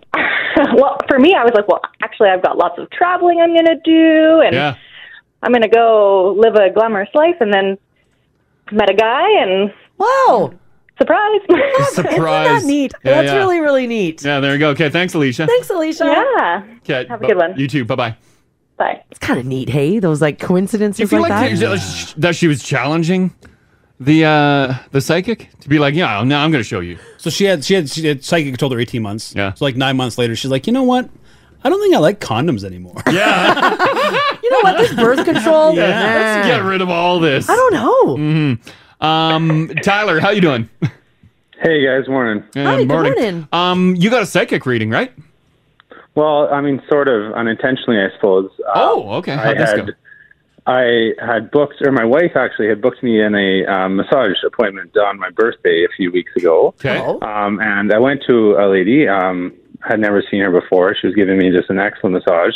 M: well, for me, I was like, well, actually, I've got lots of traveling I'm going to do, and
F: Yeah.
M: I'm going to go live a glamorous life. And then met a guy, and
J: wow,
M: surprise!
F: Surprise.
J: neat?
F: Yeah,
J: That's
F: yeah.
J: really, really neat.
F: Yeah, there you go. Okay, thanks, Alicia.
J: Thanks, Alicia.
M: Yeah.
F: Okay,
J: Have a
F: bu-
J: good one.
F: You too. Bye bye.
M: Bye.
J: It's kind of neat, hey? Those like
F: Do you
J: coincidences
F: feel
J: like,
F: like,
J: that.
F: that, sh- that she was challenging the uh the psychic to be like, yeah, now I'm going to show you.
C: So she had she had, she had psychic told her 18 months.
F: Yeah.
C: So like nine months later, she's like, you know what? I don't think I like condoms anymore.
J: You know what? This birth control.
F: Yeah,
J: Nah.
F: let's get rid of all this.
J: I don't know.
F: hmm Um, Tyler, how you doing?
P: Hey guys, morning.
F: Hi, good morning. morning. Um, you got a psychic reading, right?
P: Well, I mean, sort of unintentionally, I suppose. Uh,
F: Oh, okay.
P: I
F: How'd this
P: had,
F: go?
P: I had booked, or my wife actually had booked me in a um, massage appointment on my birthday a few weeks ago.
F: Okay.
P: Um, and I went to a lady. Um, had never seen her before. She was giving me just an excellent massage.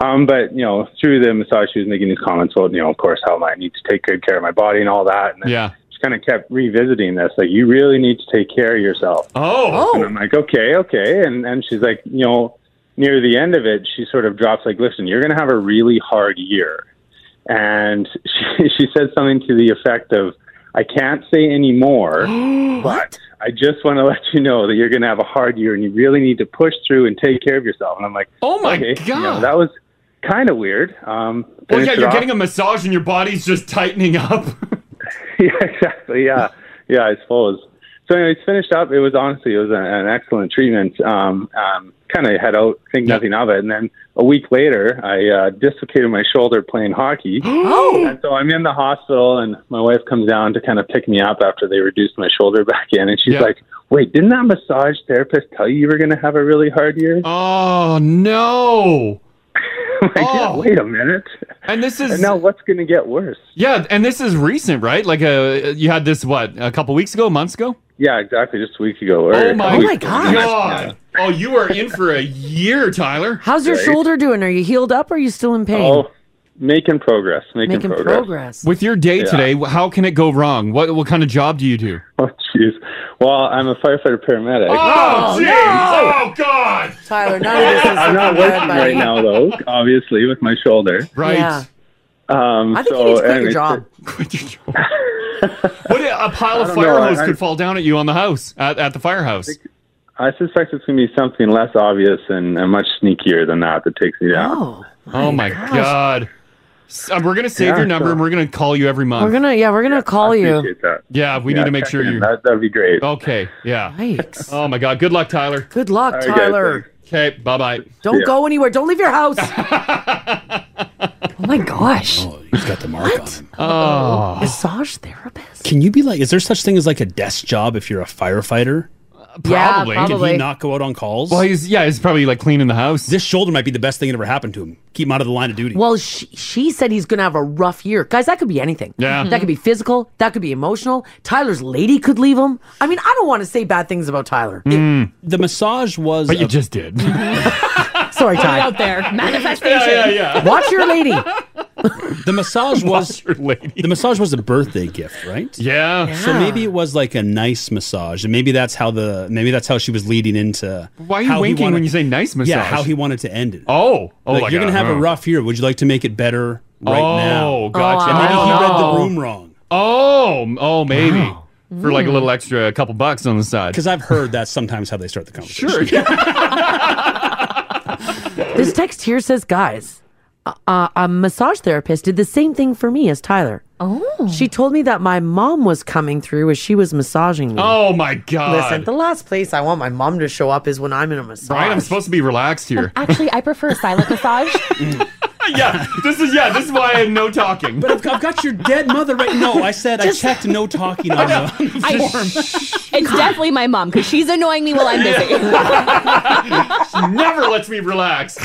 P: Um, but you know, through the massage, she was making these comments about, you know, of course, how I need to take good care of my body and all that. And
F: yeah.
P: she kind of kept revisiting this, like, you really need to take care of yourself.
F: Oh.
P: And I'm like, okay, okay. And, and she's like, you know, near the end of it, she sort of drops like, listen, you're going to have a really hard year. And she, she said something to the effect of, I can't say any more, but I just want to let you know that you're going to have a hard year and you really need to push through and take care of yourself. And I'm like,
F: oh my
P: you know,
F: God.
P: that was kind of weird. Um,
F: Well, yeah,
P: finished it
F: you're
P: off.
F: getting a massage and your body's just tightening up.
P: yeah, exactly. Yeah, yeah, I suppose. So, anyways, finished up. It was honestly, it was a, an excellent treatment. Um, um, kind of head out, think nothing of it, and then a week later, I uh, dislocated my shoulder playing hockey.
J: oh.
P: And so I'm in the hospital, and my wife comes down to kind of pick me up after they reduced my shoulder back in, and she's
F: Yeah.
P: like, "Wait, didn't that massage therapist tell you you were going to have a really hard year?"
F: Oh no! Oh.
P: wait a minute.
F: And this is
P: now what's going to get worse?
F: Yeah, and this is recent, right? Like, uh, you had this what a couple weeks ago, months ago.
P: Yeah, exactly. Just a week ago. or
F: Oh
P: a
F: my,
P: couple weeks ago.
F: God. Oh, you are in for a year, Tyler.
J: How's your shoulder doing? Are you healed up or are you still in pain?
P: Oh, making progress. Making,
J: Making
P: progress.
J: progress.
F: With your day
P: Yeah.
F: today, wh- how can it go wrong? What what kind of job do you do?
P: Oh, jeez. Well, I'm a firefighter paramedic.
F: Oh, jeez. Oh, God.
J: Tyler, none of this is
P: I'm not
J: looking good,
P: working
J: buddy.
P: right now, though, obviously, with my shoulder.
J: Right. Yeah.
P: Um,
F: I think
P: so,
F: you need to quit your
P: anyways,
F: job. What a pile
P: I
F: of
P: don't
F: fire
P: know,
F: hose
P: I-
F: could fall down at you on the house at, at the firehouse.
P: I suspect it's going to be something less obvious and, and much sneakier than that that takes me down.
J: Oh,
F: Oh my God. S- uh, we're gonna save
P: Yeah,
F: your number
P: so-
F: and we're gonna call you every month.
J: We're gonna yeah, we're gonna call you.
P: Appreciate that.
F: Oh, yeah, we
P: Yeah,
F: need to make
P: check
F: sure
P: in.
F: you.
P: That, that'd be great.
F: Okay. Yeah.
J: Yikes.
F: Oh my God. Good luck, Tyler.
J: Good luck, All right, guys, Tyler.
F: Okay. Bye bye.
J: Don't go anywhere. Don't leave your house. oh my gosh.
C: He's got the mark on him.
F: Oh.
J: Massage therapist.
C: Can you be like? Is there such thing as like a desk job if you're a firefighter?
J: Yeah, probably.
C: Can
J: probably.
C: he not go out on calls?
F: Uh, Well, he's yeah, he's probably like cleaning the house.
C: This shoulder might be the best thing that ever happened to him. Keep him out of the line of duty.
J: Well, she, she said he's going to have a rough year. Guys, that could be anything.
C: Yeah.
F: Mm-hmm.
J: That could be physical. That could be emotional. Tyler's lady could leave him. I mean, I don't want to say bad things about Tyler.
C: The massage was.
F: Mm. But you just did.
J: Sorry,
C: Put it
J: Ty.
C: out there.
J: Manifestation.
C: Yeah, yeah, yeah.
J: Watch your lady.
C: The massage was
F: the
C: massage was a birthday gift, right?
F: Yeah.
C: So maybe it was like a nice massage, and maybe that's how the maybe that's how she was leading into.
F: Why are you
C: how he
F: winking
C: wanted-
F: when you say nice massage?
C: Yeah, how he wanted to end it.
F: Oh, oh,
C: like,
F: like
C: you're gonna
F: a-
C: have a
F: huh.
C: rough year. Would you like to make it better right
F: oh,
C: now?
F: gotcha.
C: And maybe he read the
F: Oh.
C: room wrong.
F: Oh, m- oh, maybe for like a
C: Mm.
F: little extra, a couple bucks on the side.
C: Because I've heard that's sometimes how they start the conversation.
F: Sure.
J: This text here says, guys, uh, a massage therapist did the same thing for me as Tyler. Oh. She told me that my mom was coming through as she was massaging me.
F: Oh my god!
J: Listen, the last place I want my mom to show up is when I'm in a massage.
F: Brian, I'm supposed to be relaxed here.
J: Actually, I prefer a silent massage.
F: yeah, this is yeah, this is why I had no talking.
C: But I've, I've got your dead mother right. No, I said
D: Just-
C: I checked no talking on the.
D: I, it's definitely my mom because she's annoying me while I'm busy.
F: She never lets me relax.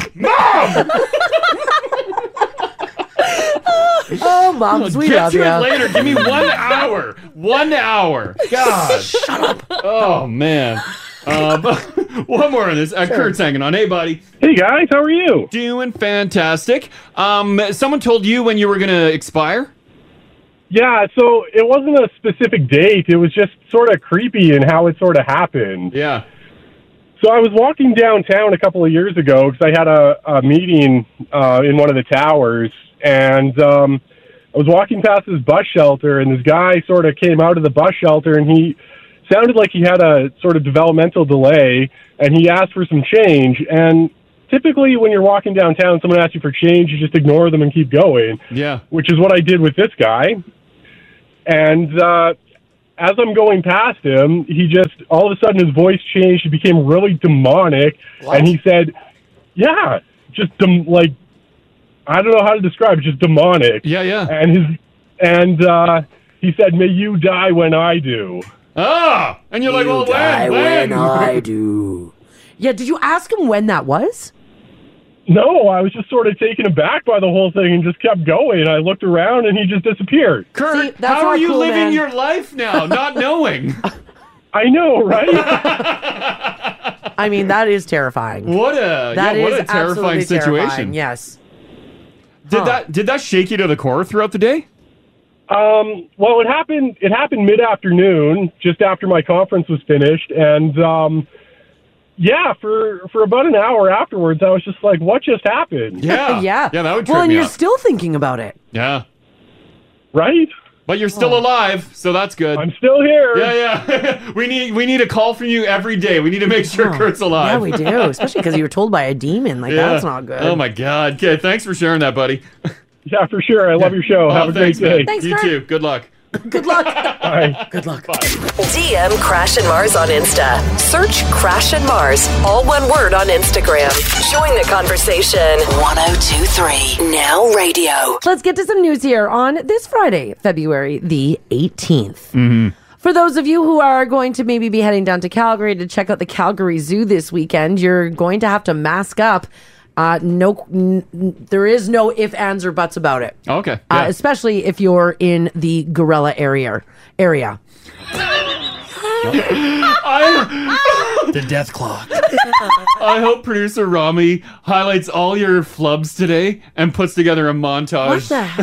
J: Oh, moms, we
F: Get
J: love
F: to
J: you.
F: it later. Give me one hour. One hour. God. Shut up. Oh man. Uh, but- one more on this. Uh, Kurt's hanging on. Hey, buddy.
Q: Hey guys, how are you?
F: Doing fantastic. Um, someone told you when you were gonna expire.
Q: Yeah, so it wasn't a specific date. It was just sort of creepy in how it sort of happened.
F: Yeah.
Q: So I was walking downtown a couple of years ago because I had a, a meeting uh, in one of the towers, and um, I was walking past this bus shelter, and this guy sort of came out of the bus shelter, and he sounded like he had a sort of developmental delay, and he asked for some change. And typically, when you're walking downtown, someone asks you for change, you just ignore them and keep going
F: Yeah.
Q: which is what I did with this guy. And uh, as I'm going past him, he just all of a sudden his voice changed. He became really demonic, and he said, "Yeah, just dem- like I don't know how to describe, it, just demonic."
F: Yeah, yeah.
Q: And his and uh, he said, "May you die when I do."
F: Ah, and you're like,
Q: "Well,
J: die
Q: when,
J: when I
Q: do."
J: Yeah, did you ask him when that was?
Q: No, I was just sort of taken aback by the whole thing and just kept going. I looked around and he just disappeared.
F: Kurt,
J: that's
F: how are
J: not
F: you
J: cool,
F: living
J: man.
F: your life now, not knowing?
Q: I know, right?
J: I mean, that is terrifying.
F: What a
J: That
F: Uh, yeah, what
J: is
F: a terrifying
J: absolutely
F: situation.
J: terrifying, Yes.
F: Did
J: Huh.
F: that did that shake you to the core throughout the day?
Q: Um, well, it happened. It happened mid-afternoon, just after my conference was finished, and um, yeah, for for about an hour afterwards, I was just like, "What just happened?"
F: Yeah.
J: yeah.
F: Yeah, that would
J: Well,
F: trip
J: and
F: me
J: you're
F: out.
J: still thinking about it.
F: Yeah.
Q: Right?
F: But you're still alive, so that's good. I'm
Q: still here.
F: Yeah, yeah. we need we need a call from you every day. We need to make sure Kurt's alive.
J: Oh. Yeah, we do, especially because you were told by a demon. Like,
F: Yeah.
J: that's not good.
F: Oh my god. Okay, thanks for sharing that, buddy.
Q: Yeah, for sure. I love your show.
F: Oh,
Q: Have a
F: thanks,
Q: great
F: man.
Q: day.
J: Thanks,
F: you
J: Kurt.
F: too. Good luck.
J: Good luck.
Q: Bye.
J: Good luck.
K: DM Crash and Mars on Insta. Search Crash and Mars, all one word on Instagram. Join the conversation. 1023 Now Radio.
J: Oh. Let's get to some news here on this Friday, February the 18th.
K: Mm-hmm.
J: For those of you who are going to maybe be heading down to Calgary to check out the Calgary Zoo this weekend, you're going to have to mask up. Uh, no, n- n- there is no if, ands, or buts about it.
F: Oh, Okay.
J: Uh, especially if you're in the gorilla area. Area.
F: the
C: death clock.
F: I hope producer Rami highlights all your flubs today and puts together a montage.
D: What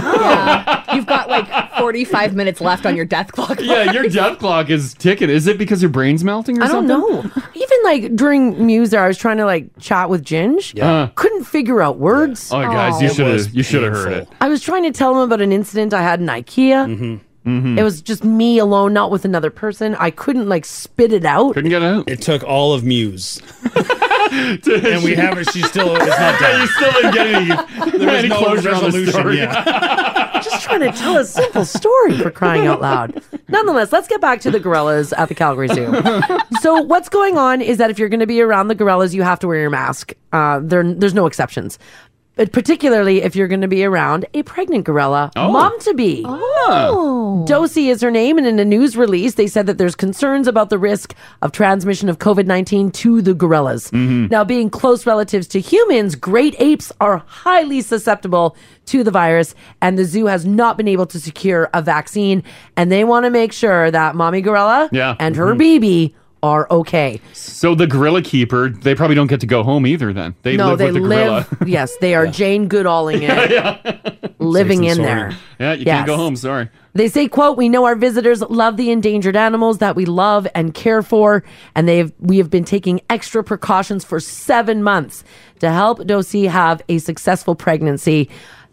D: the You've got like 45 minutes left on your death clock.
F: yeah, your death clock is ticking. Is it because your brain's melting or
J: I don't
F: something?
J: know. Even like during Muse, there, I was trying to like chat with Ginge.
F: Yeah. Uh.
J: Couldn't figure out words.
F: Oh, guys, you should have you should have heard it.
J: I was trying to tell him about an incident I had in IKEA.
F: Mm-hmm. Mm-hmm.
J: It was just me alone, not with another person. I couldn't like spit it out.
F: Couldn't get out.
C: It took all of Muse.
F: and
C: we haven't. She's still. It's not done.
F: You still didn't get any,
C: There was
F: any
C: no
F: closure on the
C: resolution,
F: story.
J: just trying to tell a simple story for crying out loud. Nonetheless, let's get back to the gorillas at the Calgary Zoo. so, what's going on is that if you're going to be around the gorillas, you have to wear your mask. Uh, there, there's no exceptions. But particularly if you're going to be around a pregnant gorilla,
R: Oh. Ah.
J: mom to be. Oh. Dosi is her name. And in a news release, they said that there's concerns about the risk of transmission of COVID 19 to the gorillas.
F: Mm-hmm.
J: Now, being close relatives to humans, great apes are highly susceptible to the virus, and the zoo has not been able to secure a vaccine. And they want to make sure that mommy gorilla
F: Yeah.
J: and her
F: Mhm.
J: baby are okay.
F: So the gorilla keeper, they probably don't get to go home either. Then they live with the gorilla.
J: yes, they are Jane Goodalling it, living in there.
F: Yeah, you can't go
J: Yes.
F: home. Sorry.
J: They say, quote, we know our visitors love the endangered animals that we love and care for, and they've we have been taking extra precautions for seven months to help Dosi have a successful pregnancy.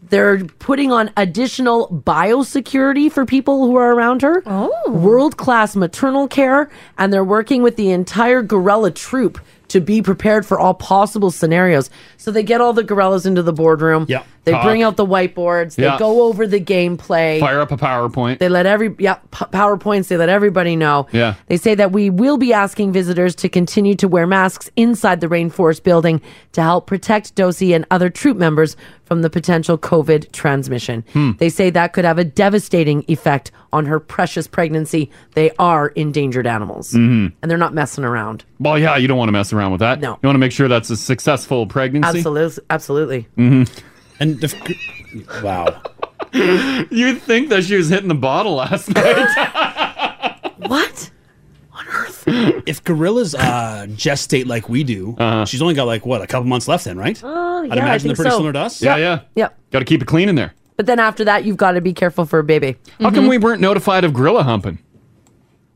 J: They're putting on additional biosecurity for people who are around her, oh. world class maternal care, and they're working with the entire gorilla troop to be prepared for all possible scenarios. So they get all the gorillas into the boardroom. Yeah. They
F: Talk.
J: bring out the whiteboards. They
F: Yeah.
J: go over the gameplay.
F: Fire up a PowerPoint.
J: They let every yeah p- powerpoints. They let everybody know.
F: Yeah.
J: They say that we will be asking visitors to continue to wear masks inside the rainforest building to help protect Dosi and other troop members from the potential COVID transmission.
C: Hmm.
J: They say that could have a devastating effect on her precious pregnancy. They are endangered animals,
C: Hmm.
F: Mhm.
J: and they're not messing around.
F: Well, yeah, you don't want to mess around with that. No. You want to make sure that's a successful pregnancy.
J: Absolutely, absolutely.
F: Mm-hmm.
C: And wow.
F: you think that she was hitting the bottle last night?
J: what?
C: if gorillas uh, gestate like we do,
F: Uh-huh.
C: she's only got like what a couple months left, then, right?
J: Oh, yeah,
C: I'd
J: I
C: imagine
J: think
C: they're pretty
J: so.
C: similar to us.
J: Yeah,
F: yeah.
J: Yep.
F: Got to keep it clean in there.
J: But then after that, you've got to be careful for a baby.
F: How come we weren't notified of gorilla humping?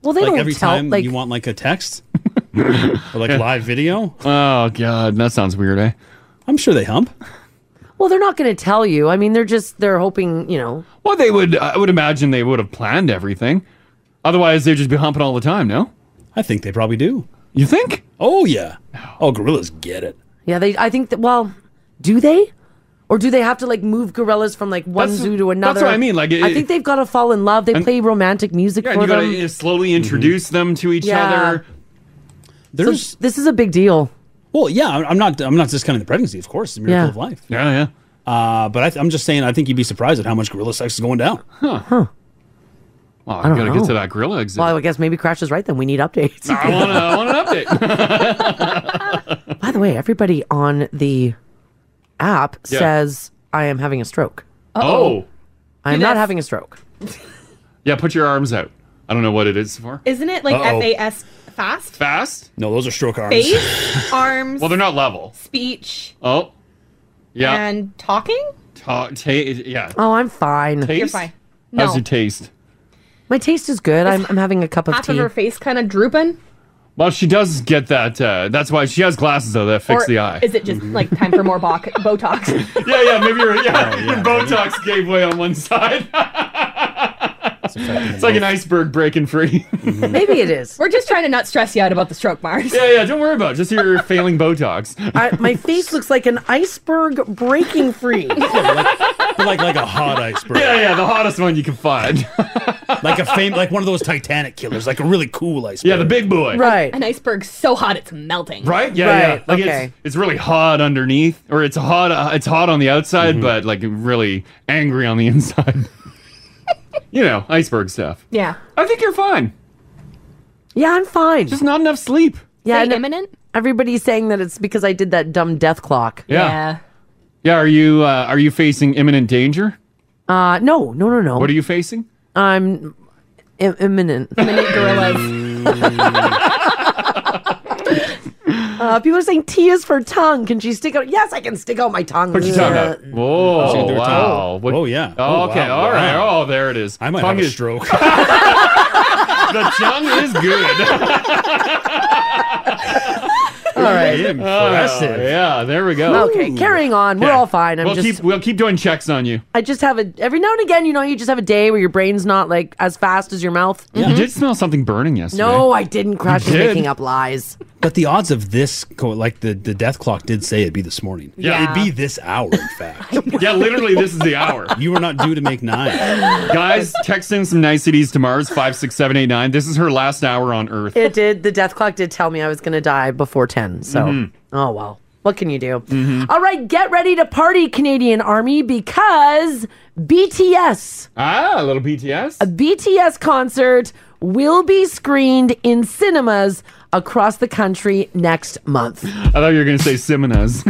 J: Well, Mm-hmm. they
C: like
J: don't
C: every
J: tell.
C: time
J: like
C: you want like a text or like live video.
F: Oh God, that sounds weird, eh?
C: I'm sure they hump.
J: Well, they're not going to tell you. I mean, they're just they're hoping, you know.
F: Well, they would. I would imagine they would have planned everything. Otherwise, they'd just be humping all the time. No,
C: I think they probably do.
F: You think?
C: Oh yeah. Oh, gorillas get it.
J: Yeah, they. I think that. Well, do they? Or do they have to like move gorillas from like one
F: That's-
J: zoo to
F: that's
J: another?
F: what I mean, like,
J: I
F: it-
J: think they've got to fall in love. They
F: And-
J: play romantic music
F: Yeah, and
J: for
F: you got
J: them.
F: to slowly
C: Mm-hmm.
F: introduce them to each
J: Yeah.
F: other.
C: There's
J: this is a big deal.
C: Well, yeah, I'm I'm not. I'm not discounting the pregnancy, of course. It's a miracle
J: Yeah.
C: of life.
F: Yeah, yeah.
C: Uh, but I th- I'm just saying, I think you'd be surprised at how much gorilla sex is going down.
F: Huh? Well,
J: I
F: I
J: don't
F: gotta
J: know.
F: get to that gorilla exhibit.
J: Well, I guess maybe Crash is right. Then we need updates.
F: I want, I want an update.
J: By the way, everybody on the app
F: Yeah.
J: says I am having a stroke.
F: Uh-oh. Oh.
J: I am
F: Dude,
J: not
F: that's-
J: having a stroke.
F: Yeah, put your arms out. I don't know what it is for.
D: Isn't it like
F: Uh-oh.
D: FAS fast?
F: Fast?
C: No, those are stroke
D: Face, arms,
F: well, they're not level.
D: speech,
F: Oh, yeah.
D: and talking?
F: Ta- ta- yeah.
J: Oh, I'm fine.
F: Taste?
D: You're fine. No.
F: How's your taste?
J: My taste is good. I'm, I'm having a cup of
D: Half
J: tea.
D: of her face kind of drooping?
F: Well, she does get that. Uh, that's why she has glasses though that fix
D: or
F: the eye.
D: Is it
J: Mm-hmm.
D: just like time for more bo- Botox?
F: yeah, yeah. Maybe your Oh, yeah, your Botox gave way on one side. it's like an iceberg breaking free.
J: Maybe it is.
D: We're just trying to not stress you out about the stroke, Mars.
F: yeah, yeah. Don't worry about it. Just your failing Botox.
J: I, my face looks like an iceberg breaking free.
C: But like like a hot iceberg.
F: Yeah, yeah, the hottest one you can find.
C: like a fame, like one of those Titanic killers, like a really cool iceberg.
F: Yeah, the big boy.
D: An iceberg so hot it's melting.
F: Right? Yeah, yeah. Like it's, it's really hot underneath, or it's hot. Uh, it's hot on the outside, but like really angry on the inside. you know, iceberg stuff.
D: Yeah.
F: I think you're fine.
J: Yeah, I'm fine.
F: Just not enough sleep.
J: Yeah,
D: Is that
J: and
D: imminent?
J: Everybody's saying that it's because I did that dumb death clock.
F: Yeah. Yeah. Yeah. Are you uh, are you facing imminent danger?
J: Uh, no, no, no, no.
F: What are you facing?
J: I'm Im- imminent.
D: Imminent gorillas.
J: uh, people are saying T is for tongue. Can she stick out? Yes, I can stick out my tongue.
F: Put your tongue out.
C: She
F: Whoa!
C: can do her
F: wow!
C: tongue. Oh, yeah.
F: Oh,
C: Oh,
F: okay.
C: wow.
F: All right.
C: Wow.
F: Oh, there it is.
C: I might
F: tongue
C: have a
F: is-
C: stroke.
F: the tongue is good.
J: All right.
C: Impressive.
F: Oh, yeah. There we go.
J: Okay, carrying on. We're
F: Yeah.
J: all fine. I'm
F: we'll
J: just.
F: keep we'll keep doing checks on you.
J: I just have a every now and again, you know, you just have a day where your brain's not like as fast as your mouth.
D: Mm-hmm.
F: You did smell something burning yesterday.
J: No, I didn't. Crash is
C: did?
J: making up lies.
C: But the odds of this, co- like the, the death clock did say it'd be this morning.
J: Yeah.
C: It'd be this hour, in fact.
F: yeah, literally, this is the hour.
C: You were not due to make nine.
F: Guys, text in some niceties to Mars five six seven eight nine. This is her last hour on Earth.
J: It did. The death clock did tell me I was going to die before 10. So,
F: Mhm.
J: oh, well. What can you do?
F: Mm-hmm.
J: All right, get ready to party, Canadian Army, because BTS,
F: Ah, a little BTS.
J: a BTS concert, will be screened in cinemas across the country next month.
F: I thought you were gonna say Simonas.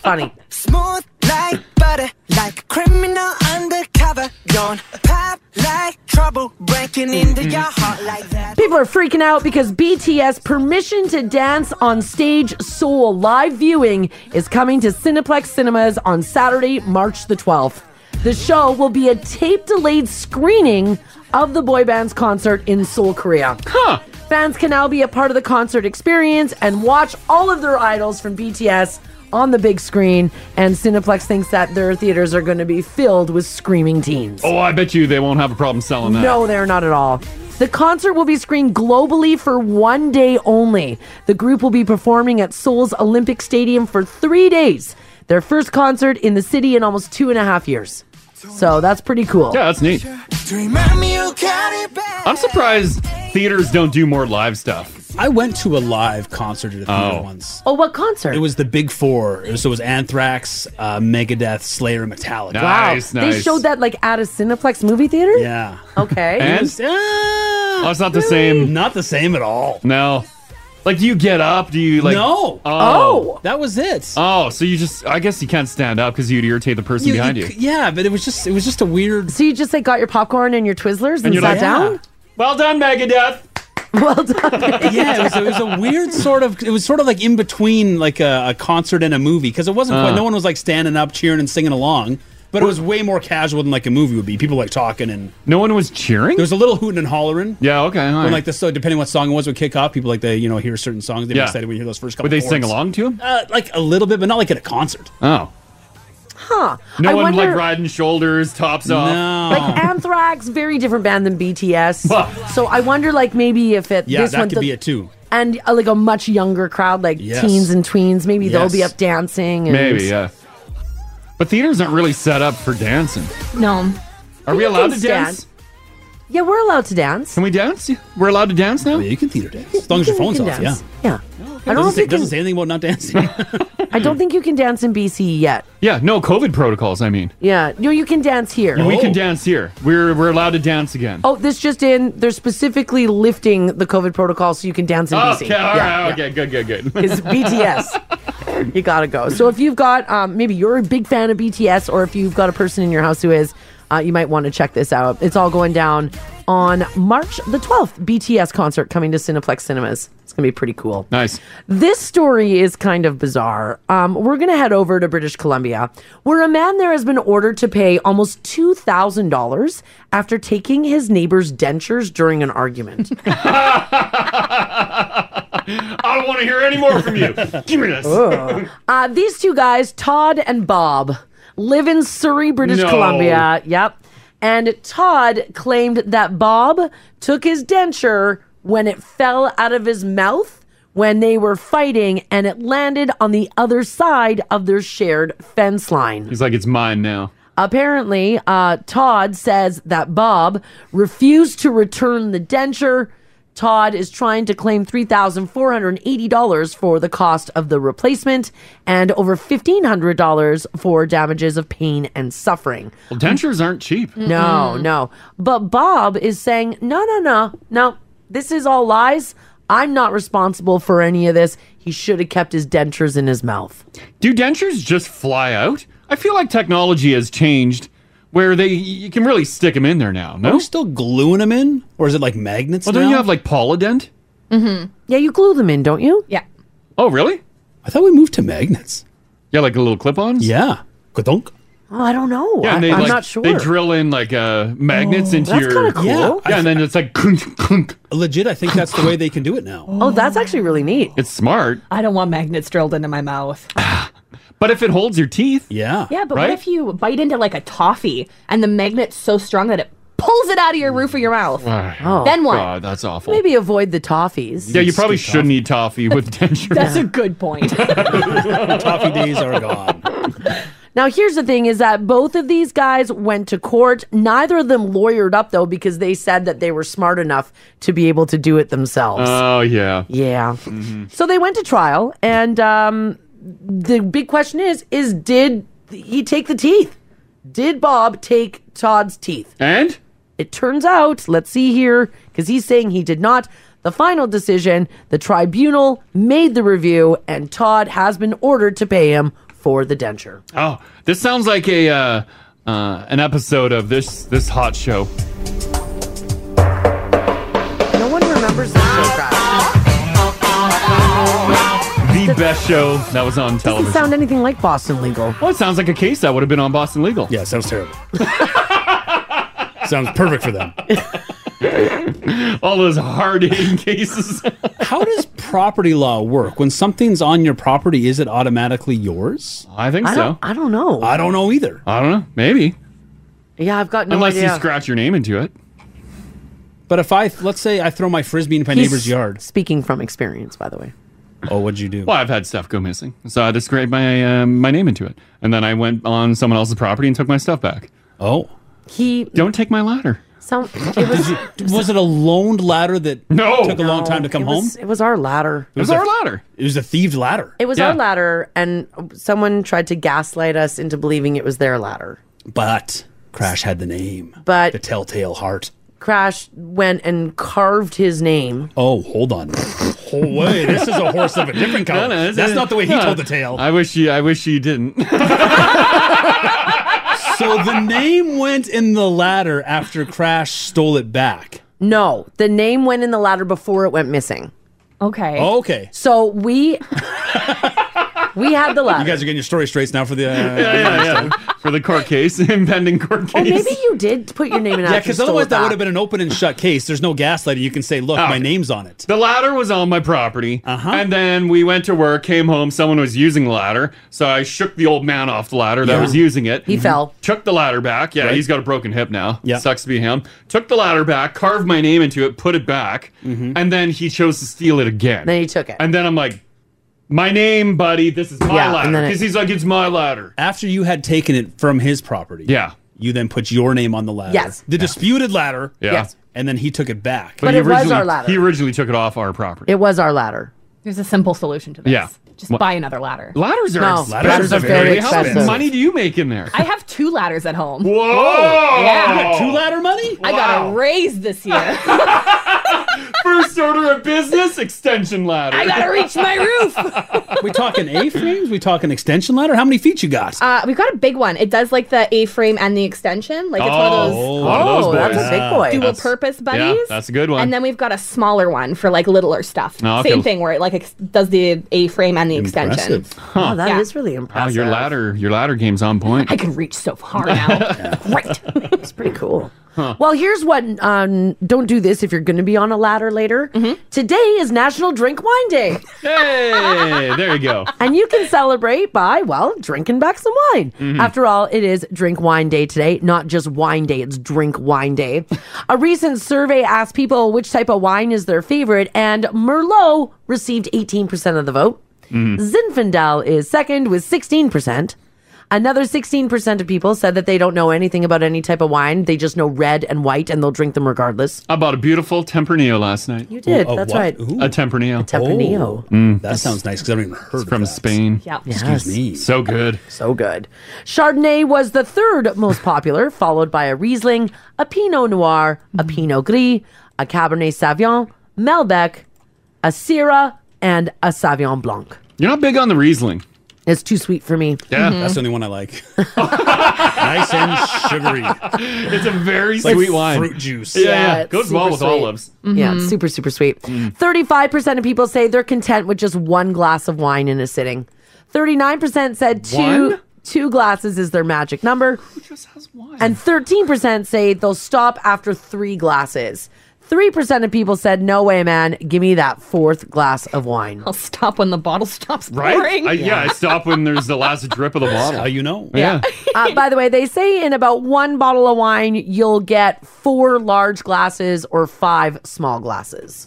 J: Funny.
R: Smooth like butter, like a criminal undercover. Don't pop like trouble breaking into
J: Mm-hmm.
R: your heart like that.
J: People are freaking out because BTS Permission to Dance on Stage Seoul live viewing is coming to Cineplex Cinemas on Saturday, March the 12th. The show will be a tape delayed screening of the boy band's concert in Seoul, Korea.
F: Huh.
J: Fans can now be a part of the concert experience and watch all of their idols from BTS on the big screen. And Cineplex thinks that their theaters are going to be filled with screaming teens.
F: oh, I bet you they won't have a problem selling that.
J: No, they're not at all. The concert will be screened globally for one day only. The group will be performing at Seoul's Olympic Stadium for three days. Their first concert in the city in almost two and a half years. So that's pretty cool.
F: Yeah, that's neat. I'm surprised theaters don't do more live stuff.
C: I went to a live concert at a theater
F: Oh.
C: once.
J: Oh, what concert?
C: It was the Big Four. It was- So it was Anthrax, uh, Megadeth, Slayer, and Metallica.
J: wow. They showed that like at a Cineplex movie theater?
C: Yeah. Ah,
J: Okay.
F: And? oh, it's not the same.
C: Not the same at all.
F: No. Like, do you get up? Do you like?
C: No.
F: Oh.
C: That was it.
F: Oh, so you just—I guess you can't stand up because you'd irritate the person
J: You- you
F: behind you.
J: c-
C: Yeah, but it was just it was just a weird.
J: So you just like got your popcorn and your Twizzlers and,
F: you're
J: sat
F: like,
J: down?
F: Well done, Megadeth.
J: Well done.
C: yeah, it was, it was a weird sort of. It was sort of like in between, like a, a concert and a movie, because it wasn't quite.
F: Uh.
C: No one was like standing up, cheering, and singing along. But it was way more casual than like a movie would be. People like talking and
F: no one was cheering.
C: There was a little hooting and hollering.
F: Yeah, okay. all
C: When
F: right.
C: like the so depending what song it was would kick off, people like they you know hear certain songs. They
F: Yeah.
C: yeah. excited when you hear those first couple.
F: Would they sing
C: chords.
F: along to him?
C: Uh, like a little bit, but not like at a concert.
F: Oh,
J: Huh.
F: no
J: I
F: one
J: wonder,
F: like riding shoulders, tops off.
J: like Anthrax, very different band than BTS. so I wonder like maybe if it
F: Yeah,
J: this
F: that
J: one
F: could
J: the-
F: be it too.
J: And uh, like a much younger crowd, like
F: Yes.
J: teens and tweens, maybe they'll be
F: Yes.
J: up dancing. And
F: Maybe, yeah. But theater's not really set up for dancing.
J: No.
F: Are we allowed to dance?
J: Yeah, we're allowed to dance.
F: Can we dance? We're allowed to dance now?
C: Oh, you can theater dance as long as your phone's off. Yeah.
F: Oh,
J: Yeah. I
C: Doesn't
J: don't know if
C: say,
J: you can.
C: doesn't say anything about not dancing.
J: I don't think you can dance in BC yet.
F: Yeah, no COVID protocols. I mean,
J: Yeah. No, you can dance here.
F: we can dance here. We're we're allowed to dance again.
J: Oh, this just in. They're specifically lifting the COVID protocol so you can dance in BC.
F: okay, Oh, all right,
J: Yeah, yeah.
F: okay, good, good, good.
J: It's BTS. you gotta go. So if you've got um, maybe you're a big fan of BTS, or if you've got a person in your house who is, uh, you might want to check this out. It's all going down on March the 12th. BTS concert coming to Cineplex Cinemas. It's gonna be pretty cool.
F: Nice.
J: This story is kind of bizarre. Um, we're gonna head over to British Columbia, where a man there has been ordered to pay almost two thousand dollars after taking his neighbor's dentures during an argument.
F: I don't want to hear any more from you. Give me this.
J: Ugh. uh, these two guys, Todd and Bob, live in Surrey, British
F: No.
J: Columbia. Yep. And Todd claimed that Bob took his denture when it fell out of his mouth when they were fighting and it landed on the other side of their shared fence line.
F: He's like, it's mine now.
J: Apparently, uh, Todd says that Bob refused to return the denture. Todd is trying to claim $3,480 for the cost of the replacement and over $1,500 for damages of pain and suffering.
F: Well, dentures aren't cheap.
J: No, no. But Bob is saying, no, no, no, no. This is all lies. I'm not responsible for any of this. He should have kept his dentures in his mouth.
F: Do dentures just fly out? I feel like technology has changed where they you can really stick them in there now. No,
C: Are we still gluing them in, or is it like magnets?
F: Well, don't you
C: now?
F: have like polydent?
J: Mm-hmm. Yeah, you glue them in, don't you? Yeah.
F: Oh, really?
C: I thought we moved to magnets.
F: Yeah, like little clip-ons.
C: Yeah, Ka-dunk.
J: Oh, I don't know.
F: Yeah,
J: I,
F: and they,
J: am
F: like,
J: not sure.
F: They drill in like uh, magnets
C: Oh,
F: into
J: that's
F: your.
J: kinda cool.
F: Yeah,
J: Yeah.
F: and then it's like
C: legit. I think that's the way they can do it now.
J: Oh, that's actually really neat.
F: It's smart,
D: I don't want magnets drilled into my mouth.
F: but if it holds your teeth,
C: yeah,
D: Yeah, but
F: right?
D: what if you bite into like a toffee and the magnet's so strong that it pulls it out of your roof of your mouth?
F: Oh,
D: Then what?
F: God, that's awful.
J: Maybe avoid the toffees.
F: yeah, you probably shouldn't eat toffee with dentures.
D: That's a good point.
C: Toffee days are gone.
J: Now, here's the thing is that both of these guys went to court. Neither of them lawyered up, though, because they said that they were smart enough to be able to do it themselves.
F: Oh yeah. Mm-hmm.
J: Yeah. so they went to trial, and um, the big question is, is did he take the teeth? Did Bob take Todd's teeth?
F: And?
J: It turns out, let's see here, because he's saying he did not. The final decision, the tribunal made the review, and Todd has been ordered to pay him for the denture.
F: Oh, this sounds like a uh, uh, an episode of this this hot show.
J: No one remembers this show, Crash.
F: The best show that was on
J: Doesn't
F: television.
J: sound anything like Boston Legal.
F: well, it sounds like a case that would have been on Boston Legal. Yeah,
C: sounds terrible. Sounds perfect for them.
F: All those hard hitting cases.
C: How does property law work? When something's on your property, is it automatically yours?
F: I think I so. don't-
J: I don't know.
C: I don't know either.
F: I don't know. Maybe.
J: Yeah, I've got no
F: Unless
J: idea.
F: you scratch your name into it.
C: But if I let's say I throw my frisbee into my
J: He's
C: neighbor's yard.
J: Speaking from experience, by the way.
C: Oh, what'd you do?
F: Well, I've had stuff go um, missing, so I had to scrape my uh, my name into it, and then I went on someone else's property and took my stuff back.
C: Oh.
J: He
F: Don't take my ladder.
J: some it was
C: was it a loaned ladder that
F: no.
C: took a long time to come
J: it was-
C: home?
J: It was our ladder.
C: a- It was a thieved ladder.
J: It was our ladder, and someone tried to gaslight us into believing it was their ladder.
C: But Crash had the name.
J: But
C: the Telltale Heart.
J: Crash went and carved his name.
C: Oh, hold on. Oh, wait, this is a horse of a different color.
F: No, no, this
C: That's
F: is-
C: not the way he
F: no.
C: told the tale.
F: I wish you. I wish you didn't.
C: so the name went in the ladder after Crash stole it back.
J: No, the name went in the ladder before it went missing.
D: Okay.
C: Okay.
J: So we we had the
C: You
J: ladder.
C: guys are getting your story straight now for the uh,
F: for the court case, impending court case.
J: Oh, maybe you did put your name in.
C: Yeah,
J: after you
C: because
J: stole
C: otherwise
J: it
C: that
J: back.
C: would have been an open and shut case. There's no gaslighting. You can say, "Look, my name's on it."
F: The ladder was on my property. Uh-huh. And then we went to work, came home, someone was using the ladder. So I shook the old man off the ladder that
J: Yeah.
F: was using it. Mhm.
J: He fell.
F: Took the ladder back. Yeah,
J: Right.
F: he's got a broken hip now. Yeah. Sucks to be him. Took the ladder back, carved my name into it, put it back. And then he chose to steal it again.
J: Then he took it.
F: And then I'm like, my name, buddy. This is my
C: Yeah, and
F: ladder.
C: then it-
F: Because he's like, it's my ladder.
C: After you had taken it from his property, yeah, you then put your name on the ladder.
F: Yes.
C: the disputed ladder.
F: Yeah. Yes.
C: and then he took it back.
J: But But he it was originally- our ladder.
F: He originally took it off our property.
J: It was our ladder.
D: There's a simple solution to this.
F: Yeah.
D: Just buy another ladder.
F: Ladders are,
D: No,
F: ex-
D: ladders are very
F: How much
D: expensive.
F: money do you make in there?
D: I have two ladders at home.
F: Whoa!
D: Yeah.
F: You got two
C: ladder money?
D: I got a raise this year.
F: First order of business, extension ladder.
D: I gotta reach my roof.
C: we talking A frames? We talking extension ladder? How many feet you got?
D: Uh, we've got a big one. It does like the A-frame and the extension. Like it's one of those.
C: Oh,
F: one of those boys.
D: Dual
F: That's-
D: purpose buddies.
F: Yeah, that's a good one.
D: And then we've got a smaller one for like littler stuff.
F: Oh, okay.
D: Same thing where it like ex- does the A frame and the extension.
F: Impressive. Huh.
J: Oh, that is
D: Yeah.
J: really
F: Wow,
J: impressive.
F: your ladder, your ladder game's on point.
D: I can reach so far now.
J: It's pretty cool. Well, here's what um, don't do this if you're going to be on a ladder later.
C: Mm-hmm.
J: Today is National Drink Wine Day.
F: hey, there you go.
J: and you can celebrate by, well, drinking back some wine.
F: Mhm.
J: After all, it is Drink Wine Day today, not just Wine Day, it's Drink Wine Day. A recent survey asked people which type of wine is their favorite, and Merlot received 18% of the vote. Zinfandel is second with 16%. Another 16% of people said that they don't know anything about any type of wine. They just know red and white and they'll drink them regardless.
F: I bought a beautiful Tempranillo last night. You
J: did, A that's what? right.
F: A Tempranillo. A
J: Tempranillo.
C: That sounds nice because I've even heard
F: from Spain.
J: Yeah. Yes.
F: Excuse me. So good.
J: So good. Chardonnay was the third most popular, followed by a Riesling, a Pinot Noir, a Pinot Gris, a Cabernet Sauvignon, Malbec, a Syrah, and a Sauvignon Blanc.
F: You're not big on the Riesling.
J: It's too sweet for me. Mm-hmm.
F: Yeah, Mhm.
C: That's the only one I like. nice and sugary.
F: It's a very
C: Like
F: sweet wine.
C: fruit juice.
F: Yeah,
J: Yeah,
F: yeah.
J: it's
F: goes well
J: super
F: with
J: sweet.
F: olives.
J: Yeah, it's super, super sweet.
F: Mm-hmm.
J: 35% of people say they're content with just one glass of wine in a sitting. 39% said two
F: One?
J: two glasses is their magic number. Who just has one? And 13% say they'll stop after three glasses. 3% of people said, no way, man, give me that fourth glass of wine.
D: I'll stop when the bottle stops
F: Right?
D: pouring.
F: I, yeah. I stop when there's the last drip of the bottle. how
C: you know.
F: Yeah.
J: uh, by the way, they say in about one bottle of wine, you'll get four large glasses or five small glasses.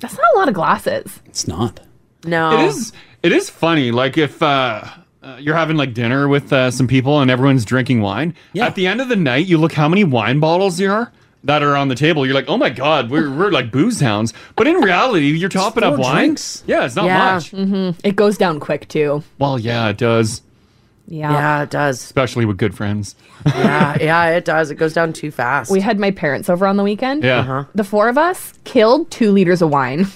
D: That's not a lot of glasses.
C: It's not.
D: Um,
J: No.
F: It is. It is funny. Like if uh, uh, you're having like dinner with uh, some people and everyone's drinking wine. At the end of the night, you look how many wine bottles there are that are on the table. You're like, oh my god, we're we're like booze hounds. But in reality, you're topping up
D: four
F: wine.
D: drinks.
F: Yeah, it's not much.
D: hmm It goes down quick too.
F: Well, yeah, it does.
D: Yeah. Yeah,
J: it does.
F: Especially with good friends.
J: yeah, yeah, it does. It goes down too fast.
D: We had my parents over on the weekend.
F: Yeah. Uh-huh.
D: The four of us killed two liters of wine.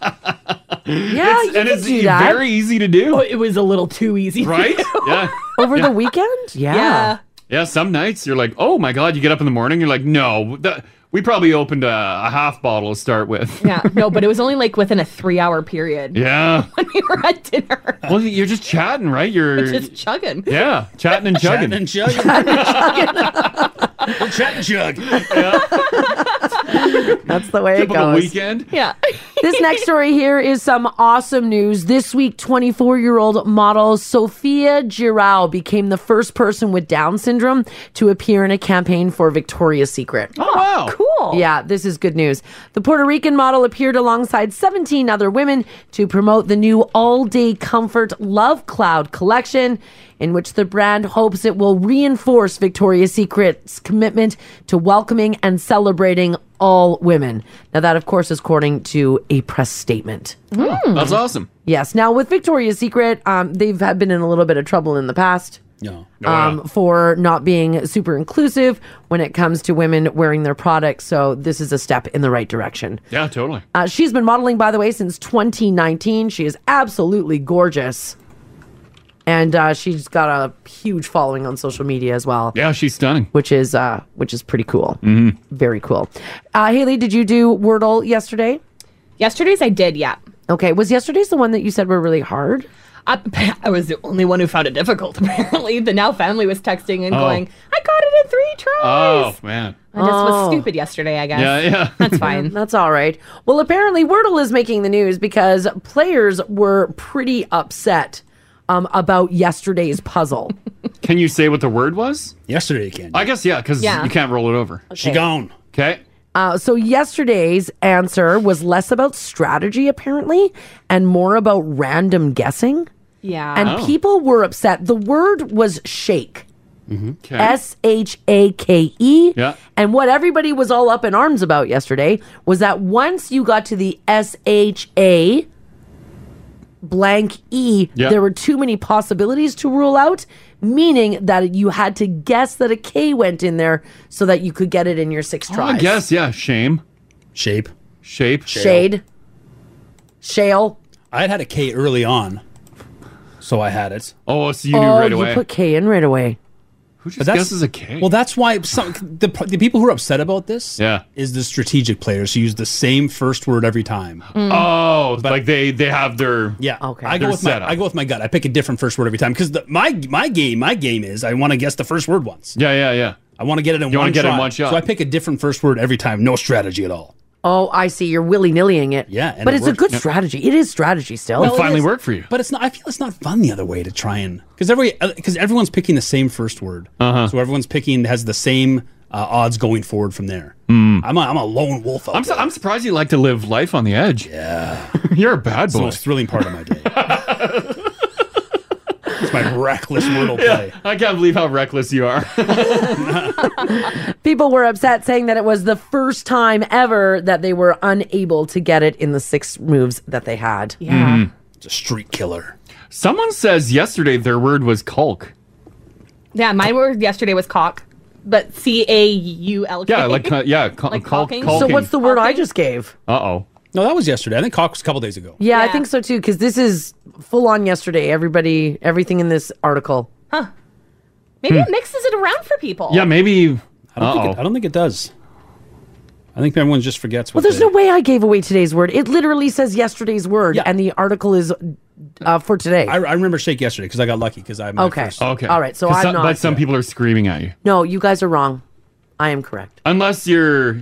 J: yeah,
F: It's- you and could it's do that. very easy to do.
J: Oh,
D: it was a little too easy.
F: Right? yeah.
J: Over
F: Yeah.
J: the weekend?
F: Yeah. Yeah. Some nights you're like, oh my god. You get up in the morning. You're like, no. That, we probably opened a, a half bottle to start with.
D: Yeah. No, but it was only like within a three hour period.
F: Yeah.
D: When we were at dinner,
F: Well, you're just chatting, right? You're
D: just chugging.
F: Yeah, chatting and chugging.
C: Chatting and chugging. Chat and chug.
J: That's the way
F: Typical
J: it goes.
F: weekend.
D: Yeah.
J: this next story here is some awesome news. This week, 24 year old model Sophia Girau became the first person with Down syndrome to appear in a campaign for Victoria's Secret.
F: Oh, wow.
J: Cool. Yeah, this is good news. The Puerto Rican model appeared alongside 17 other women to promote the new all day comfort Love Cloud collection. In which the brand hopes it will reinforce Victoria's Secret's commitment to welcoming and celebrating all women. Now, that, of course, is according to a press statement. Mm.
F: That's awesome.
J: Yes. Now, with Victoria's Secret, um, they've had been in a little bit of trouble in the past
C: No.
J: um, for not being super inclusive when it comes to women wearing their products. So, this is a step in the right direction.
F: Yeah, totally.
J: Uh, she's been modeling, by the way, since 2019. She is absolutely gorgeous. And uh, she's got a huge following on social media as well.
F: Yeah, she's stunning.
J: Which is uh, which is pretty cool.
F: Mm-hmm.
J: Very cool. Uh, Haley, did you do Wordle yesterday?
D: Yesterday's I did, yeah.
J: Okay. Was yesterday's the one that you said were really hard?
D: I, I was the only one who found it difficult, apparently. The now family was texting and
J: Oh.
D: going, I got it in three tries.
F: Oh man.
D: I just was
J: Oh.
D: stupid yesterday, I guess.
F: Yeah, yeah.
D: That's fine.
J: That's all right. Well, apparently Wordle is making the news because players were pretty upset um, about yesterday's puzzle.
F: Can you say what the word was?
C: Yesterday you can.
F: I guess yeah, because
J: Yeah.
F: you can't roll it over.
J: She gone.
F: Okay.
J: Uh, so yesterday's answer was less about strategy, apparently, and more about random guessing.
D: Yeah.
J: And
F: Oh.
J: people were upset. The word was shake. S H A K E.
F: Yeah.
J: And what everybody was all up in arms about yesterday was that once you got to the S H A blank E,
F: Yeah.
J: there were too many possibilities to rule out, meaning that you had to guess that a K went in there so that you could get it in your six
F: Oh, I
J: tries.
F: guess yeah. Shame.
C: Shape.
F: Shape.
J: Shade. Shale.
C: I had had a K early on, so I had it.
F: Oh, so
J: oh, You put K in right away.
F: Who
J: just guesses a K?
C: Well, that's why some the, the people who are upset about this
F: Yeah.
C: is the strategic players who use the same first word every time.
F: Oh, like they they have their
C: yeah. Okay. I go
F: Their
C: with my
F: setup.
C: I go with my gut. I pick a different first word every time because my my game my game is I want to guess the first word once.
F: Yeah, yeah, yeah.
C: I want to get it in
F: You wanna
C: one
F: get it in
C: try.
F: one shot.
C: So I pick a different first word every time. No strategy at all.
J: Oh, I see. You're willy nillying it.
C: Yeah, and
J: but
C: it
J: it's
C: worked.
J: a good
C: Yeah.
J: strategy. It is strategy still.
C: Well, is,
F: for you.
C: But it's not. I feel it's not fun the other way to try and because every because everyone's picking the same first word, uh-huh. so everyone's picking has the same uh, odds going forward from there. I'm a, I'm a lone wolf. Out
F: I'm su- I'm surprised you like to live life on the edge. Yeah. You're a bad
C: It's the
F: boy.
C: most thrilling part of my day. it's my reckless wordle play.
F: Yeah, I can't believe how reckless you are.
J: People were upset saying that it was the first time ever that they were unable to get it in the six moves that they had.
F: Mhm.
C: It's a street killer.
F: Someone says yesterday their word was caulk.
D: Yeah, my word yesterday was cock, but C A U L K.
F: Yeah, like uh, yeah, ca-
D: Like
F: caulk.
D: caulking?
J: So what's the word I just gave?
F: Uh oh.
C: No, that was yesterday. I think cock was a couple days ago.
J: Yeah, I think so too because this is full on yesterday. Everybody, everything in this article.
D: Maybe it
J: Hmm.
D: mixes it around for people.
F: maybe.
C: I don't,
F: Oh.
C: think it, I don't think it does. I think everyone just forgets.
J: Well,
C: What
J: there's
C: they-
J: no way I gave away today's word. It literally says yesterday's word, and the article is uh, for today.
C: I, I remember shake yesterday because I got lucky because I'm
J: Okay. Okay. All right, so
F: 'Cause
J: I'm
F: some-
J: not-
F: But some people are screaming at you.
J: no, you guys are wrong. I am correct.
F: Unless your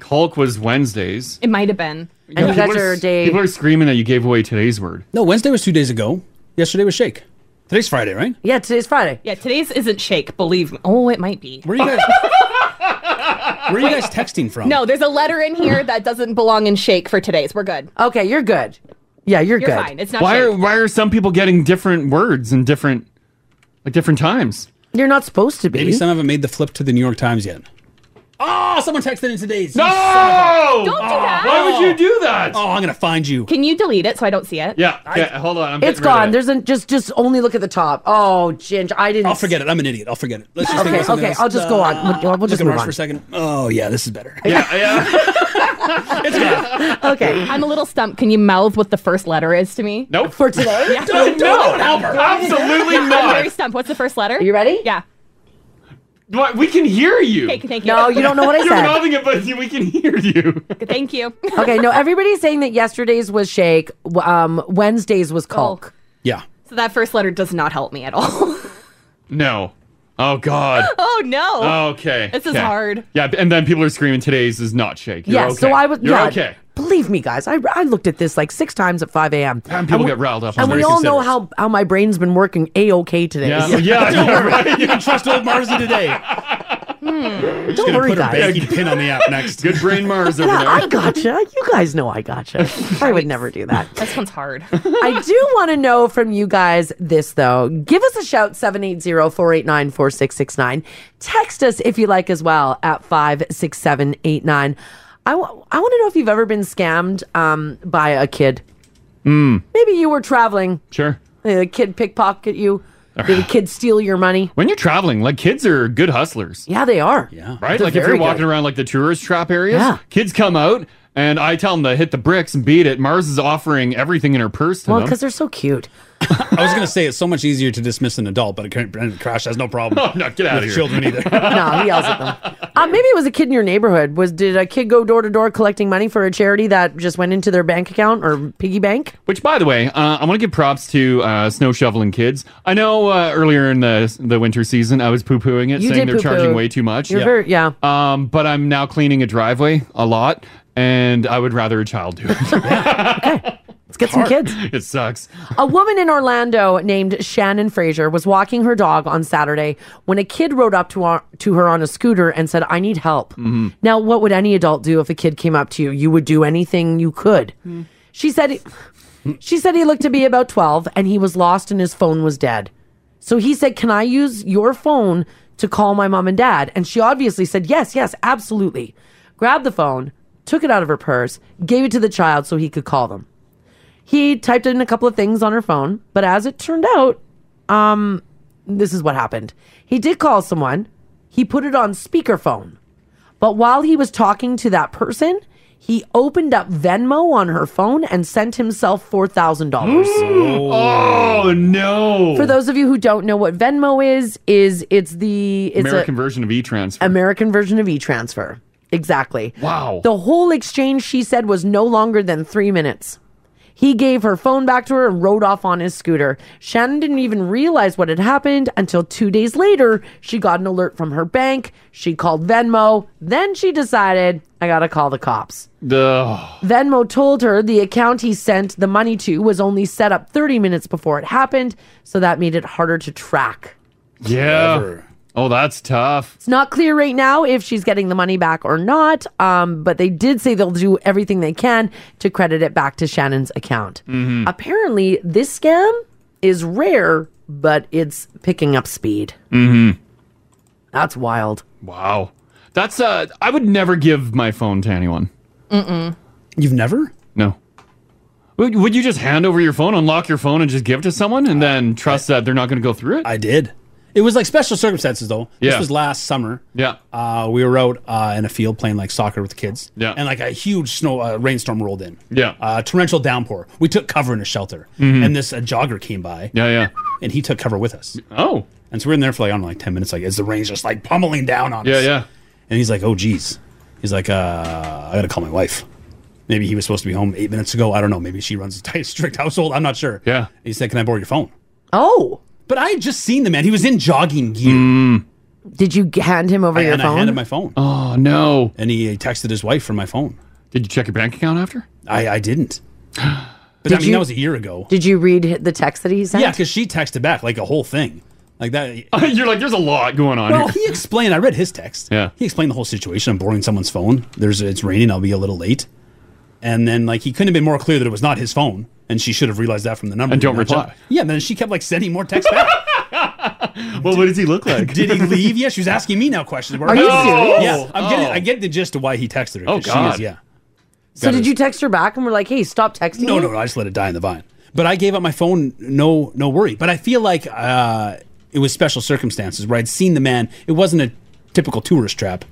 F: caulk was Wednesdays.
D: It might have been.
J: And you guys
F: people
J: are
F: s-
J: day.
F: People are screaming that you gave away today's word.
C: No, Wednesday was two days ago. Yesterday was shake. Today's Friday, right?
J: Yeah, today's Friday.
D: Yeah, today's isn't shake, believe me. Oh, it might be.
C: Where are you guys? Where are you guys texting from?
D: No, there's a letter in here that doesn't belong in shake for today's. We're good.
J: Okay, you're good. Yeah, you're,
D: You're good. fine. It's not
F: Why
D: shake.
F: are why are some people getting different words and different like different times?
J: You're not supposed to be.
C: Maybe some haven't made the flip to the New York Times yet. Oh, someone texted in today's.
F: No!
D: Don't do that.
F: do that?
C: Oh, I'm gonna find you.
D: Can you delete it so I don't see it?
F: Yeah. Okay, hold on. I'm getting rid
J: It's
F: of
J: gone.
F: it.
J: There's a just just only look at the top. Oh, Ginger, I didn't.
C: I'll forget it. I'm an idiot. I'll forget it. Let's just think
J: Okay,
C: of something
J: okay.
C: else.
J: I'll just go on. We'll- We'll,
F: Mm-hmm.
C: Look
J: just
C: at
J: move
C: Mars
J: on.
C: for a second. Oh yeah, this is better.
J: Okay.
D: I'm a little stumped. Can you mouth what the first letter is to me?
F: Nope.
J: For today?
D: yeah.
J: Don't- don't help her. Absolutely
D: I'm
J: not.
D: very stumped. What's the first letter? Are
J: you ready?
D: Yeah.
F: What, we can hear you.
D: Okay, thank you.
J: No, you don't know what I
F: You're
J: said.
F: nodding it, but we can hear you.
D: Thank you.
J: okay, no. Everybody's saying that yesterday's was shake. w- Um, Wednesday's was caulk.
C: Yeah.
D: So that first letter does not help me at all.
F: No. Oh God.
D: Oh no.
F: Okay.
D: This is
F: okay.
D: hard.
F: Yeah, and then people are screaming, "Today's is not shake." You're
J: yeah,
F: okay.
J: so I was.
F: You're
J: yeah,
F: okay.
J: Believe me, guys, I, I looked at this like six times at 5 a.m.
F: And people
J: we-
F: get riled up.
J: And
F: on
J: we
F: their
J: all know
F: considerate.
J: how, how my brain's been working a okay today.
F: Yeah, yeah, yeah, right.
C: You can trust old Marzi today.
J: Hmm. Don't
C: gonna
J: worry,
C: put her
J: guys.
C: banking pin on the app next.
F: Good brain Mars
J: Yeah, I gotcha. You guys know I gotcha. I would never do that.
D: This one's hard.
J: I do want to know from you guys this, though. Give us a shout, 780-489-4669. Text us if you like as well at 56789. I want to know if you've ever been scammed um, by a kid.
F: Mm.
J: Maybe you were traveling.
F: Sure.
J: A kid pickpocket you. Did a kid steal your money?
F: When you're traveling, like kids are good hustlers.
J: Yeah, they are.
F: Yeah. Right?
J: They're
F: like if
J: very
F: you're walking
J: good.
F: around like the tourist trap areas,
J: Yeah.
F: kids come out and I tell them to hit the bricks and beat it. Mars is offering everything in her purse to
J: Well,
F: them.
J: because they're so cute.
C: I was going to say it's so much easier to dismiss an adult, but it can't, and Crash has no problem.
F: Oh, no, get outta
C: with
F: here.
C: Children either.
J: no, he yells at them. Uh, maybe it was a kid in your neighborhood. Was did a kid go door to door collecting money for a charity that just went into their bank account or piggy bank?
F: Which, by the way, uh, I want to give props to uh, snow shoveling kids. I know uh, earlier in the the winter season, I was poo pooing it,
J: You
F: saying
J: did
F: they're charging
J: poo-poo.
F: way too much.
J: You're very- yeah.
F: Um, but I'm now cleaning a driveway a lot, and I would rather a child do it.
J: Let's get some kids.
F: it sucks.
J: A woman in Orlando named Shannon Fraser was walking her dog on Saturday when a kid rode up to, our, to her on a scooter and said, I need help. Now, what would any adult do if a kid came up to you? You would do anything you could.
F: Mm-hmm.
J: She said, she said he looked to be about 12 and he was lost and his phone was dead. So he said, Can I use your phone to call my mom and dad? And she obviously said, Yes, yes, absolutely. Grabbed the phone, took it out of her purse, gave it to the child so he could call them he typed in a couple of things on her phone, but as it turned out, um, this is what happened. He did call someone. He put it on speakerphone. But while he was talking to that person, he opened up Venmo on her phone and sent himself $4,000.
F: Oh no!
J: For those of you who don't know what Venmo is, is it's the it's
F: American
J: a,
F: version of e-transfer.
J: American version of e-transfer. Exactly.
F: Wow.
J: The whole exchange she said was no longer than 3 minutes. He gave her phone back to her and rode off on his scooter. Shannon didn't even realize what had happened until 2 days later she got an alert from her bank. She called Venmo, then she decided I got to call the cops.
F: Ugh.
J: Venmo told her the account he sent the money to was only set up 30 minutes before it happened, so that made it harder to track.
F: yeah. Oh, that's tough.
J: It's not clear right now if she's getting the money back or not, um, but they did say they'll do everything they can to credit it back to Shannon's account.
C: Mm.
F: Mhm.
J: Apparently, this scam is rare, but it's picking up speed.
F: Mm-hmm.
J: That's wild.
F: Wow. That's uh. I would never give my phone to anyone.
D: Mm-mm.
C: You've never?
F: No. Would, would you just hand over your phone, unlock your phone, and just give it to someone, and then trust that they're not going to go through it?
C: I did. It was like special circumstances, though.
F: Yeah.
C: This was last summer.
F: Yeah.
C: Uh, we were out uh, in a field playing like soccer with the kids.
F: Yeah.
C: And like a huge snow uh, rainstorm rolled in.
F: Yeah.
C: Uh, torrential downpour. We took cover in a shelter,
F: Mhm.
C: and this uh, jogger came by.
F: Yeah, yeah.
C: And he took cover with us.
F: Oh.
C: And so we're in there for like I don't know, like ten minutes. Like as the rain's just like pummeling down on
F: Yeah,
C: us.
F: yeah.
C: And he's like, "Oh, geez." He's like, uh, "I gotta call my wife." Maybe he was supposed to be home eight minutes ago. I don't know. Maybe she runs a tight, strict household. I'm not sure. Yeah. And he said, "Can I borrow your phone?"
J: Oh.
C: But I had just seen the man. He was in jogging gear.
F: Mm.
J: Did you hand him over
C: I,
J: your
C: and
J: phone?
C: I handed my phone.
F: Oh no!
C: And he texted his wife from my phone.
F: Did you check your bank account after?
C: I, I didn't. But
J: Did
C: I mean,
J: you-
C: that was a year ago.
J: Did you read the text that he sent?
C: Yeah, because she texted back like a whole thing, like that.
F: You're like, there's a lot going on.
C: Well,
F: here.
C: he explained. I read his text. Yeah, he explained the whole situation. I'm borrowing someone's phone. There's it's raining. I'll be a little late. And then like he couldn't have been more clear that it was not his phone, and she should have realized that from the number.
F: And don't
C: Not John.
F: reply.
C: Yeah, and then she kept like sending more texts back.
F: well, what does he look like?
C: Did he leave? Yeah, she was asking me now questions.
J: Are you
C: No!
J: serious?
C: Yeah, I'm getting.
J: Oh.
C: I get the gist of why he texted her.
F: Oh,
C: 'cause she is-
F: God.
C: yeah.
J: So did you text her back and we're like, hey, stop texting?
C: No,
J: me?
C: no, no. I just let it die in the vine. But I gave up my phone. No, no worry. But I feel like uh, it was special circumstances where I'd seen the man. It wasn't a typical tourist trap.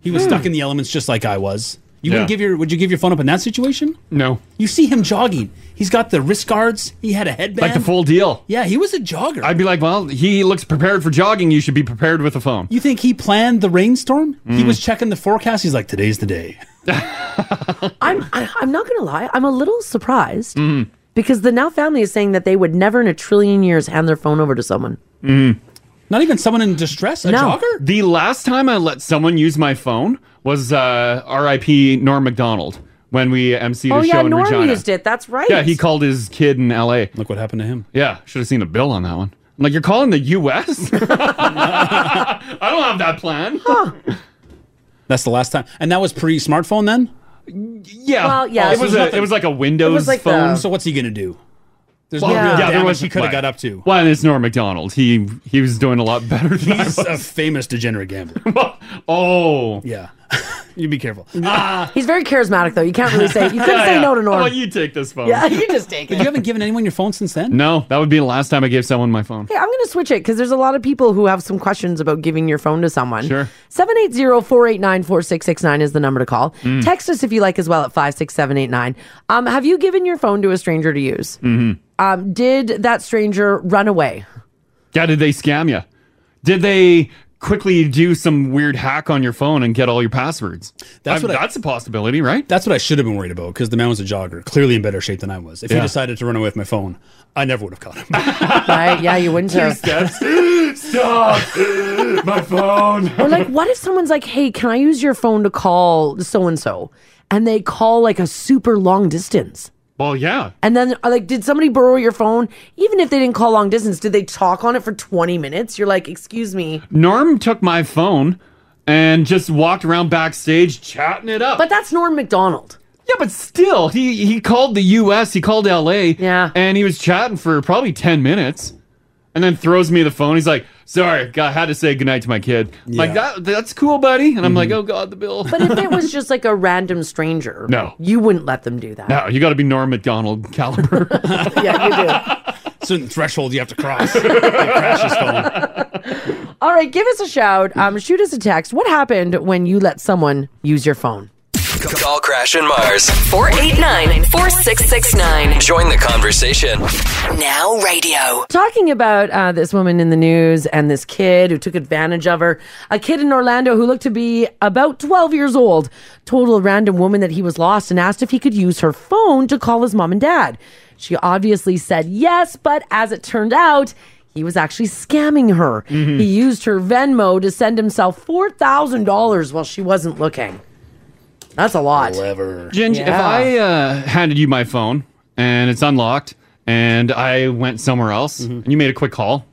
C: He was
F: Hmm.
C: stuck in the elements just like I was. You
F: Yeah.
C: wouldn't give your would you give your phone up in that situation?
F: No.
C: You see him jogging. He's got the wrist guards. He had a headband.
F: Like the full deal.
C: Yeah, he was a jogger.
F: I'd be like, well, he looks prepared for jogging. You should be prepared with a phone.
C: You think he planned the rainstorm? He
F: Mm.
C: was checking the forecast. He's like, today's the day.
J: I'm I, I'm not gonna lie. I'm a little surprised
C: Mm-hmm. Mm-hmm.
J: because the Now family is saying that they would never in a trillion years hand their phone over to someone.
F: Mm.
C: Not even someone in distress? A jogger?
F: The last time I let someone use my phone was uh, R.I.P. Norm McDonald when we emceed
J: oh
F: a show
J: yeah,
F: in
J: Norm
F: Regina.
J: used it. That's right.
F: Yeah, he called his kid in L.A.
C: Look what happened to him.
F: Yeah, should have seen a bill on that one. I'm like, you're calling the U.S. I don't have that plan.
C: That's the last time. And that was pre smartphone then?
F: Yeah.
J: Well, yeah.
F: It was a- it was like a Windows It was like phone. the-
C: So what's he going to do? There's
F: Well,
C: no real
F: there
C: damage
F: was-
C: he could have
F: well,
C: got up to.
F: Well, and it's Norm McDonald. He he was doing a lot better than
C: He's
F: I was.
C: a famous degenerate gambler.
F: oh.
C: Yeah. you be careful.
J: Ah. He's very charismatic though. You can't really say you couldn't
F: Yeah,
J: say
F: yeah.
J: no to Norm.
F: Oh, you take this phone.
J: yeah, you just take it.
C: You haven't given anyone your phone since then?
F: No, that would be the last time I gave someone my phone.
J: Hey, I'm going to switch it because there's a lot of people who have some questions about giving your phone to someone.
F: Sure.
J: 780-489-4669 is the number to call.
F: Mm.
J: Text us if you like as well at 56789. Um, have you given your phone to a stranger to use?
F: Mm-hmm.
J: Um, did that stranger run away?
F: Yeah, did they scam you? Did they quickly do some weird hack on your phone and get all your passwords?
C: That's
F: I-
C: what I-
F: that's a possibility, right?
C: That's what I should have been worried about because the man was a jogger, clearly in better shape than I was. If
F: Yeah.
C: he decided to run away with my phone, I never would have caught him.
J: right? Yeah, you wouldn't have.
F: Stop! my phone.
J: or like, what if someone's like, "Hey, can I use your phone to call so and so?" And they call like a super long distance.
F: Well, yeah.
J: And then, uh, like, did somebody borrow your phone? Even if they didn't call long distance, did they talk on it for 20 minutes? You're like, excuse me.
F: Norm took my phone and just walked around backstage chatting it up.
J: But that's Norm McDonald.
F: Yeah, but still, he he called the U.S. He called L.A. Yeah, and he was chatting for probably ten minutes, and then throws me the phone. He's like, "Sorry, I had to say goodnight to my kid." I'm Like that, that's cool, buddy. And I'm like,
C: Mm-hmm.
F: "Oh God, the bill."
J: But if it was just like a random stranger,
F: No.
J: you wouldn't let them do that.
F: No, you got to be Norm McDonald caliber.
C: Certain threshold you have to cross.
J: All right, give us a shout. Um, shoot us a text. What happened when you let someone use your phone?
B: Call Crash and Mars.
K: 489 4669.
B: Join the conversation.
K: Now radio.
J: Talking about uh, this woman in the news and this kid who took advantage of her, a kid in Orlando who looked to be about 12 years old told a random woman that he was lost and asked if he could use her phone to call his mom and dad. She obviously said yes, but as it turned out, he was actually scamming her. He used her Venmo to send himself $4,000 while she wasn't looking. That's a lot. Clever.
F: Ginge, if I uh, handed you my phone and it's unlocked and I went somewhere else
J: Mm-hmm.
F: and you made a quick call,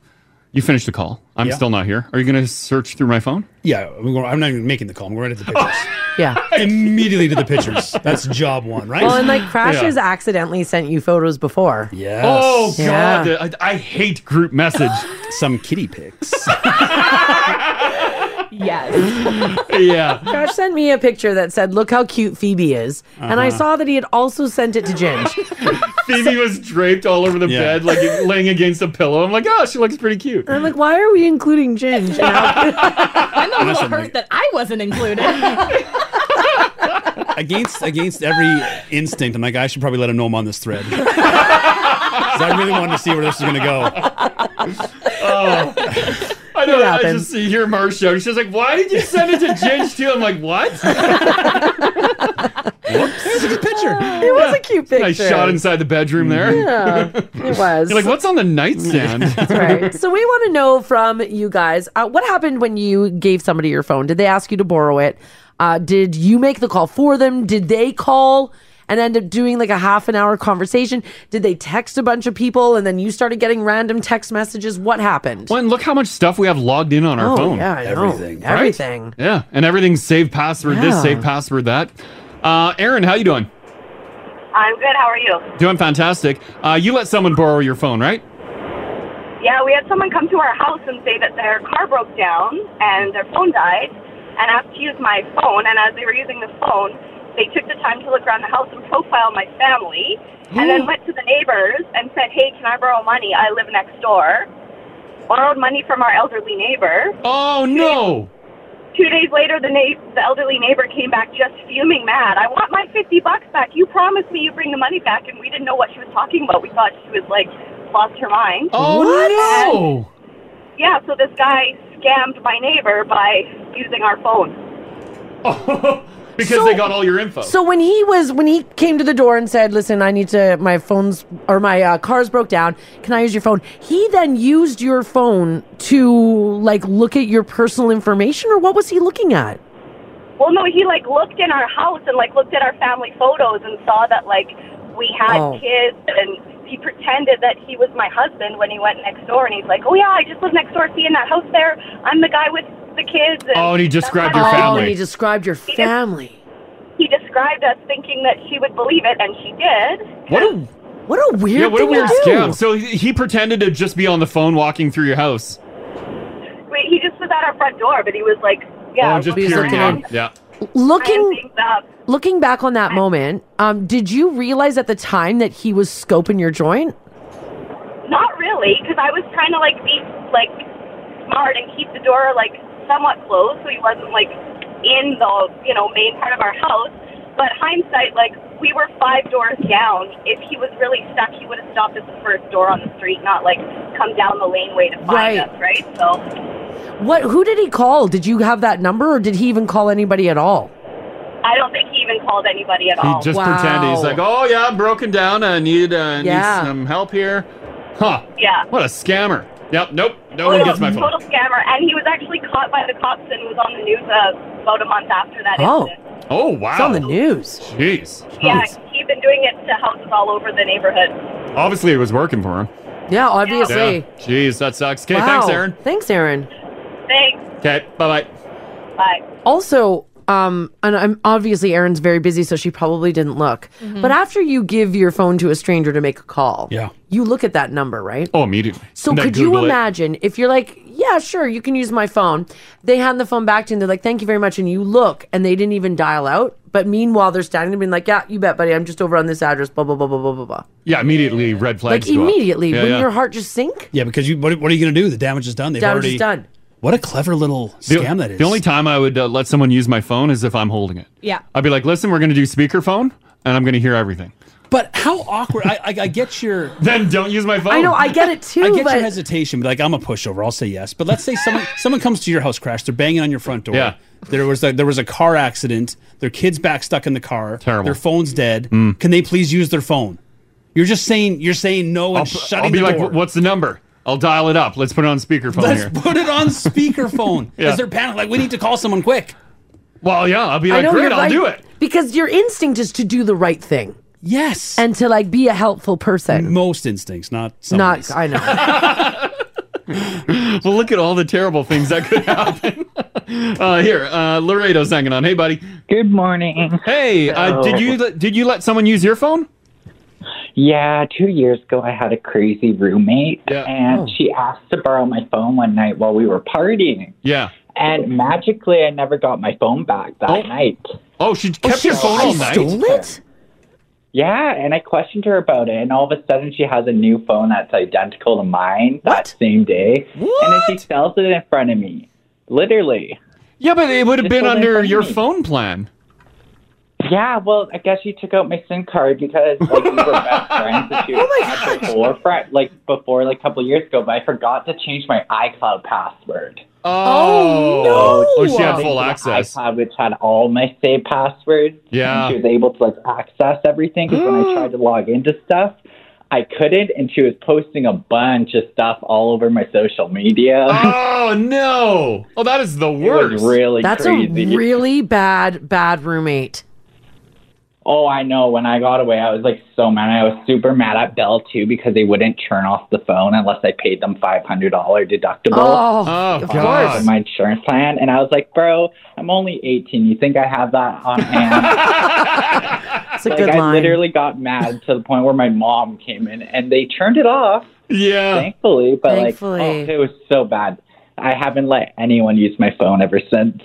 F: you finished the call. I'm
C: Yeah.
F: still not here. Are you going to search through my phone?
C: yeah, I'm going- I'm not even making the call. I'm going right at the pictures.
J: yeah.
C: Immediately to the pictures. That's job one, right?
J: Well, and like Crash has accidentally sent you photos before.
C: Yes.
F: Oh, God. I, I hate group message.
C: Some kitty pics.
J: Yes.
F: yeah.
J: Crash sent me a picture that said, "Look how cute Phoebe is," and I
F: Uh-huh.
J: saw that he had also sent it to Ginge.
F: Phoebe was draped all over the
J: Yeah.
F: bed, like laying against a pillow. I'm like, oh, she looks pretty cute.
J: And I'm like, "Why are we including Ginge?" You know?
D: I'm a little hurt that I wasn't included.
C: against against every instinct, I'm like, I should probably let him know I'm on this thread. 'Cause I really wanted to see where this was going to go.
F: Oh. I know.
C: It
F: I
C: happens.
F: just see hear Mars show. She's like, "Why did you send it to Ginge too?" I'm like, "What?"
C: There's a good picture.
J: It was a cute picture.
F: Nice shot inside the bedroom there.
J: Yeah, it was.
F: You're like, "What's on the nightstand?" That's
J: right. So we want to know from you guys uh, what happened when you gave somebody your phone. Did they ask you to borrow it? Uh, did you make the call for them? Did they call and end up doing like a half an hour conversation? Did they text a bunch of people and then you started getting random text messages? What happened?
F: Well, and look how much stuff we have logged in on our
J: Oh,
F: phone.
J: yeah, I know. Everything.
F: Right?
J: Everything.
F: Yeah, and everything's save password
J: Yeah.
F: this, save password that. Uh, Aaron, how you doing?
S: I'm good. How are you?
F: Doing fantastic. Uh, you let someone borrow your phone, right?
S: Yeah, we had someone come to our house and say that their car broke down and their phone died and asked to use my phone. And as they were using the phone, they took the time to look around the house and profile my family and then went to the neighbors and said, hey, can I borrow money? I live next door. Borrowed money from our elderly neighbor.
F: Oh no!
S: Two days later, the, na- the elderly neighbor came back just fuming mad. I want my 50 bucks back. You promised me you'd bring the money back, and we didn't know what she was talking about. We thought she was like lost her mind.
F: Oh no!
S: And, yeah, so this guy scammed my neighbor by using our phone.
F: because they got all your info.
J: So when he was when he came to the door and said, "Listen, I need to my phone's or my uh, car's broke down. Can I use your phone?" He then used your phone to like look at your personal information, or what was he looking at?
S: Well, no, he like looked in our house and like looked at our family photos and saw that like we had
J: Oh.
S: kids and he pretended that he was my husband when he went next door and he's like, oh yeah, I just live next door, see in that house there, I'm the guy with the kids. And
F: Oh, and he described
S: that's
F: your
S: how-
F: family.
J: And he described your
S: He just-
J: family.
S: He described us thinking that she would believe it, and she did.
F: What a
J: what a weird
F: yeah, what a
J: thing to
F: weird
J: do.
F: scam. So he he pretended to just be on the phone walking through your house.
S: Wait, he just was at our front door, but he was like, yeah,
F: oh, just
S: looking
F: peering
S: around.
F: in. Yeah.
J: Looking
S: up.
J: looking back on that moment, um, did you realize at the time that he was scoping your joint?
S: Not really, because I was trying to like be like smart and keep the door like somewhat closed, so he wasn't like in the you know main part of our house. But hindsight, like we were five doors down. If he was really stuck, he would have stopped at the first door on the street, not like come down the laneway to find
J: Right.
S: us, right? So
J: What? Who did he call? Did you have that number, or did he even call anybody at all?
S: I don't think he even called anybody at
F: He
J: Oh,
S: all.
F: just pretended. He's like, oh yeah, I'm broken down. I need uh,
S: Yeah.
F: need some help here. Huh?
S: Yeah. Oh,
F: What a scammer. Yep. Nope. No
S: total,
F: one gets my phone.
S: total scammer, and he was actually caught by the cops and was on the news uh, about a month after that
F: Oh.
S: incident.
F: Oh wow. It's
J: on the news.
F: Jeez.
S: Yeah, he's been doing it to houses all over the neighborhood.
F: Obviously, it was working for him.
J: Yeah, obviously.
F: Yeah. Jeez, that sucks. Okay,
J: Wow.
F: thanks, Aaron.
J: Thanks, Aaron.
S: Thanks.
F: Okay, bye bye.
S: Bye.
J: Also, um, and I'm obviously Erin's very busy, so she probably didn't look.
E: Mhm.
J: But after you give your phone to a stranger to make a call, yeah, you look at that number, right?
F: Oh, immediately.
J: So
F: And then
J: could
F: Google
J: you
F: it.
J: imagine if you're like, yeah, sure, you can use my phone. They hand the phone back to you and they're like, thank you very much. And you look and they didn't even dial out. But meanwhile, they're standing there being like, yeah, you bet, buddy. I'm just over on this address, blah, blah, blah, blah, blah, blah, blah.
F: Yeah, immediately red
J: Like
F: flags. go up.
J: immediately,
C: Yeah,
J: wouldn't
C: yeah.
J: your heart just sink?
C: Yeah, because you what, what are you going to do? The damage is done. They've
J: Damage is
C: already
J: done.
C: What a clever little
F: The,
C: scam that is.
F: the only time I would uh, let someone use my phone is if I'm holding it.
C: Yeah.
F: I'd be like, listen, we're going to do speakerphone, and I'm going to hear everything.
C: But how awkward! I, I, I get your.
F: Then don't use my phone.
J: I know, I get it too,
C: I get
J: but-
C: your hesitation, but like I'm a pushover. I'll say yes. But let's say someone someone comes to your house, crash. They're banging on your front door.
F: Yeah.
C: There was a, there was a car accident. Their kids back stuck in the car. Terrible. Their phone's dead.
F: Mm.
C: Can they please use their phone? You're just saying you're saying no and
F: I'll, p-
C: shutting
F: I'll be
C: the
F: like,
C: door.
F: "Wh- what's the number? I'll dial it up. Let's put it on speakerphone
C: Let's
F: here.
C: put it on speakerphone
F: Yeah.
C: as they're panicking. Like we need to call someone quick.
F: Well, yeah, I'll be like,
J: you're
F: great, I'll
J: right,
F: do it.
J: Because your instinct is to do the right thing.
C: Yes.
J: And to like be a helpful person.
C: Most instincts, not some.
J: Not I know.
F: well, look at all the terrible things that could happen. uh, here, uh, Laredo's hanging on. Hey, buddy.
T: Good morning.
F: Hey, uh, did you let- did you let someone use your phone?
T: Yeah, two years ago I had a crazy roommate, and
F: Oh.
T: she asked to borrow my phone one night while we were partying.
F: Yeah.
T: And magically, I never got my phone back that night.
F: Oh, she kept your phone all night.
J: it?
T: Yeah, and I questioned her about it, and all of a sudden she has a new phone that's identical to mine that same day, and then she sells it in front of me, literally.
F: Yeah, but it would have
T: Just
F: been
T: sold it in
F: under
T: front of
F: your
T: me.
F: phone plan.
T: Yeah, well, I guess she took out my SIM card because like we were best friends. And she oh my god! Before, fri- like before, like a couple years ago, but I forgot to change my iCloud password.
F: Oh, no! Oh, she had full access.
T: iCloud, which had all my saved passwords.
F: Yeah.
T: And she was able to like access everything because when I tried to log into stuff, I couldn't, and she was posting a bunch of stuff all over my social media.
F: Oh no! Oh, that is the
T: worst. really
J: That's
T: crazy.
J: a really bad, bad roommate.
T: Oh, I know. When I got away, I was like so mad. I was super mad at Bell too because they wouldn't turn off the phone unless I paid them five hundred dollar deductible.
J: Oh, Oh,
T: on
J: of course.
T: my insurance plan, and I was like, "Bro, I'm only eighteen. You think I have that on hand?"
J: It's
T: like, I literally got mad to the point where my mom came in and they turned it off.
F: Yeah,
T: thankfully, but
J: Thankfully.
T: like, oh, it was so bad. I haven't let anyone use my phone ever since.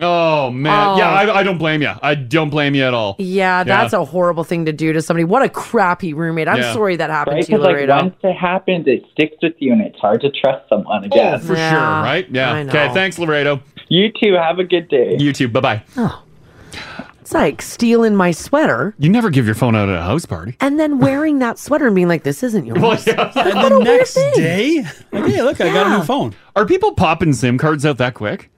F: Oh man, yeah,
J: Oh.
F: I, I don't blame you. I don't blame you at all.
J: Yeah, that's a horrible thing to do to somebody. What a crappy roommate. I'm
T: Yeah.
J: sorry that happened
T: Right?
J: to you,
T: 'Cause, like,
J: Laredo.
T: once it happens, it sticks with you, and it's hard to trust someone again.
F: Oh, for sure, right? Yeah. Okay, thanks, Laredo.
T: You too. Have a good day.
F: You too. Bye bye.
J: Oh. It's like stealing my sweater
F: You never give your phone out at a house party.
J: and then wearing that sweater and being like, this isn't yours.
C: And the next day, like, hey, look, I got a new phone.
F: Are people popping SIM cards out that quick?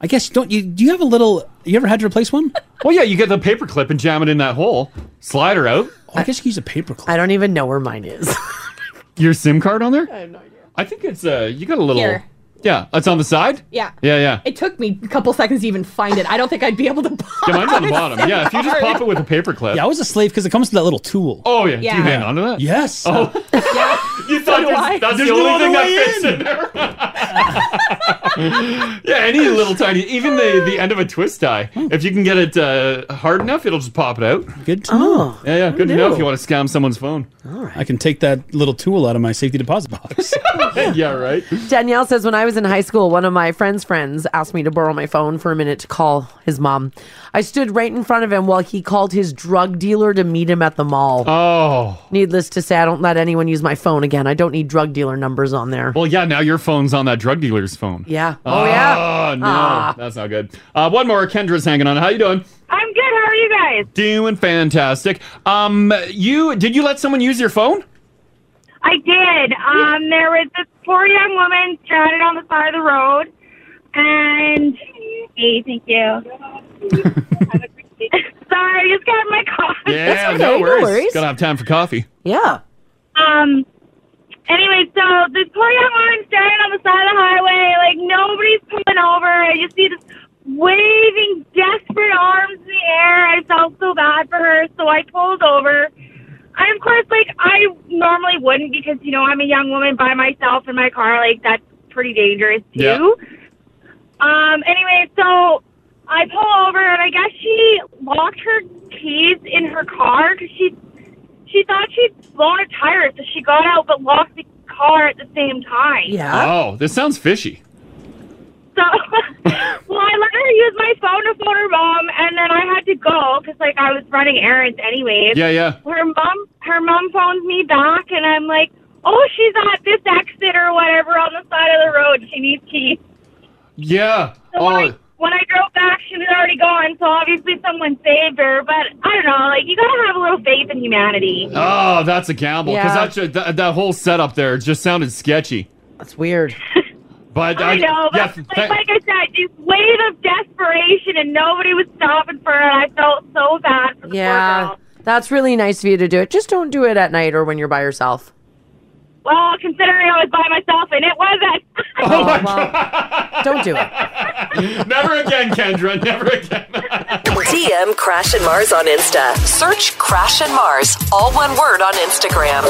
C: I guess don't you? Do you have a little? You ever had to replace one?
F: Well, yeah, you get the paper clip and jam it in that hole. Slide her out.
C: I guess you use a paper clip.
J: I don't even know where mine is.
F: Your SIM card on there? I have no idea. I think it's uh, you got a little.
D: Here.
F: Yeah, it's on the side.
D: Yeah.
F: Yeah, yeah.
D: It took me a couple seconds to even find it. I don't think I'd be able to.
F: Yeah, mine's on the bottom. Yeah, if you just pop it with a paper clip.
C: Yeah, I was a slave because it comes to that little tool.
F: Oh yeah. Do
D: Yeah.
F: you hang on to that?
C: Yes.
F: Oh. you thought
D: do
F: there's-
D: I.
F: that's
D: There's
F: the
D: no other
F: only thing that
D: way
F: fits in, there. yeah, any little tiny, even the the end of a twist tie. If you can get it uh, hard enough, it'll just pop it out.
C: Oh. Good to know.
F: Yeah, yeah. Good to know if you want to scam someone's phone.
C: I can take that little tool out of my safety deposit box.
F: yeah, right.
J: Danielle says, when I was in high school, one of my friend's friends asked me to borrow my phone for a minute to call his mom. I stood right in front of him while he called his drug dealer to meet him at the mall.
F: Oh.
J: Needless to say, I don't let anyone use my phone again. I don't need drug dealer numbers on there.
F: Well, yeah. Now your phone's on that drug dealer's phone.
J: Yeah.
F: Oh, yeah. no,
J: Ah.
F: that's not good. Uh, one more. Kendra's hanging on. How you doing?
U: I'm good. How are you guys?
F: Doing fantastic. Um, you did you let someone use your phone?
U: I did. Um, there was this poor young woman stranded on the side of the road, and hey, thank you. Sorry, I just got in my car.
F: Yeah, no worries. Gotta have time for coffee.
J: Yeah.
U: Um. Anyway, so this poor young woman standing on the side of the highway, like nobody's pulling over. I just see this waving, desperate arms in the air. I felt so bad for her, so I pulled over. And of course, like I normally wouldn't because you know I'm a young woman by myself in my car. Like that's pretty dangerous too.
V: Yeah.
U: Um. Anyway, so I pull over and I guess she locked her keys in her car because she she thought she'd blown a tire, so she got out but locked the car at the same time.
F: Oh, this sounds fishy.
U: So, well, I let her use my phone to phone her mom, and then I had to go because, like, I was running errands anyways.
F: Yeah, yeah.
U: Her mom, her mom phones me back, and I'm like, "Oh, she's at this exit or whatever on the side of the road. She needs keys."
F: Yeah.
U: So
F: oh,
U: when, I, when I drove back, she was already gone. So obviously, someone saved her. But I don't know. Like, you gotta have a little faith in humanity.
F: oh, that's a gamble
U: Yeah.
F: because that, that that whole setup there just sounded sketchy.
J: That's weird.
F: But I,
U: I know, but
F: yeah,
U: like, like I said, this wave of desperation and nobody was stopping for her. I felt so bad for the poor
J: Yeah.
U: girl.
J: That's really nice of you to do it. Just don't do it at night or when you're by yourself.
U: Well, considering I was by myself and it wasn't.
F: Oh my
J: God. Don't do it.
F: never again, Kendra. Never again.
K: DM Crash and Mars on Insta.
B: Search
K: Crash and Mars, all one word on Instagram.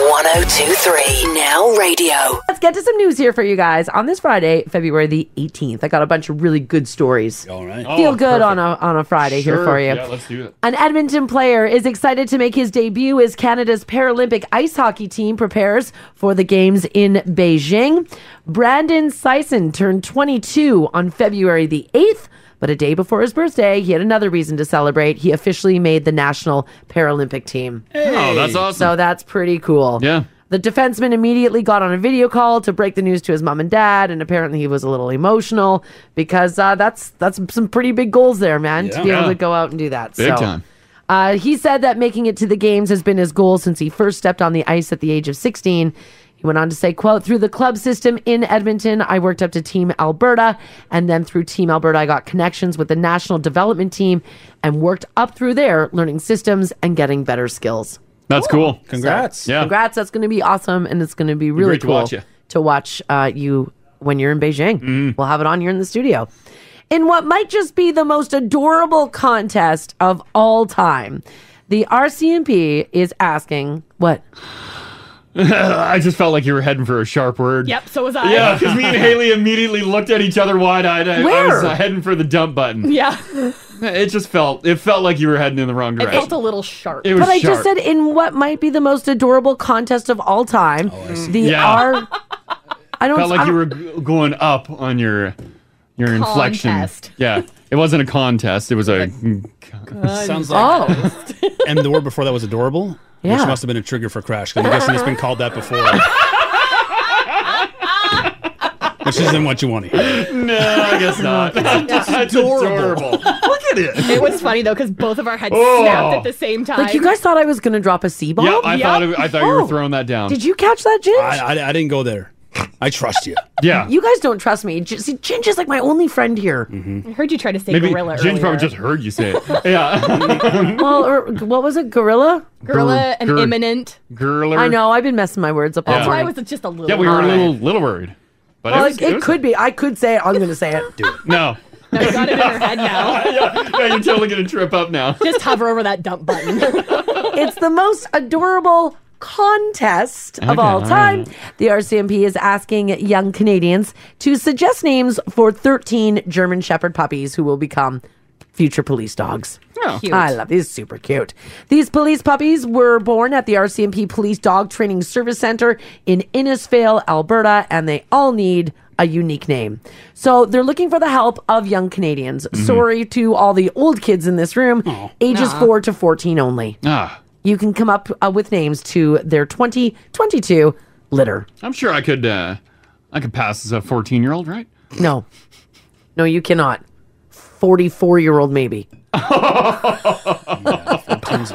K: 1023 Now Radio.
J: Let's get to some news here for you guys. On this Friday, February the 18th, I got a bunch of really good stories. All right.
F: Oh,
J: Feel good
F: perfect.
J: on a on a Friday here
F: Sure.
J: for you.
F: Yeah, let's do it.
J: An Edmonton player is excited to make his debut as Canada's Paralympic ice hockey team prepares for the games in Beijing. Brandon Sison turned 22 on February the 8th, but a day before his birthday, he had another reason to celebrate. He officially made the national Paralympic team.
F: Oh, that's awesome.
J: So that's pretty cool.
F: Yeah.
J: The defenseman immediately got on a video call to break the news to his mom and dad, and apparently he was a little emotional because uh, that's that's some pretty big goals there, man, to be
F: Yeah.
J: able to go out and do that.
F: Big
J: so.
F: time.
J: Uh, he said that making it to the games has been his goal since he first stepped on the ice at the age of 16. He went on to say, quote, through the club system in Edmonton, I worked up to Team Alberta. And then through Team Alberta, I got connections with the national development team and worked up through there, learning systems and getting better skills.
F: That's cool.
J: Congrats.
F: yeah.
J: Congrats. That's going to be awesome. And it's going to be really
F: great to
J: cool
F: watch ya. Mm.
J: to watch uh, you when you're in Beijing. We'll have it on here in the studio. In what might just be the most adorable contest of all time, the RCMP is asking what?
F: I just felt like you were heading for a sharp word.
D: Yep, so was I.
F: Yeah, because me and Haley immediately looked at each other wide eyed. I, I was
D: Where?
F: uh, heading for the dump button.
D: Yeah.
F: It just felt it felt like you were heading in the wrong
D: It
F: direction.
D: felt a little sharp.
F: It was
J: but I just
F: sharp.
J: said in what might be the most adorable contest of all time, the
F: Oh, Yeah.
J: R. I don't.
F: felt
J: I
F: like you
J: don't-
F: were g- going up on your your
J: Contest.
F: inflection. Yeah, it wasn't a contest. It was a.
J: uh,
C: Sounds like.
J: oh,
C: and the word before that was adorable.
F: Yeah.
C: Which must have been a trigger for Crash. 'cause I'm guessing it's been called that before. Which isn't what you want to hear.
F: no, I guess not.
D: That's
F: That's
D: adorable.
F: Look at it.
D: It was funny though because both of our heads
F: Oh.
D: snapped at the same time.
J: Like you guys thought I was going to drop a C bomb.
F: Yeah,
J: Oh,
F: I thought it, I thought you were throwing that down.
J: Did you catch that, Ginge?
C: I, I, I didn't go there. I trust you.
F: yeah.
J: You guys don't trust me. J- see, Ginge is like my only friend here.
C: Mhm.
J: I heard you try to say
F: Mm-hmm. Maybe Ginge probably just heard you say it. yeah.
J: well, or, what was it? Gorilla?
F: Gorilla and Gir- imminent. Girler.
J: I know. I've been messing my words up all
F: Yeah.
J: the
F: That's why I
J: time.
F: was
D: just a little.
F: Yeah, we were a little little worried. But
J: well,
F: it,
J: it,
F: was,
J: it
F: was-
J: could be. I could say it. I'm going to say it. Do it.
F: No. yeah, you're totally going to trip up now.
D: Just hover over that dump button.
J: it's the most adorable contest of
F: Okay,
J: all
F: all
J: time. The RCMP is asking young Canadians to suggest names for 13 German Shepherd puppies who will become future police dogs.
R: Oh. Cute.
J: I love these super cute. These police puppies were born at the RCMP Police Dog Training Service Center in Innisfail, Alberta, and they all need a unique name. So they're looking for the help of young Canadians.
D: Mm-hmm.
J: Sorry to all the old kids in this room,
C: Oh.
J: ages
R: Nah.
J: 4 to 14 only.
C: Ah.
J: You can come up uh, with names to their 2022 litter.
F: I'm sure I could uh I could pass as a 14-year-old, right?
J: No. No, you cannot. 44 year old, maybe.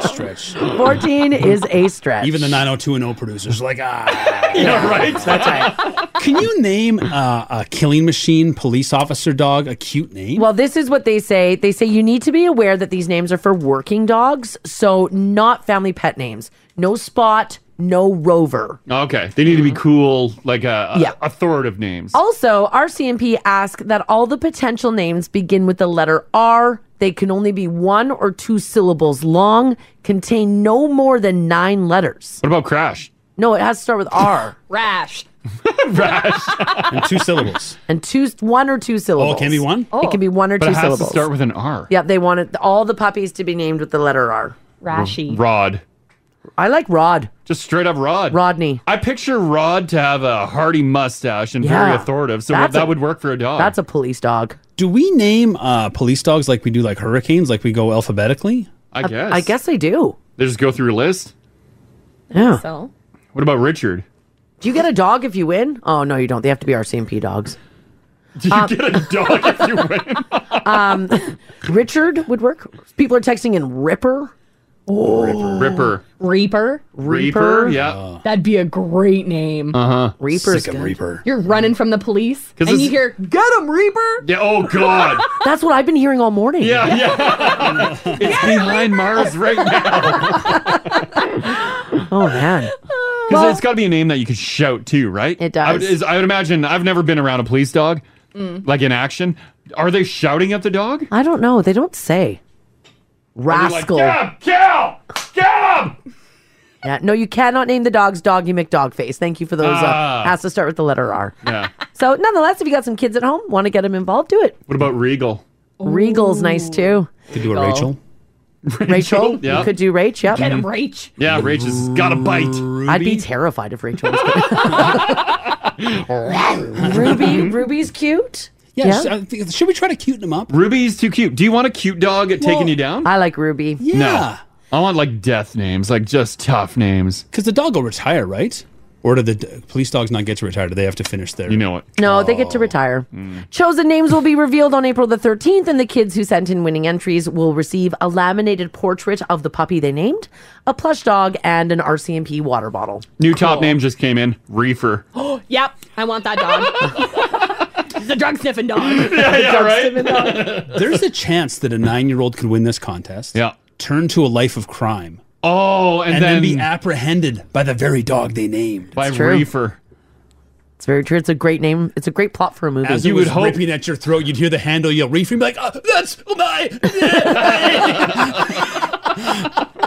J: 14 is a stretch.
C: Even the 90210 producers are like, ah.
F: yeah, right.
J: That's right.
C: Can you name uh, a killing machine police officer dog a cute name?
J: Well, this is what they say. They say you need to be aware that these names are for working dogs, so not family pet names. No spot, no rover.
F: Okay. They need to be cool like uh,
J: Mm-hmm. Yeah.
F: authoritative names.
J: Also, RCMP ask that all the potential names begin with the letter R. They can only be one or two syllables long, contain no more than nine letters.
F: What about Crash?
J: No, it has to start with R.
D: Rash.
C: and two syllables.
J: And two, one or two syllables.
C: Oh, it can be one?
J: It can be one or
F: but
J: two
F: it has
J: syllables.
F: to start with an R.
J: Yep, they wanted all the puppies to be named with the letter R.
F: Rod.
J: I like Rod.
F: Just straight up Rod.
J: Rodney.
F: I picture Rod to have a hardy mustache and very
C: Yeah.
F: authoritative, so
C: That's
F: that
C: a-
F: would work for a dog.
J: a police dog.
C: Do we name uh, police dogs like we do like hurricanes, like we go alphabetically?
F: I guess.
J: I guess they do.
F: They just go through a list.
J: Yeah.
D: So,
F: What about Richard?
J: do you get a dog if you win? Oh no, you don't. They have to be RCMP dogs.
F: Do you
J: uh,
F: get a dog if you win?
J: um, Richard would work. People are texting in Ripper. Oh.
F: Ripper.
D: Reaper.
F: Reaper, Oh. yeah.
D: That'd be a great name.
F: Uh huh.
J: Reaper's
D: Sick of
J: good.
C: Reaper.
D: You're running from the police,
F: 'Cause
D: and
F: it's-
D: you hear, "Get him, Reaper!"
F: Yeah. Oh God.
J: That's what I've been hearing all morning.
F: Yeah, yeah. it's behind Mars right now.
J: oh man.
F: Because it's got to be a name that you could shout too, right? It
J: does. Mm.
F: I would, is, I would imagine. I've never been around a police dog, like in action. Are they shouting at the dog?
J: I don't know. They don't
F: Are
J: say.
F: they like,
J: Rascal.
F: Gab, Gab, Gab.
J: Yeah, no, you cannot name the dogs Doggy McDogface. Thank you for those.
F: Ah.
J: Uh, has to start with the letter R.
F: Yeah.
J: So, nonetheless, if you got some kids at home, want to get them involved, do it.
F: What about Regal?
J: Regal's nice too.
C: Could do
J: a Rachel.
F: Rachel.
J: You could do Rach. Yep.
F: Get 'em,
D: Rach.
F: Mm. Yeah, Rachel's got a bite.
J: I'd be terrified if Rachel was Ruby. Ruby's cute.
C: Yeah. sh- I think- Should we try to cuten them up?
F: Ruby's too cute. Do you want a cute dog at taking
C: Well,
F: you down?
J: I like Ruby.
C: Yeah.
F: No. I want like death names, like just tough names.
C: Because the dog will retire, right? Or do the d- police dogs not get to retire? Do they have to finish their? You
F: know it.
J: No, they
C: Oh.
J: get to retire.
C: Mm.
J: Chosen names will be revealed on April the 13th, and the kids who sent in winning entries will receive a laminated portrait of the puppy they named, a plush dog, and an RCMP water bottle.
F: New top name just came in. Reefer.
D: Oh, yep. I want that dog. it's a drug sniffing dog.
F: yeah, right.
C: There's a chance that a nine-year-old could win this contest. Yeah. Turn to a life of crime.
F: Oh, and,
C: then,
F: then-
C: be apprehended by the very dog they named.
F: By
J: It's true. Reefer. It's very true. It's a great name. It's a great plot for a movie.
C: As you would hope, ripping at your throat, you'd hear the handle yell reefer, and be like, "Ah, "That's my."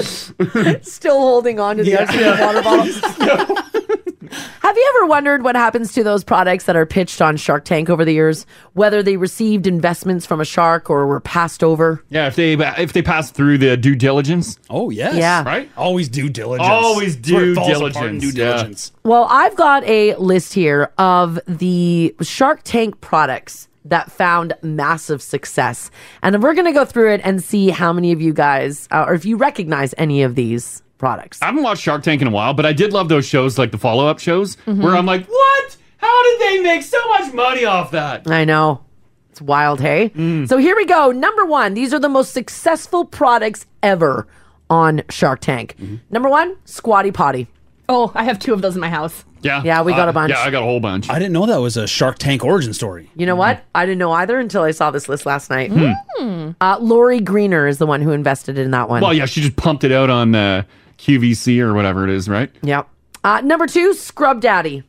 J: Still holding on to the
R: Yeah.
J: RCMP water bottle. Have you ever wondered what happens to those products that are pitched on Shark Tank over the years? Whether they received investments from a shark or were passed over?
F: Yeah, if they if they pass through the due diligence.
C: Oh yes.
J: Yeah.
F: Right.
C: Always due diligence.
F: Always
C: That's where it
F: due
C: falls apart in
F: diligence,
C: Due
F: yeah.
C: diligence.
J: Well, I've got a list here of the Shark Tank products that found massive success. And we're going to go through it and see how many of you guys, uh, or if you recognize any of these products.
F: I haven't watched Shark Tank in a while, but I did love those shows, like the follow up shows,
J: Mhm.
F: where I'm like, what? How did they make so much money off that? Mm.
J: I know. It's wild, hey? So here we go. Number one, these are the most
F: Mm-hmm.
J: successful products ever on Shark Tank. Number one, Squatty Potty.
D: Oh, I have two of those in my house.
F: Yeah. Uh,
J: Yeah, we got a bunch.
F: Yeah, I got a whole bunch.
C: I didn't know that was a Shark Tank origin story.
J: You know what? I didn't know either until I saw this list last night.
F: Mm-hmm. Hmm.
J: Uh, Lori Greener is the one who invested in that one.
F: Well, yeah, she just pumped it out on uh, QVC or whatever it is, right?
J: Yep. Uh, number two, Scrub Daddy.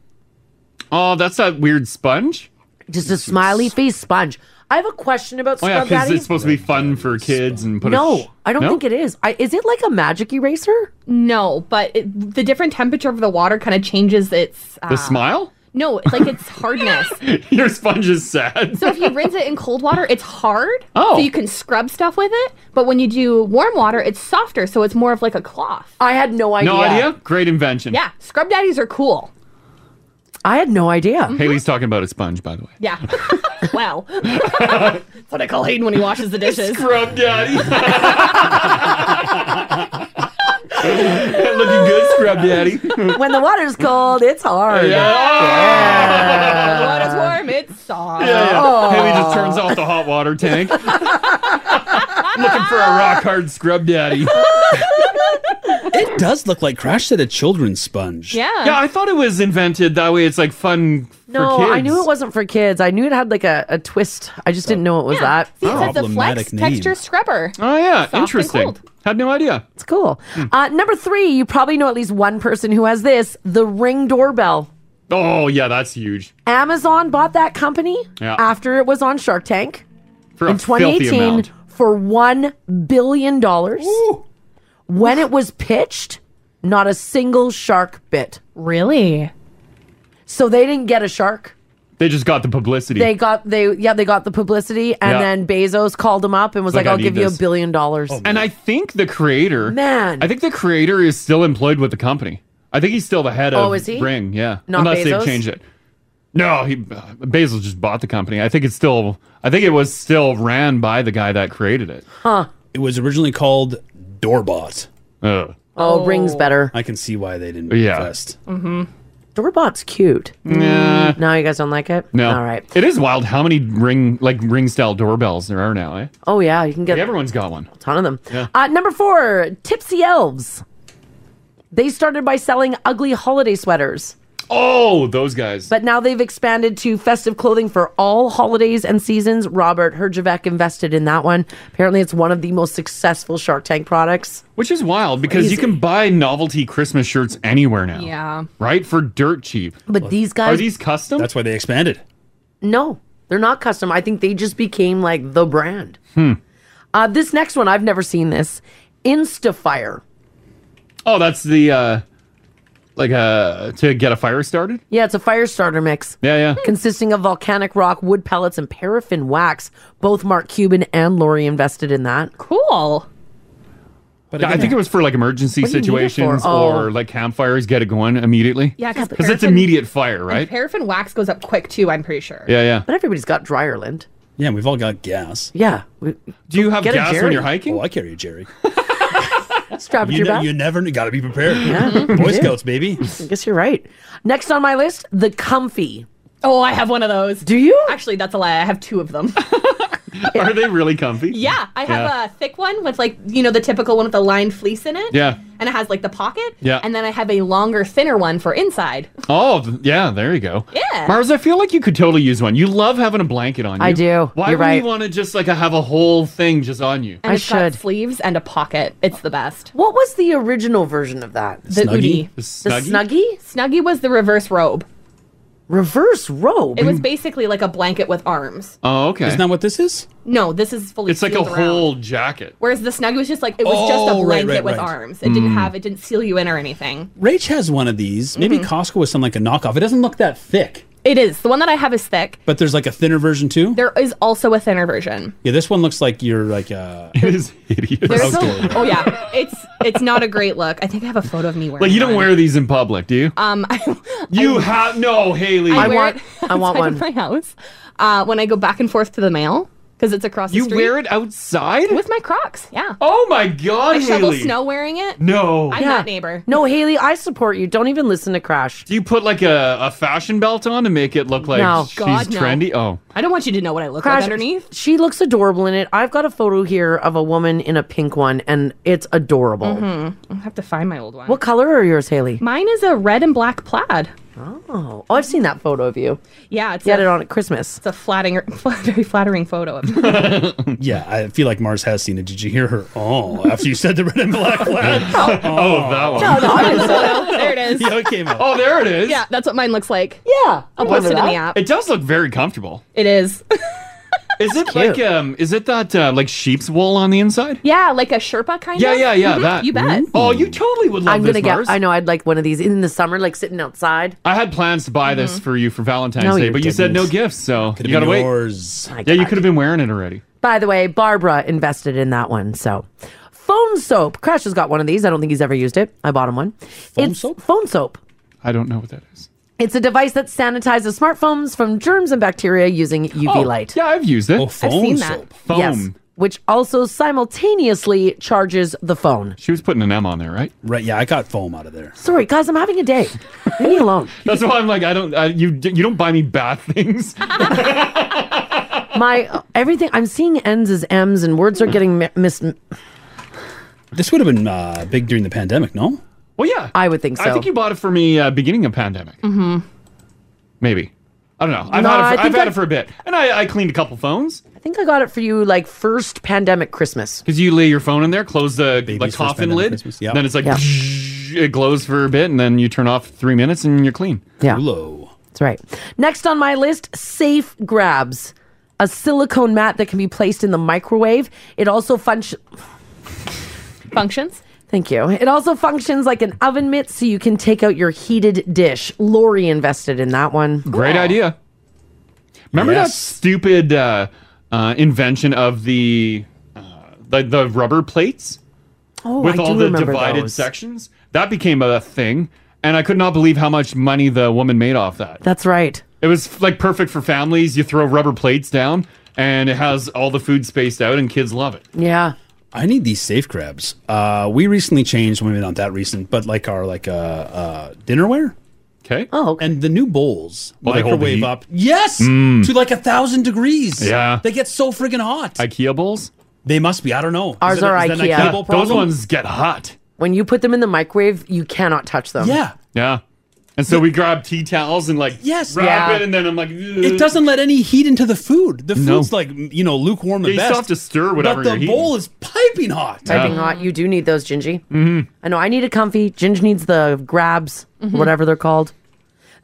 F: Oh, that's that weird sponge.
J: Just a smiley face sponge. I have a question about
F: Oh
J: Scrub
F: yeah, because
J: Daddy.
F: it's supposed to be fun for kids and put.
J: no,
F: I a sh-
J: I don't think it is. I, is it like a magic eraser?
D: No, but it, the different temperature of the water kind of changes its. Uh,
F: the smile.
D: No, it's like its hardness.
F: Your sponge is sad.
D: So if you rinse it in cold water, it's hard.
F: Oh.
D: So you can scrub stuff with it. But when you do warm water, it's softer. So it's more of like a cloth.
J: I had no
F: no idea. Great invention.
D: Yeah. Scrub daddies are cool.
J: I had no idea.
F: Haley's talking about a sponge, by the way.
D: Yeah. wow. That's what I call Hayden when he washes the dishes.
F: Scrub daddy. Looking good, scrub daddy.
J: when the water's cold, it's hard.
D: When the water's warm, it's soft.
F: Yeah, yeah.
D: Oh.
F: Haley just turns off the hot water tank. Looking for a rock hard scrub daddy.
C: It does look like Crash said a children's sponge.
D: Yeah.
F: Yeah, I thought it was invented that way. It's like fun
J: No,
F: for kids.
J: I knew it wasn't for kids. I knew it had like a, a twist. I just didn't know it was that.
D: See, it says the flex texture scrubber.
F: Oh yeah,
D: and
F: interesting.
D: cold.
F: Had no idea.
J: It's cool.
F: Hmm.
J: Uh, number three, you probably know at least one person who has this the ring doorbell.
F: Oh yeah, that's huge.
J: Amazon bought that company
F: Yeah.
J: after it was on Shark Tank
F: For
J: in
F: a filthy
J: 2018
F: amount.
J: for $1 billion. When it was pitched, not a single shark bit.
D: Really?
J: So they didn't get a shark.
F: They just got the publicity.
J: They got they yeah they got the publicity and
F: Yeah.
J: then Bezos called him up and was
F: Like,
J: like,
F: "I
J: "I'll
F: need
J: give you
F: this."
J: a billion dollars."
F: Oh, and I think the creator
J: Man.
F: I think the creator is still employed with the company. I think he's still the head of
J: Oh, is he?
F: Ring, yeah.
J: Not
F: Unless
J: Bezos?
F: they've changed it. No, he uh, Bezos just bought the company. I think it's still I think it was still ran by the guy that created it.
J: Huh.
C: It was originally called Doorbot.
F: Oh.
J: Oh, rings better.
C: I can see why they didn't
F: Yeah.
C: invest.
J: Mm-hmm. Doorbot's cute.
F: Yeah.
J: No, you guys don't like it.
F: No.
J: All right.
F: It is wild how many ring like ring style doorbells there are now, eh?
J: Oh yeah, you can get
F: Like, everyone's got one.
J: a ton of them.
F: Yeah.
J: Uh, number four, Tipsy Elves. They started by selling ugly holiday sweaters,
F: Oh, those guys.
J: but now they've expanded to festive clothing for all holidays and seasons. Robert Herjavec invested in that one. Apparently, it's one of the most successful Shark Tank products.
F: Which is wild because you
J: Crazy.
F: can buy novelty Christmas shirts anywhere now.
J: Yeah.
F: Right? For dirt cheap.
J: But these guys-
F: Are these custom? That's
C: why they expanded.
J: No, they're not custom. I think they just became like the brand.
F: Hmm.
J: Uh, this next one, I've never seen this. Instafire.
F: Oh, that's the uh like uh to get a fire started?
J: Yeah, it's a fire starter mix.
F: Yeah, yeah.
J: Consisting of volcanic rock, wood pellets, and paraffin wax. Both Mark Cuban and Lori invested in that.
D: Cool.
C: But
F: Yeah, I think it was for like emergency
J: What do you need it for?
F: situations
J: Oh.
F: or like campfires get it going immediately.
D: Yeah, 'cause
F: because it's
D: paraffin-
F: immediate fire,
D: And
F: right?
D: paraffin wax goes up quick too, I'm pretty sure.
F: Yeah, yeah.
J: But everybody's got dry Ireland.
C: Yeah, we've all got gas.
J: Yeah.
F: Do you have
C: Get a
F: gas when
C: Jerry.
F: you're hiking?
C: Oh, I carry a Jerry.
J: Strap it to
C: you,
J: your
C: know,
J: back.
C: you never got to be prepared. Boy
J: You do.
C: Scouts, baby.
J: I guess you're right. Next on my list, the comfy.
D: Oh, I have one of those.
J: Do you?
D: Actually, that's a lie. I have two of them.
F: Are they really comfy?
D: yeah, I have
F: Yeah.
D: a thick one with like you know the typical one with the lined fleece in it.
F: Yeah.
D: And it has like the pocket.
F: Yeah.
D: And then I have a longer, thinner one for inside.
F: Oh, th- yeah, there you go.
D: Yeah.
F: Mars, I feel like you could totally use one. You love having a blanket on you.
D: I do.
F: Why
D: You're
F: would
D: right.
F: you want to just like have a whole thing just on you?
D: And it's got sleeves and a pocket. It's the best.
J: What was the original version of that?
D: The Udi.
F: The
D: Snuggie? Snuggie was the reverse robe.
J: Reverse robe?
D: It was basically like a blanket with arms.
F: Oh, okay.
C: Isn't that what this is?
D: No, this is fully
F: It's like a
D: sealed around.
F: whole jacket.
D: Whereas the Snuggie was just like it was just
C: Oh,
D: a
C: right,
D: blanket
C: right,
D: with
C: right.
D: arms. It didn't
C: Mm.
D: have it didn't seal you in or anything.
C: Rach has one of these. Maybe
J: Mm-hmm.
C: Costco was some like a knockoff. It doesn't look that thick,
D: It is. The one that I have is thick.
C: but there's like a thinner version too.
D: There is also a thinner version.
C: Yeah, this one looks like you're like uh
F: It is hideous.
D: There's a, oh yeah, it's it's not a great look. I think I have a photo of me wearing.
F: Like you don't
D: one.
F: wear these in public, do you?
D: Um, I,
F: You have no, Haley.
D: I, wear it outside of my house uh, when I go back and forth to the mail because it's across the
F: You
D: street.
F: wear it outside?
D: with my Crocs. Yeah.
F: Oh my God,
D: I shovel
F: Haley.
D: snow wearing it.
F: No.
D: I'm
J: Yeah.
D: that neighbor.
J: No, Haley, I support you. Don't even listen to Crash.
F: Do you put like a, a fashion belt on to make it look like
J: No.
F: she's
J: God, no.
F: trendy? Oh.
D: I don't want you to know what I look like underneath.
J: She looks adorable in it. I've got a photo here of a woman in a pink one, and it's adorable.
D: Mhm. I'll have to find my old one.
J: What color are yours, Haley?
D: Mine is a red and black plaid.
J: Oh, oh, I've seen that photo of you.
D: Yeah, it's
J: you had
D: a-
J: it on at Christmas.
D: It's a flattering, very flattering photo of me.
C: yeah, I feel like Mars has seen it. Did you hear her? Oh, after you said the red and black flag. oh,
F: that one.
D: No, no, I just don't know. There it is.
C: Yeah, it came out.
F: Oh, there it is.
D: Yeah, that's what mine looks like.
J: Yeah,
D: I'll post it in the app.
F: It does look very comfortable.
D: It is.
F: Is it like um? Is it that uh, like sheep's wool on the inside?
D: Yeah, like a Sherpa kind
F: Yeah,
D: of.
F: yeah, yeah.
D: Mhm,
F: That.
D: You bet.
F: Oh, you totally would love
J: Mm-hmm. I'm
F: this,
J: gonna get.
F: Mars.
J: I know. I'd like one of these in the summer, like sitting outside.
F: I had plans to buy this for you for Valentine's
J: Mm-hmm. No,
F: Day,
J: you
F: but you said no
J: didn't.
F: gifts, so you gotta
J: been
F: wait.
C: Yours.
F: Yeah, you could have been wearing it already.
J: By the way, Barbara invested in that one. So, phone soap. Crash has got one of these. I don't think he's ever used it. I bought him one. Phone soap. Phone soap.
F: I don't know what that is.
J: It's a device that sanitizes smartphones from germs and bacteria using UV
F: Oh,
J: light.
F: Yeah, I've used it. Oh,
J: I've seen that.
F: Foam.
J: Yes, which also simultaneously charges the phone.
F: She was putting an M on there, right?
C: Right. Yeah, I got foam out of there.
J: Sorry, guys, I'm having a day. Leave me alone.
F: That's why I'm like, I don't. I, you you don't buy me bad things.
J: My everything. I'm seeing N's as M's, and words are getting mi- mis.
C: This would have been uh, big during the pandemic, no?
F: Well, yeah.
J: I would think
F: I
J: so.
F: think you bought it for me uh, beginning of pandemic.
J: Mm-hmm.
F: Maybe. I don't know. I've
J: No,
F: had it
J: I
F: for, I've
J: think
F: had
J: I-
F: it for a bit, and I, I cleaned a couple phones
J: I think I got it for you like first pandemic Christmas.
F: because you lay your phone in there, close the like coffin
C: spend on
F: lid,
C: Christmas, yeah.
F: then it's like
J: Yeah.
F: it glows for a bit, and then you turn off three minutes, and you're clean.
J: Yeah.
C: Hello.
J: That's right. Next on my list, safe grabs. A silicone mat that can be placed in the microwave. It also functions.
D: Functions?
J: Thank you. It also functions like an oven mitt so you can take out your heated dish. Lori invested in that one.
F: Great idea. Remember that stupid uh, uh, invention of the uh, the, the rubber plates
J: Oh,
F: with
J: I
F: all
J: do
F: the
J: remember
F: divided
J: those.
F: sections? That became a thing, and I could not believe how much money the woman made off that.
J: That's right.
F: It was like perfect for families. You throw rubber plates down, and it has all the food spaced out, and kids love it.
J: Yeah.
C: I need these safe grabs. Uh, we recently changed, well, maybe not that recent, but like our like uh, uh, dinnerware.
F: Okay.
J: Oh,
C: And the new bowls
F: Oh, they hold the
C: microwave
F: heat?
C: up. Yes,
F: Mm.
C: to like a thousand degrees.
F: Yeah.
C: they get so freaking hot.
F: IKEA bowls?
C: They must be. I don't know.
J: Ours
C: Is it-
J: are
C: is that an
J: IKEA.
C: bowl
J: Those
C: problem?
J: ones
F: get hot.
J: When you put them in the microwave, you cannot touch them.
C: Yeah.
F: Yeah. And so we grab tea towels and like
C: Yes.
F: wrap
C: Yeah.
F: it, and then I'm like,
C: It doesn't let any heat into the food. The
F: No.
C: food's like you know lukewarm
F: Yeah,
C: at
F: you still
C: best.
F: have to stir whatever
C: But the
F: you're heating.
C: bowl is piping hot.
J: Typing hot. You do need those, Gingy.
F: Mm-hmm.
J: I know I need a comfy. Ginge needs the grabs,
C: Mm-hmm.
F: Mhm.
J: whatever they're called.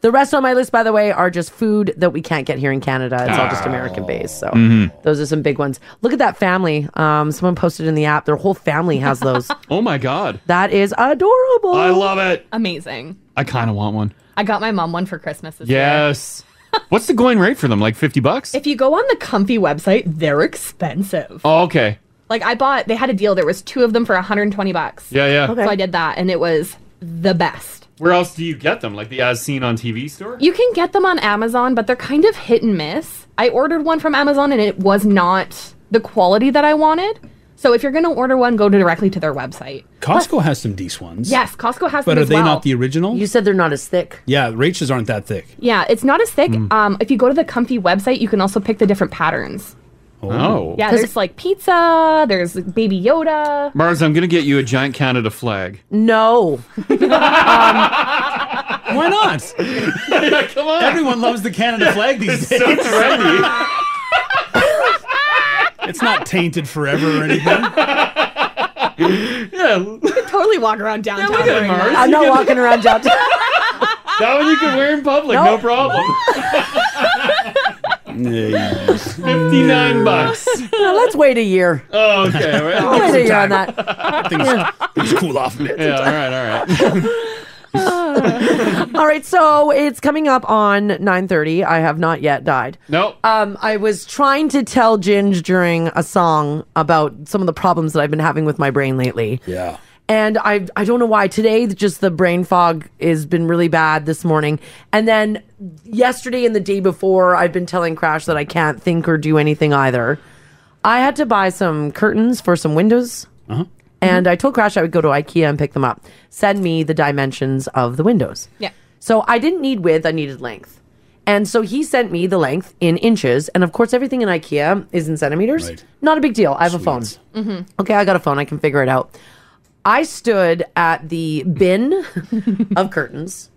J: The rest on my list, by the way, are just food that we can't get here in Canada. It's all
F: Ah.
J: just American based. So
F: Mhm.
J: those are some big ones. Look at that family. Um, someone posted in the app. Their whole family has those.
F: Oh my god.
J: that is adorable.
F: I love it.
D: Amazing.
F: I kind of want one.
D: I got my mom one for Christmas. This
F: Yes. What's the going rate for them? Like 50 bucks?
D: If you go on the Comfy website, they're expensive.
F: Oh, okay.
D: Like I bought, they had a deal. There was two of them for 120 bucks.
F: Yeah, yeah. Okay.
D: So I did that, and it was the best.
F: Where else do you get them? Like the as seen on TV store?
D: You can get them on Amazon, but they're kind of hit and miss. I ordered one from Amazon, and it was not the quality that I wanted. So if you're going to order one, go directly to their website.
C: Costco has some decent ones.
D: Yes, Costco has
C: But
D: them
C: are
D: as
C: they
D: well.
C: not the original? You
J: said they're not as thick.
C: Yeah, Rach's aren't that thick.
D: Yeah, it's not as thick.
C: Mm.
D: Um, if you go to the Comfy website, you can also pick the different patterns.
F: Oh.
D: Yeah, there's like pizza, there's Baby Yoda.
F: Mars, I'm going to get you a giant Canada flag.
J: No.
C: Why not?
F: come on.
C: Everyone loves the Canada flag these days.
F: so trendy.
C: it's not tainted forever or anything.
F: yeah. You
D: could totally walk around downtown.
F: look at
D: wearing
F: Mars.
D: that.
J: I'm not walking around downtown.
F: That one you can wear in public, no
J: Nope.
F: problem. 59 bucks.
J: Now, let's wait a year.
F: Oh, okay. Well,
J: I'll
F: give
J: wait
F: some
J: a year on
F: time.
J: that.
C: It's cool off.
F: Yeah, all right, all right.
J: All right, so it's coming up on 9:30. I have not yet died.
F: No.
J: Um, I was trying to tell Ginge during a song about some of the problems that I've been having with my brain lately.
C: Yeah.
J: And I I don't know why today just the brain fog has been really bad this morning. And then yesterday and the day before I've been telling Crash that I can't think or do anything either. I had to buy some curtains for some windows. And I told Crash I would go to IKEA and pick them up. Send me the dimensions of the windows.
D: Yeah.
J: So I didn't need width, I needed length. And so he sent me the length in inches. And of course, everything in IKEA is in centimeters. Not a big deal. I have a phone.
D: Mm-hmm.
J: Okay, I got a phone. I can figure it out. I stood at the bin of curtains.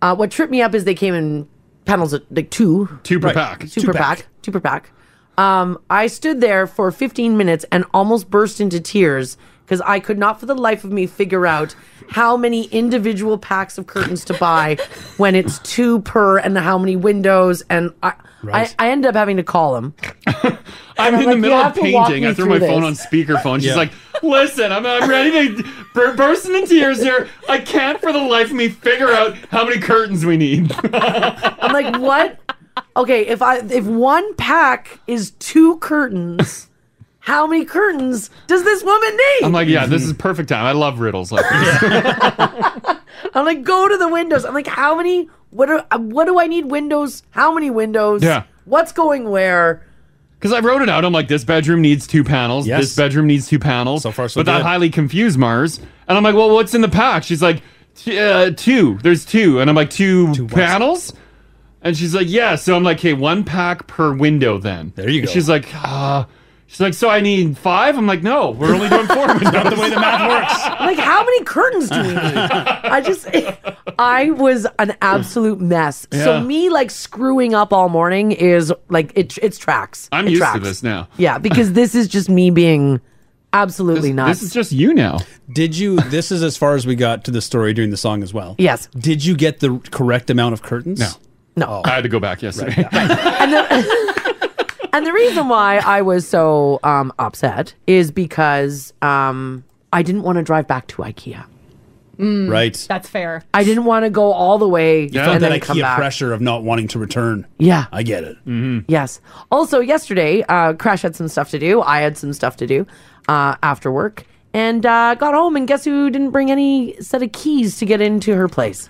J: Uh, what tripped me up is they came in panels of like two,
F: Two per pack.
J: two,
F: Two
J: per pack. two per pack. Um, I stood there for 15 minutes and almost burst into tears because I could not, for the life of me, figure out how many individual packs of curtains to buy when it's two per and how many windows. And I,
F: Right.
J: I, I ended up having to call him.
F: I'm in
J: like,
F: the
J: "You
F: middle
J: have
F: of
J: to walk
F: painting.
J: me
F: I threw
J: through
F: my phone on
J: this."
F: speakerphone. She's
J: Yeah.
F: like, "Listen, I'm, I'm ready to bur- burst into tears here. I can't for the life of me figure out how many curtains we need."
J: I'm like, what? Okay, if I if one pack is two curtains, how many curtains does this woman need?
F: I'm like, "Yeah, this is perfect time. I love riddles like this."
J: I'm like, go to the windows. I'm like, how many? What are? What do I need windows? How many windows?
F: Yeah.
J: What's going where?
F: Because I wrote it out. I'm like, this bedroom needs two panels.
C: Yes.
F: This bedroom needs two panels. So far,
C: so
F: But that
C: good.
F: highly confused Mars. And I'm like, well, what's in the pack? She's like, "T- uh, two. There's two. And I'm like, two, panels? And she's like, yeah. So I'm like, okay, one pack per window then. There you
C: go.
F: She's like, uh, she's like, so I need five? I'm like, no, we're only doing four windows. Not the way the math works.
J: I'm like, how many curtains do we need? I just, I was an absolute mess.
F: Yeah.
J: So me like screwing up all morning is like it. It's tracks.
F: I'm
J: It
F: used
J: tracks.
F: to this now.
J: Yeah, because this is just me being absolutely nuts.
F: just you now.
C: Did you? This is as far as we got to the story during the song as well.
J: Yes.
C: Did you get the correct amount of curtains? Oh. No.
J: No.
F: I had to go back yesterday.
J: and the reason why I was so um, upset is because um, I didn't want to drive back to IKEA.
D: Mm,
C: Right.
D: That's fair.
J: I didn't want to go all the way
C: You felt
J: and then
C: that
J: come
C: IKEA
J: back.
C: pressure of not wanting to return.
J: Yeah.
C: I get it.
F: Mm-hmm.
J: Yes. Also, yesterday, uh, Crash had some stuff to do. I had some stuff to do uh, after work, and uh, got home. And guess who didn't bring any set of keys to get into her place?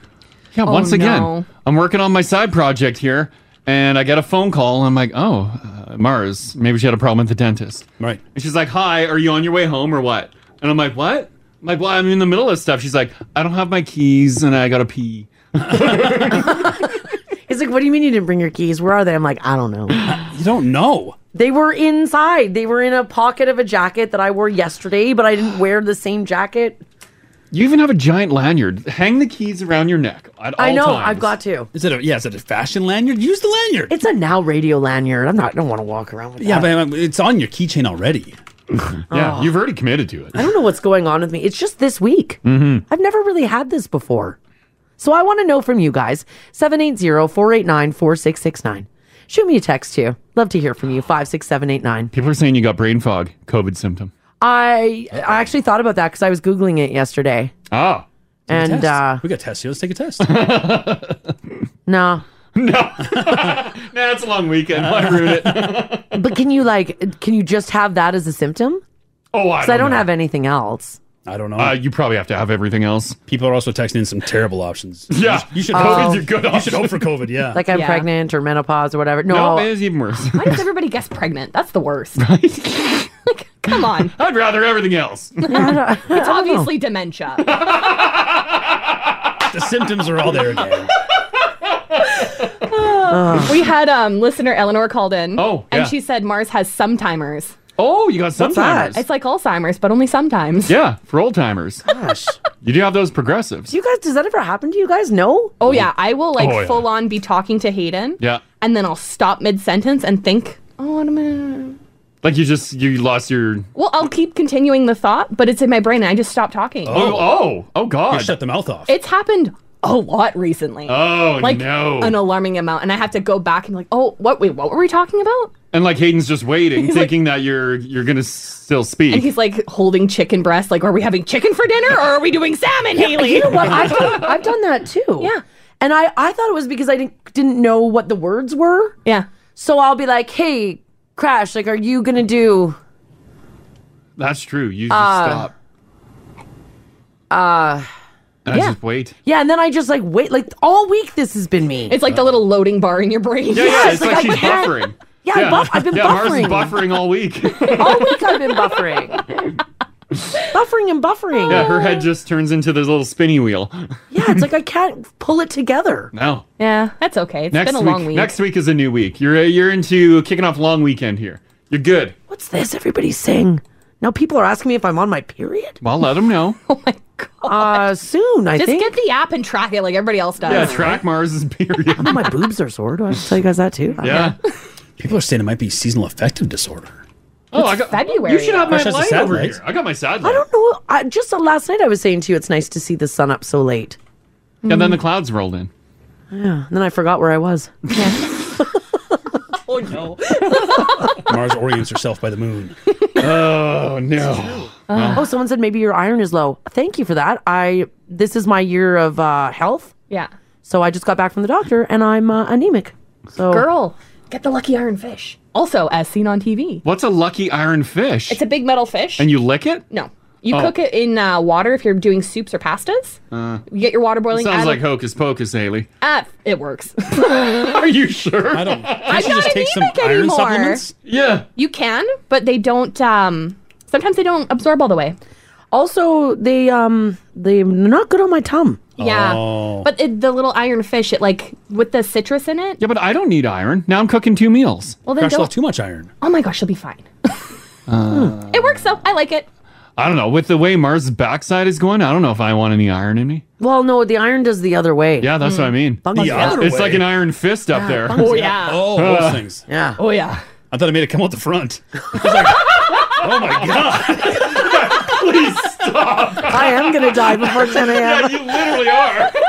F: Yeah,
J: Oh,
F: once again, I'm working on my side project here, and I get a phone call. And I'm like, oh, uh, Mars, maybe she had a problem at the dentist.
C: Right.
F: And she's like, hi, are you on your way home or what? And I'm like, what? I'm like, well, I'm in the middle of stuff. She's like, I don't have my keys and I got to pee.
J: He's like, "What do you mean you didn't bring your keys? Where are they?" I'm like, "I don't know."
C: Uh, you don't know.
J: They were inside. They were in a pocket of a jacket that I wore yesterday, but I didn't wear the same jacket.
F: You even have a giant lanyard. Hang the keys around your neck at all
J: I know.
F: times.
J: I've got to.
C: Is it a yeah? Is it a fashion lanyard? Use the lanyard.
J: It's a now radio lanyard. I'm not. I don't want to walk around with
C: Yeah,
J: that.
C: but um, it's on your keychain already.
J: Yeah, Oh. you've
F: already committed to it.
J: I don't know what's going on with me. It's just this week.
C: Mm-hmm.
J: I've never really had this before. So I want to know from you guys 780 489 4669. Shoot me a text too. Love to hear from you 56789.
F: People are saying you got brain fog, COVID symptom.
J: I I actually thought about that because I was Googling it yesterday.
F: Ah.
J: Take a And, test. uh,
C: we got tests here. Let's take a test.
J: No.
F: Nah, it's a long weekend. I ruined it.
J: but can you like, can you just have that as a symptom?
F: Oh, I
J: 'Cause
F: don't
J: I don't
F: know.
J: have anything else.
C: I don't know.
F: Uh, you probably have to have everything else.
C: People are also texting in some terrible options.
F: Yeah.
C: You should.
J: Oh.
C: hope, you should hope for COVID. Yeah.
J: Like I'm pregnant or menopause or whatever. No,
F: even worse.
D: Why does everybody guess pregnant? That's the worst. like, come on.
F: I'd rather everything else.
D: it's obviously dementia.
C: the symptoms are all there again.
D: we had um listener Eleanor called in.
F: Oh, yeah.
D: and she said Mars has sometimers.
F: Oh, you got sometimers.
D: It's like Alzheimer's, but only sometimes.
F: Yeah, for old timers. Gosh. You do have those progressives.
J: Do you guys, does that ever happen to you guys? No?
D: Oh yeah, I will like
F: Oh, yeah.
D: full on be talking to Hayden,
F: Yeah.
D: and then I'll stop mid sentence and think, oh, what am I?
F: Like you just you lost your
D: Well, I'll keep continuing the thought, but it's in my brain, and I just stop talking.
F: Oh, oh, oh god.
C: You shut the mouth off.
D: It's happened a lot recently.
F: Oh,
D: like
F: no.
D: an alarming amount, and I have to go back and be like, oh, what? Wait, what were we talking about?
F: And like Hayden's just waiting,
D: He's like-
F: thinking that you're you're gonna s- still
D: And
F: speak.
D: he's like holding chicken breast. Like, are we having chicken for dinner or are we doing salmon, Haley?
J: You know what? I've done, I've done that too. Yeah. And I, I thought it was because I didn't didn't know what the words were.
D: Yeah.
J: So I'll be like, hey, Crash, like, are you gonna do
F: That's true. You just
J: Uh,
F: stop.
J: uh
F: And I
J: yeah.
F: just wait.
J: Yeah, and then I just like wait like all week this has been me.
D: It's like the little loading bar in your brain.
F: Yeah, yeah, it's like she's
J: can't-
F: buffering.
J: Yeah, I buff- I've been
F: yeah, Mars is
J: buffering.
F: buffering all week.
J: All week I've been buffering. buffering and buffering.
F: yeah, her head just turns into this little spinny wheel.
J: Yeah, it's like I can't pull it together.
F: No.
D: Yeah, that's okay. It's
F: next
D: been a
F: week,
D: long week.
F: Next week is a new week. You're you're into kicking off long weekend here. You're good.
J: What's this everybody's saying? Now people are asking me if I'm on my period.
F: Well, let them know.
J: Oh Uh, soon I
D: Just
J: think.
D: get the app and track it like everybody else does.
F: yeah, track Mars's period.
J: Oh, my boobs are sore. Do I have to tell you guys that too?
F: Yeah.
C: People are saying it might be seasonal affective disorder.
F: Oh,
J: It's
F: I got
J: February.
F: You should have my
C: That's just a
F: light
C: sad
F: over
C: light.
F: here. I got my sad
J: I
F: light.
J: don't know. I, just uh, last night I was saying to you, it's nice to see the sun up so late.
F: And then the clouds rolled in.
J: Yeah. And then I forgot where I was.
D: Oh no.
C: Mars orients herself by the moon.
F: oh no!
J: Oh, someone said maybe your iron is low. Thank you for that. I this is my year of uh, health.
D: Yeah.
J: So I just got back from the doctor and I'm uh, anemic. So
D: Girl, get the lucky iron fish. Also, as seen on TV.
F: What's a lucky iron fish?
D: It's a big metal fish.
F: and you lick it?
D: no. You
F: Oh.
D: cook it in uh, water if you're doing soups or pastas.
F: Uh,
D: You get your water boiling.
F: sounds
D: add a-
F: like hocus pocus, Haley.
D: Ah, it works.
F: Are you sure? I don't.
D: I'm not anemic anymore.
F: Yeah.
D: You can, but they don't. Um, sometimes they don't absorb all the way.
J: Also, they um they're not good on my tongue.
D: Yeah,
F: Oh.
D: but it, the little iron fish, it like with the citrus in it.
F: Yeah, but I don't need iron. Now I'm cooking two meals.
D: Well, then Crash don't- left too
F: much iron.
D: Oh my gosh, she'll be fine. It works though. I like it.
F: Uh, I don't know. With the way Mars' backside is going, I don't know if I want any iron in me.
J: Well, no, the iron does the other way. Hmm.
F: Yeah,
D: Hmm.
F: that's what I mean.
J: Bungs The you up. other
F: it's
J: way?
F: like an iron fist up there.
J: bungs Oh, you up. yeah.
C: Oh,
F: Uh,
C: those things.
J: Yeah.
D: Oh yeah.
C: I thought I made it come out the front.
F: Oh my god. Please stop.
J: I am gonna die before 10 a.m.
F: Yeah, you literally are.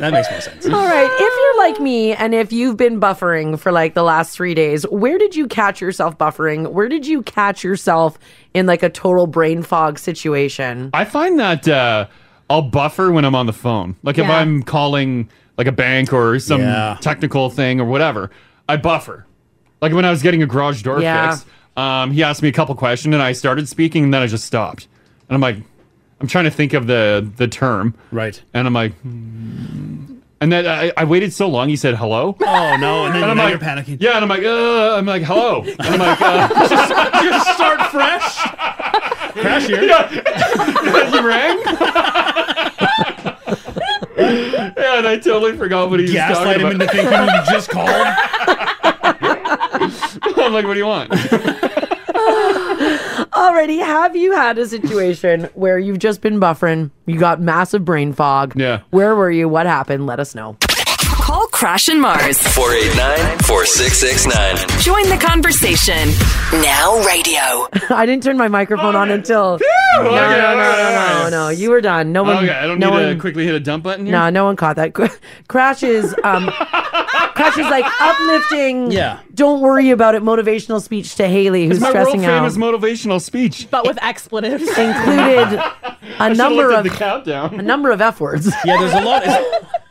C: That makes more sense.
J: All right. If you're like me and if you've been buffering for like the last three days, where did you catch yourself buffering? Where did you catch yourself in like a total brain fog situation?
C: Mm-hmm.
F: I find that uh, I'll buffer when I'm on the phone. Like if
J: Yeah.
F: I'm calling like a bank or some technical thing or whatever, I buffer. Like when I was getting a garage door
J: Yeah.
F: fixed, um, he asked me a couple questions and I started speaking and then I just stopped. And I'm like, I'm trying to think of the the term. Right. And I'm like, hmm. and then I, I waited so long. He said hello.
C: Oh no! And then
F: I'm
C: now
F: like,
C: you're panicking.
F: Yeah, and I'm like, uh, I'm like, hello. And I'm like, uh, just start fresh.
C: Crash here.
F: you rang? yeah, and I totally forgot what he was
C: Gaslight
F: talking
C: him into
F: about.
C: thinking you just called.
F: I'm like, what do you want?
J: Already, have you had a situation where you've just been buffering? You got massive brain fog.
F: Yeah.
J: Where were you? What happened? Let us know.
K: Call Crash and Mars.
B: 489 4669.
K: Join the conversation. Now radio.
J: I didn't turn my microphone on until.
F: No,
J: no,
F: Okay,
J: no,
F: all
J: no,
F: right, all
J: no,
F: right.
J: no, You were done. No one.
F: okay, I don't
J: no
F: need
J: one,
F: to quickly hit a dump button here.
J: No, no one caught that. Crash is um, Crash is like uplifting.
F: Yeah.
J: Don't worry about it. Motivational speech to Haley, who's
F: it's my world
J: stressing out.
F: famous motivational speech.
D: But with expletives
J: included, a
F: should've
J: number
F: looked
J: of
F: at the countdown.
J: a number of f words.
C: Yeah, there's a lot.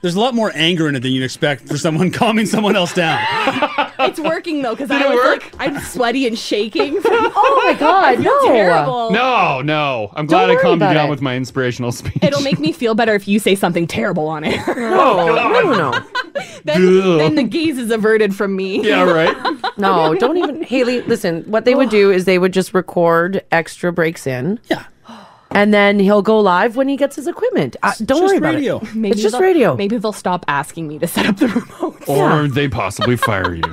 C: There's a lot more anger in it than you'd expect for someone calming someone else down.
D: It's working though because
F: Did
D: I
F: it
D: was
F: work?
D: like, I'm sweaty and shaking. From,
J: oh my
D: I feel Terrible.
F: No, no. I'm glad I
D: worry
F: calmed you
D: about
F: down
D: it.
F: with my inspirational speech.
D: It'll make me feel better if you say something terrible on air.
J: No, no, no.
D: then, then the gaze is averted from me.
J: no, don't even Haley. Listen, what they would do is they would just record extra breaks in. Yeah. And then he'll go live when he gets his equipment. Uh, don't worry about it. it's just
D: they'll-
J: radio.
D: Maybe they'll stop asking me to set up the
F: Or they possibly fire you.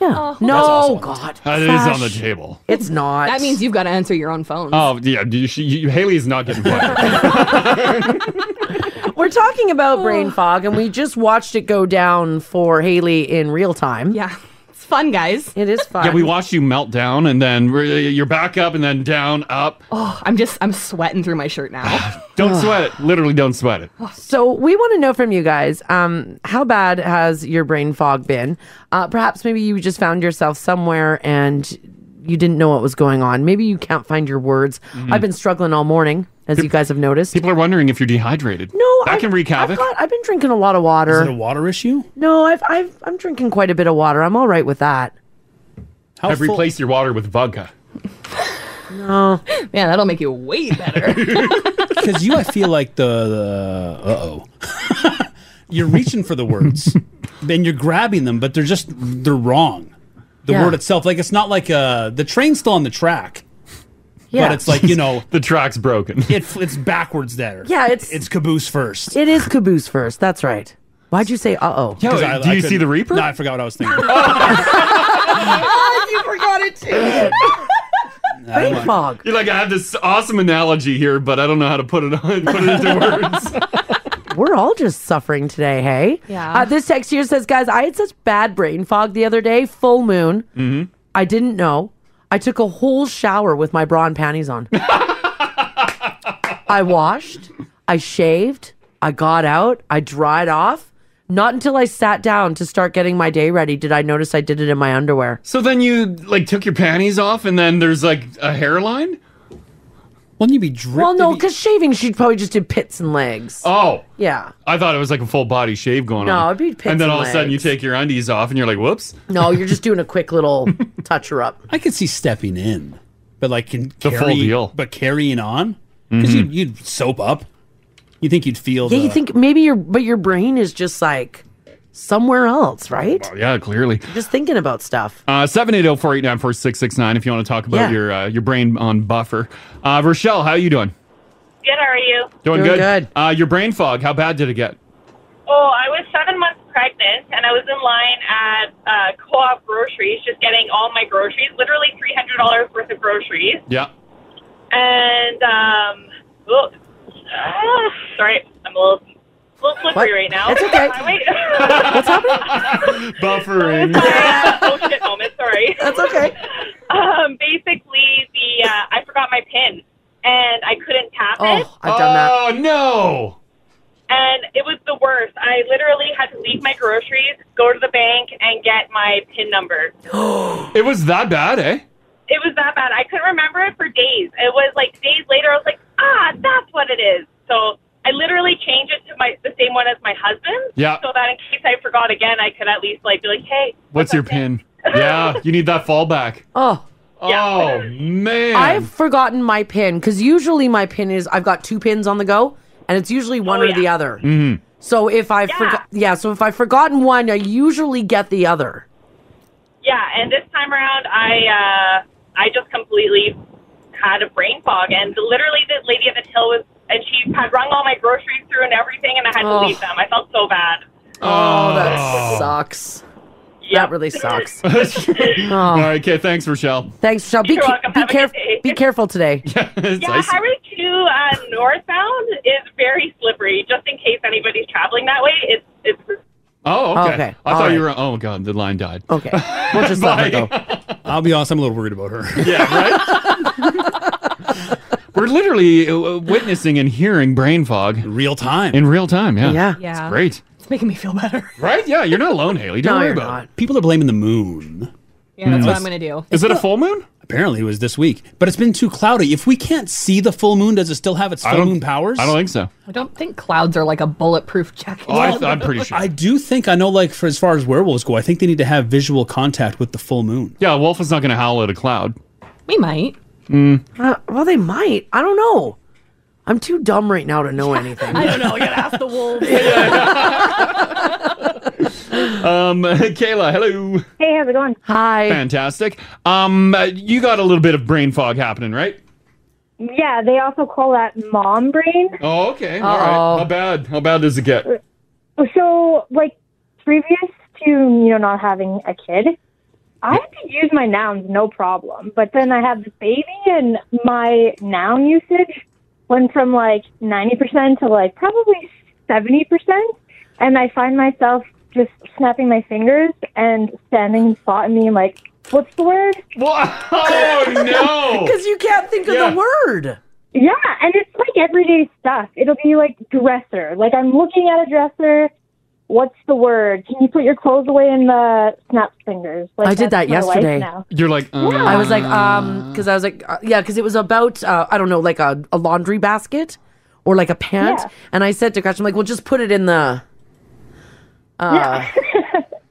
J: Yeah. no, Oh, God.
F: Oh, That is
J: Crash.
F: on the table.
J: It's not.
D: That means you've got to answer your own phone.
F: Oh yeah, you, sh- you, Haley's not getting fired.
J: We're talking about brain fog, and we just watched it go down for Haley in real time.
D: Yeah. It's fun, guys.
J: It is fun.
F: Yeah, we watched you melt down, and then re- you're back up, and then down, up.
D: Oh, I'm just I'm sweating through my shirt now.
F: Don't sweat it. Literally, don't sweat it.
J: So we want to know from you guys, um, how bad has your brain fog been? Uh, perhaps maybe you just found yourself somewhere and you didn't know what was going on. Maybe you can't find your words.
F: Mhm.
J: I've been struggling all morning, as you guys have noticreased.
F: People are wondering if you're dehydrated.
J: No,
F: that
J: I've-
F: can wreak
J: I've,
F: havoc.
J: got, I've been drinking a lot of
F: Is
J: water.
F: it a
C: water issue?
J: No, I've, I've I'm drinking quite a bit of water. I'm all right with that.
F: I've replaced your water with vodka.
J: No.
D: Yeah, that'll make you way better.
C: Because you, I feel like the, the uh oh. you're reaching for the words, then you're grabbing them, but they're just they're wrong. The
F: Yeah.
C: word itself, like it's not like uh the train's still on the track,
J: Yeah.
C: but it's like you know
F: the track's broken.
C: It, it's backwards there.
J: Yeah, it's-
C: it's caboose first.
J: It is caboose first. That's right. Why'd you say uh oh?
C: 'Cause I- I couldn't- No, I forgot what I was thinking.
J: you forgot it too.
F: Brain
J: fog.
F: You're like, I have this awesome analogy here, but I don't know how to put it on, put it into words.
J: We're all just suffering today, hey? Yeah. Uh, this text here says, guys, I had such bad brain fog the other day, full moon.
F: Mm-hmm.
J: I didn't know. I took a whole shower with my bra and panties on. I washed, I shaved, I got out, I dried off. Not until I sat down to start getting my day ready did I notice I did it in my underwear.
F: So then you like took your panties off, and then there's like a hairline.
C: Wouldn't you be dripping?
J: Well, no, because shaving, she probably just did pits and legs.
F: Oh,
J: Yeah.
F: I thought it was like a full body shave going
J: No,
F: on.
J: it'd be pits
F: And then
J: and
F: all of a sudden you take your undies off, and you're like, whoops.
J: No, you're just doing a quick little touch her up.
C: I could see stepping in, but like can
F: The full
C: carry,
F: deal.
C: but carrying on because you'd, you'd soap up. You think you'd feel?
J: Yeah,
C: the-
J: you think maybe your but your brain is just like somewhere else, right?
F: Yeah, clearly.
J: You're just thinking about stuff.
F: Uh, 780-489-4669 if you want to talk about
J: Yeah.
F: your uh, your brain on buffer. Uh, Rochelle, how you doing?
I: Good, how are you?
F: Doing, good. Uh, your brain fog, how bad did it get?
I: Oh, I was seven months pregnant, and I was in line at uh, Co-op Groceries, just getting all my groceries, literally three hundred dollars worth of groceries.
F: Yeah.
I: And um, oh, ah, sorry, I'm a little, a little slippery right now.
F: It's okay.
I: What's
F: happening? Buffering.
I: bullshit moment. Sorry.
J: That's okay.
I: Um, basically, the uh, I forgot my pin, and I couldn't tap it.
J: I've done that.
F: Oh, no.
I: and it was the worst. I literally had to leave my groceries, go to the bank, and get my PIN number.
F: It was that bad, eh?
I: It was that bad. I couldn't remember it for days. It was like days later, I was like, ah, that's what it is. So I literally changed it to my the same one as my husband.
F: Yeah.
I: So that in case I forgot again, I could at least like be like, hey.
F: What's your pin? yeah, you need that fallback.
J: Oh.
F: Oh, man.
J: I've forgotten my pin because usually my pin is I've got two pins on the go, and it's usually one or the other.
F: Mm-hmm.
J: So if I forgot, yeah. So if I've forgotten one, I usually get the other.
I: Yeah. And this time around, I uh, I just completely had a brain fog, and literally the lady at the till was, and she had rung all my groceries through and everything, and I had
J: Oh.
I: to leave them. I felt so bad.
J: Oh,
F: Oh.
J: that sucks. That really sucks.
F: All right, okay, thanks, Rochelle.
J: Thanks, Michelle. Be,
I: You're
J: ca-
I: welcome.
J: be
I: Have a good
J: careful.
I: day.
J: Be careful today.
F: It's
I: Yeah,
F: icy.
I: Highway 2 uh, northbound is very slippery. Just in case anybody's traveling that way, it's it's
F: Oh, okay.
C: Okay,
F: I
C: all
F: thought you were.
C: right.
F: Oh god, the line died.
J: Okay,
C: We'll
F: just let her
C: I'll be honest, I'm a little worried about her.
F: we're literally uh, witnessing and hearing brain fog real time. In real time, yeah,
C: Yeah.
D: Yeah.
F: It's great,
D: It's making me feel better.
F: right? Yeah, you're not alone, Haley. Don't
D: No,
F: worry
D: you're
F: about
D: not.
F: it. People are blaming the moon. Hmm.
D: Yeah, that's
C: Mm.
D: what I'm gonna do.
C: Is it a
F: full moon?
C: Apparently, it was this week, but it's been too cloudy. If we can't see the full moon, does it still have its
D: I
C: full
D: don't-
C: moon powers?
D: I don't think
F: so. Oh,
D: I don't think clouds are like a bulletproof jacket.
C: I do think I know. Like for as far as werewolves go, I think they need to have visual contact with the full moon.
F: Yeah, a wolf is not going to howl at a cloud.
D: We might.
C: Hmm.
F: Mm.
J: Uh, well, they might. I don't know. I'm too dumb right now to know anything.
D: I don't know. You gotta ask the wolves.
F: Um, Kayla, hello.
J: Hey, how's it going? Hi.
F: Fantastic. Um, uh, you got a little bit of brain fog happening, right?
V: Yeah, they also call that mom brain.
F: Oh, okay. All right. How bad? How bad does it get?
V: So, like, previous to, you know, not having a kid, I could use my nouns no problem. But then I had the baby, and my noun usage went from like 90% to like probably 70%. And I find myself just snapping my fingers and standing in the spot and being like, what's the word?
F: Oh no!
J: Because you can't think of
V: Yeah.
J: the word.
V: Yeah, and it's like everyday stuff. It'll be like dresser. Like I'm looking at a dresser. What's the word? Can you put your clothes away in the snap fingers? Like
J: I did
V: that's
J: that
V: my life
J: yesterday.
V: now.
F: You're like, um,
J: I was like, um, because I was like, uh, yeah, because it was about, uh, I don't know, like a, a laundry basket or like a pant.
V: Yeah.
J: And I said to Gretchen, I'm like, well, just put it in the. Uh,
V: Yeah.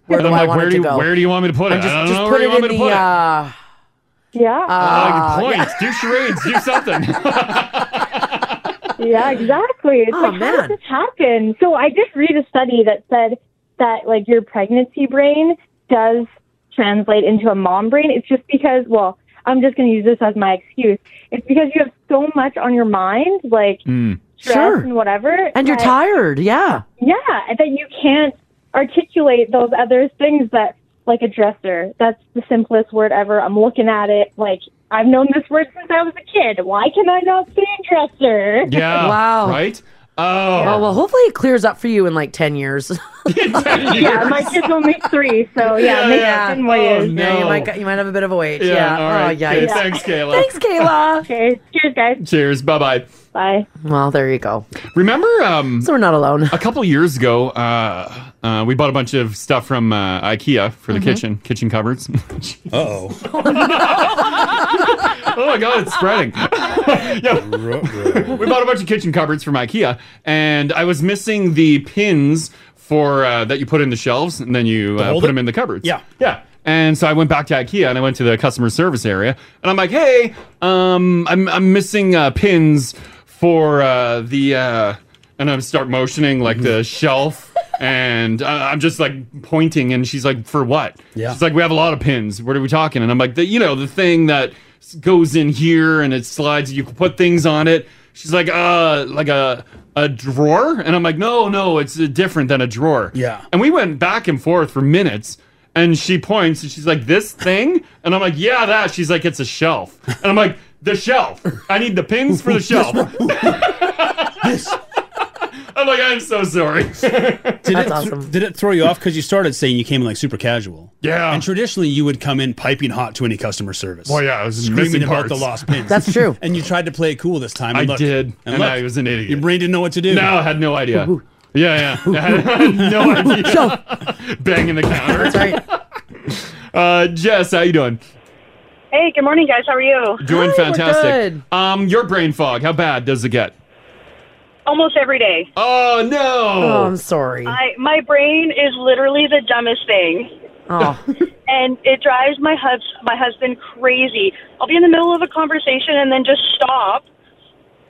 J: Where
F: And I'm
J: do I
F: like,
J: want
F: where
J: it
F: do
J: to
F: you,
J: go?
F: where do you want me to put it?
J: And just-
F: I don't
J: just
F: know
J: put
F: where do
J: it
F: you want
J: in
F: me to
J: the,
F: put
J: uh,
V: Yeah.
F: it. Uh, points, do charades, do something.
V: yeah, exactly. It's
A: Oh,
V: like, how
A: man.
V: does this happen? So I just read a study that said that like your pregnancy brain does translate into a mom brain. It's just because, well, I'm just going to use this as my excuse. It's because you have so much on your mind, like stress
J: Sure.
V: and whatever,
J: And you're
V: that-
J: tired. Yeah.
V: Yeah, and that you can't articulate those other things that, like a dresser. That's the simplest word ever. I'm looking at it like I've known this word since I was a kid. Why can I not say dresser?
F: Yeah.
J: Wow.
F: Right? Oh.
J: Well, well, hopefully it clears up for you in like 10 years.
V: yeah, my kid's only three, so yeah,
J: Yeah,
V: make
J: yeah.
V: yeah. ten more
J: Oh,
V: years.
J: no. Yeah, you might got- you might have a bit of a wait.
F: Yeah, all right. Okay, thanks, Kayla. Thanks,
J: Kayla.
V: okay, cheers, guys.
F: Cheers. Bye bye.
V: Bye.
J: Well, there you go.
F: Remember, um, so
J: we're not alone.
F: A couple years ago, uh, uh, we bought a bunch of stuff from uh, IKEA for the
J: Mhm.
F: kitchen, kitchen cupboards.
C: Oh,
F: oh my god, it's spreading. yeah. we bought a bunch of kitchen cupboards from IKEA, and I was missing the pins for uh, that you put in the shelves, and then you uh,
C: hold
F: put
C: it?
F: them in the cupboards.
C: Yeah.
F: yeah. And so I went back to IKEA and I went to the customer service area, and I'm like, "Hey, um, I'm I'm missing uh, pins for uh, the," uh, and I start motioning like
C: Mm-hmm.
F: the shelf. And uh, I'm just like pointing, and she's like, "For what?"
C: Yeah.
F: She's like, "We have a lot of pins. What are we talking?" And I'm like, the, "You know, the thing that s- goes in here and it slides. You can put things on it." She's like, "Uh, like a a drawer?" And I'm like, "No, no, it's uh, different than a drawer."
C: Yeah.
F: And we went back and forth for minutes. And she points and she's like, "This thing," and I'm like, "Yeah, that." She's like, "It's a shelf," and I'm like, "The shelf. I need the pins for the shelf." I'm like, "I'm so sorry."
C: Did it, Did it throw you off because you started saying you came in like super casual?
F: Yeah.
C: And traditionally, you would come in piping hot to any customer service.
F: Well, yeah, I was
C: screaming
F: missing
C: about the
F: parts.
C: lost pins.
F: That's
J: true.
C: and you tried to play it cool this time.
F: I
C: and look-
F: did, and,
C: look,
F: I was an idiot.
C: Your brain didn't know what to do.
F: No, I had no idea. Yeah, yeah. I had, I had no idea. Banging the counter. That's right. Uh, Jess, how you doing?
G: Hey, good morning, guys. How are you?
F: Doing fantastic. Um, your brain fog. How bad does it get?
G: Almost every day.
F: Oh no!
J: Oh, I'm sorry.
G: I, my brain is literally the dumbest thing,
J: Oh,
G: and it drives my hus- my husband crazy. I'll be in the middle of a conversation and then just stop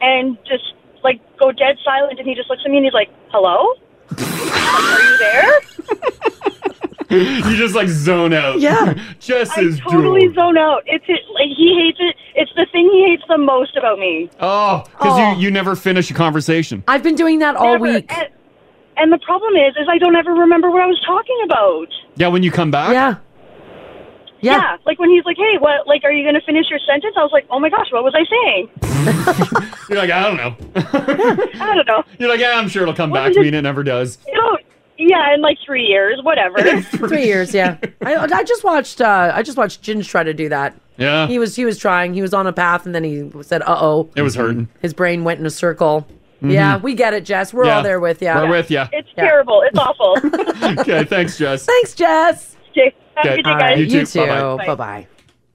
G: and just like go dead silent, and he just looks at me and he's like, "Hello, are you there?"
F: you just like zone out.
G: Yeah.
F: Jess is
G: Totally
F: drooling.
G: zone out. It's it, like he hates it. It's the thing he hates the most about me.
F: Oh, because you, you never finish a conversation.
J: I've been doing that all
G: week. And, and the problem is, is I don't ever remember what I was talking about.
F: Yeah, when you come back. Yeah.
G: Yeah. like when he's like, "Hey, what? Like, are you going to finish your sentence?" I was like, "Oh my gosh, what was I saying?"
F: You're like, I don't know.
G: I don't know.
F: You're like, yeah, I'm sure it'll come back to me, and it never does.
G: You know, yeah, in like three years, whatever.
J: three years. Yeah. I, I just watched. Uh, I just watched Ginge try to do that.
F: Yeah.
J: He was. He was trying. He was on a path, and then he said, "Uh oh."
F: It was hurting.
J: His brain went in a circle.
F: Mhm.
J: Yeah, we get it, Jess. We're
F: Yeah.
J: all there with you.
F: We're with ya.
J: It's
G: terrible. It's awful.
F: okay, thanks, Jess.
J: Thanks, Jess.
G: Okay.
F: have a Okay, good day, all right, guys.
J: You
F: you
J: too.
F: too. Bye-bye. Bye.
J: Bye bye.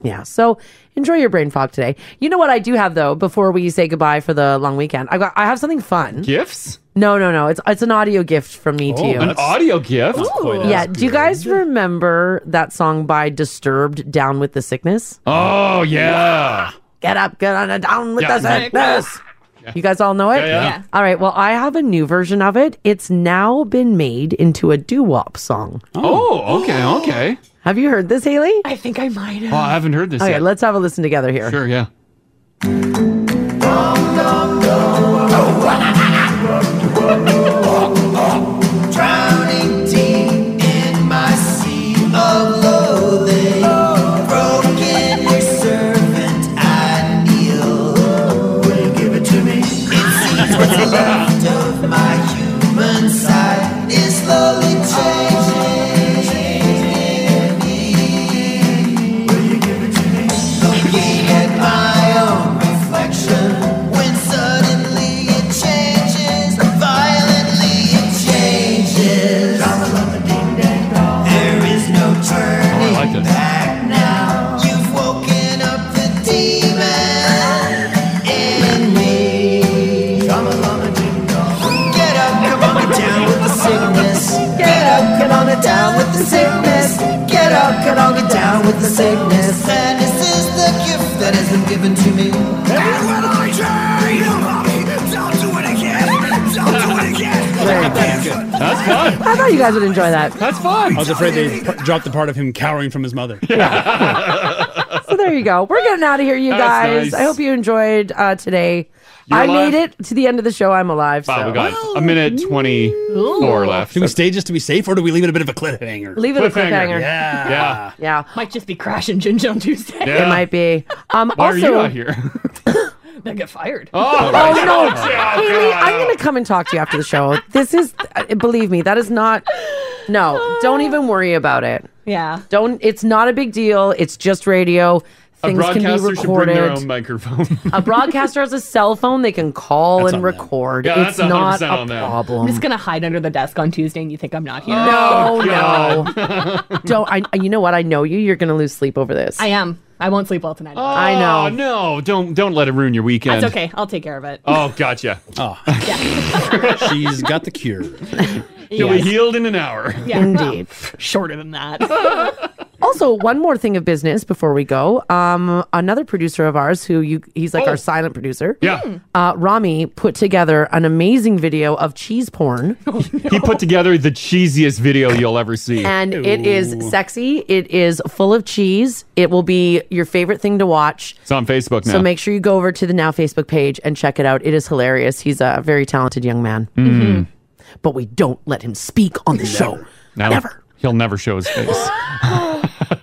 J: Yeah. So enjoy your brain fog today. You know what I do have though, before we say goodbye for the long weekend. I got I have something fun.
F: Gifts?
J: No, no, no. It's it's an audio gift from me to
F: Oh,
J: you.
F: an audio gift.
J: Yeah. Do you guys remember that song by Disturbed, Down with the Sickness?
F: Oh yeah.
J: Get up, get on, and down with
F: Yeah.
J: the sickness. You guys all know it?
F: Yeah, yeah. Yeah.
J: All right. Well, I have a new version of it. It's now been made into a doo wop song.
F: Oh, okay, okay.
J: Have you heard this, Haley? I think I might have.
F: Oh, I haven't heard this
J: Okay,
F: yet.
J: let's have a listen together here.
F: Sure, yeah.
R: Drowning deep in my sea of loathing. Broken your servant, I kneel. Will you give it to me? It seems what's left of my human side is slowly changing me. Will you give it to me? Looking at my own reflection when suddenly it changes, violently it changes. There is no turning back now. You've woken up the demon in me. Get up, come on, get down with the sickness. Get up, come on, get down with the sickness. Get up, come on, get down with the sickness. Sadness is the gift that has been given to me. And when I tell you, mommy, don't do
F: That's fun.
J: I thought you guys would enjoy that.
F: That's fun.
C: I was afraid they p- dropped the part of him cowering from his mother.
J: So there you go. We're getting out of here, you
C: That's
J: guys.
C: nice.
J: I hope you enjoyed uh, today.
F: You're
J: I
F: alive?
J: made it to the end of the show. I'm alive.
F: Wow,
J: so.
F: we got a minute twenty four left.
C: Do we stay just to be safe, or do we leave it a bit of a cliffhanger?
J: Leave it a cliffhanger.
C: Yeah.
F: Yeah.
J: Yeah.
D: Might just be crashing Ginger on Tuesday.
J: It might be. Um,
D: Why are
J: also,
D: you not
F: here?
D: Then get fired.
J: oh no, Haley! I'm going to come and talk to you after the show. This is, uh, believe me, that is not. No, don't even worry about it.
D: Yeah.
J: Don't. It's not a big deal. It's just radio.
F: A
J: Things can be
F: broadcaster should bring their own
J: recorded.
F: microphone.
J: A broadcaster has a cell phone; they can call and record.
F: Yeah,
J: it's
F: that's 100%
J: not a
F: on them.
J: problem.
D: I'm just gonna hide under the desk on Tuesday, and you think I'm not here.
F: Oh,
J: No, no. Don't I you know what? I know you. You're gonna lose sleep over this.
D: I am. I won't sleep well tonight.
J: I know.
F: Oh no! Don't don't let it ruin your weekend.
D: That's okay. I'll take care of it.
F: Oh, gotcha.
C: Oh,
F: she's got the cure. You'll be
J: Yes.
F: healed in an hour.
D: Yeah,
J: Indeed.
D: well, shorter than that.
J: Also, one more thing of business before we go. Um, another producer of ours who you he's like
D: Oh.
J: our silent producer.
F: Yeah.
D: Hmm.
J: Uh, Rami put together an amazing video of cheese porn.
F: He put together the cheesiest video you'll ever see,
J: and it is sexy. It is full of cheese. It will be your favorite thing to watch.
F: It's on Facebook now.
J: So make sure you go over to the Now Facebook page and check it out. It is hilarious. He's a very talented young man.
F: Mhm.
J: Mm-hmm. But we don't let him speak on the show.
F: Now,
J: Never.
F: He'll never show his face.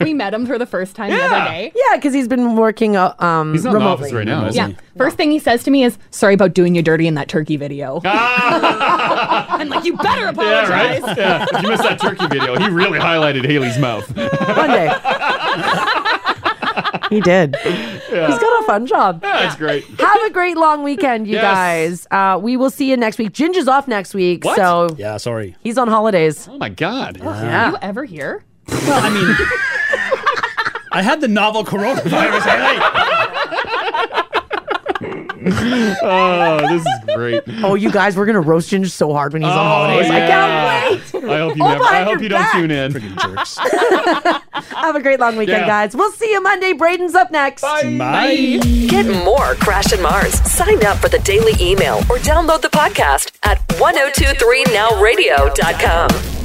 D: we met him for the first time the other day.
J: Yeah, because he's been working uh, um,
F: He's not in the
J: remotely.
F: office right now, is
D: yeah.
F: he?
D: First thing he says to me is, "Sorry about doing you dirty in that turkey video."
F: Ah.
D: I'm like, "You better apologize."
F: Yeah, right. Yeah. If you missed that turkey video, he really highlighted Haley's mouth.
J: He did.
F: Yeah.
J: He's got a fun job.
F: Yeah, it's great.
J: Have a great long weekend, you
F: Yes.
J: guys. Uh, we will see you next week. Ginger's off next week, so
C: yeah, sorry.
J: he's on holidays.
F: Oh my god.
J: Yeah.
D: Are you ever here?
C: I had the novel coronavirus.
F: oh, this is great.
J: Oh, you guys, we're gonna roast Ginger so hard when he's on
F: Oh,
J: holidays.
F: yeah.
J: I can't wait.
F: I hope you
J: Oh,
F: never. I
J: behind
F: hope
J: your
F: you don't
J: back.
F: tune in.
J: Have a great long weekend,
K: Yeah.
J: guys. We'll see you Monday. Braden's up next.
K: Bye. Get more Crash and Mars. Sign up for the
R: oh
K: daily email or download the podcast at 1023nowradio.com.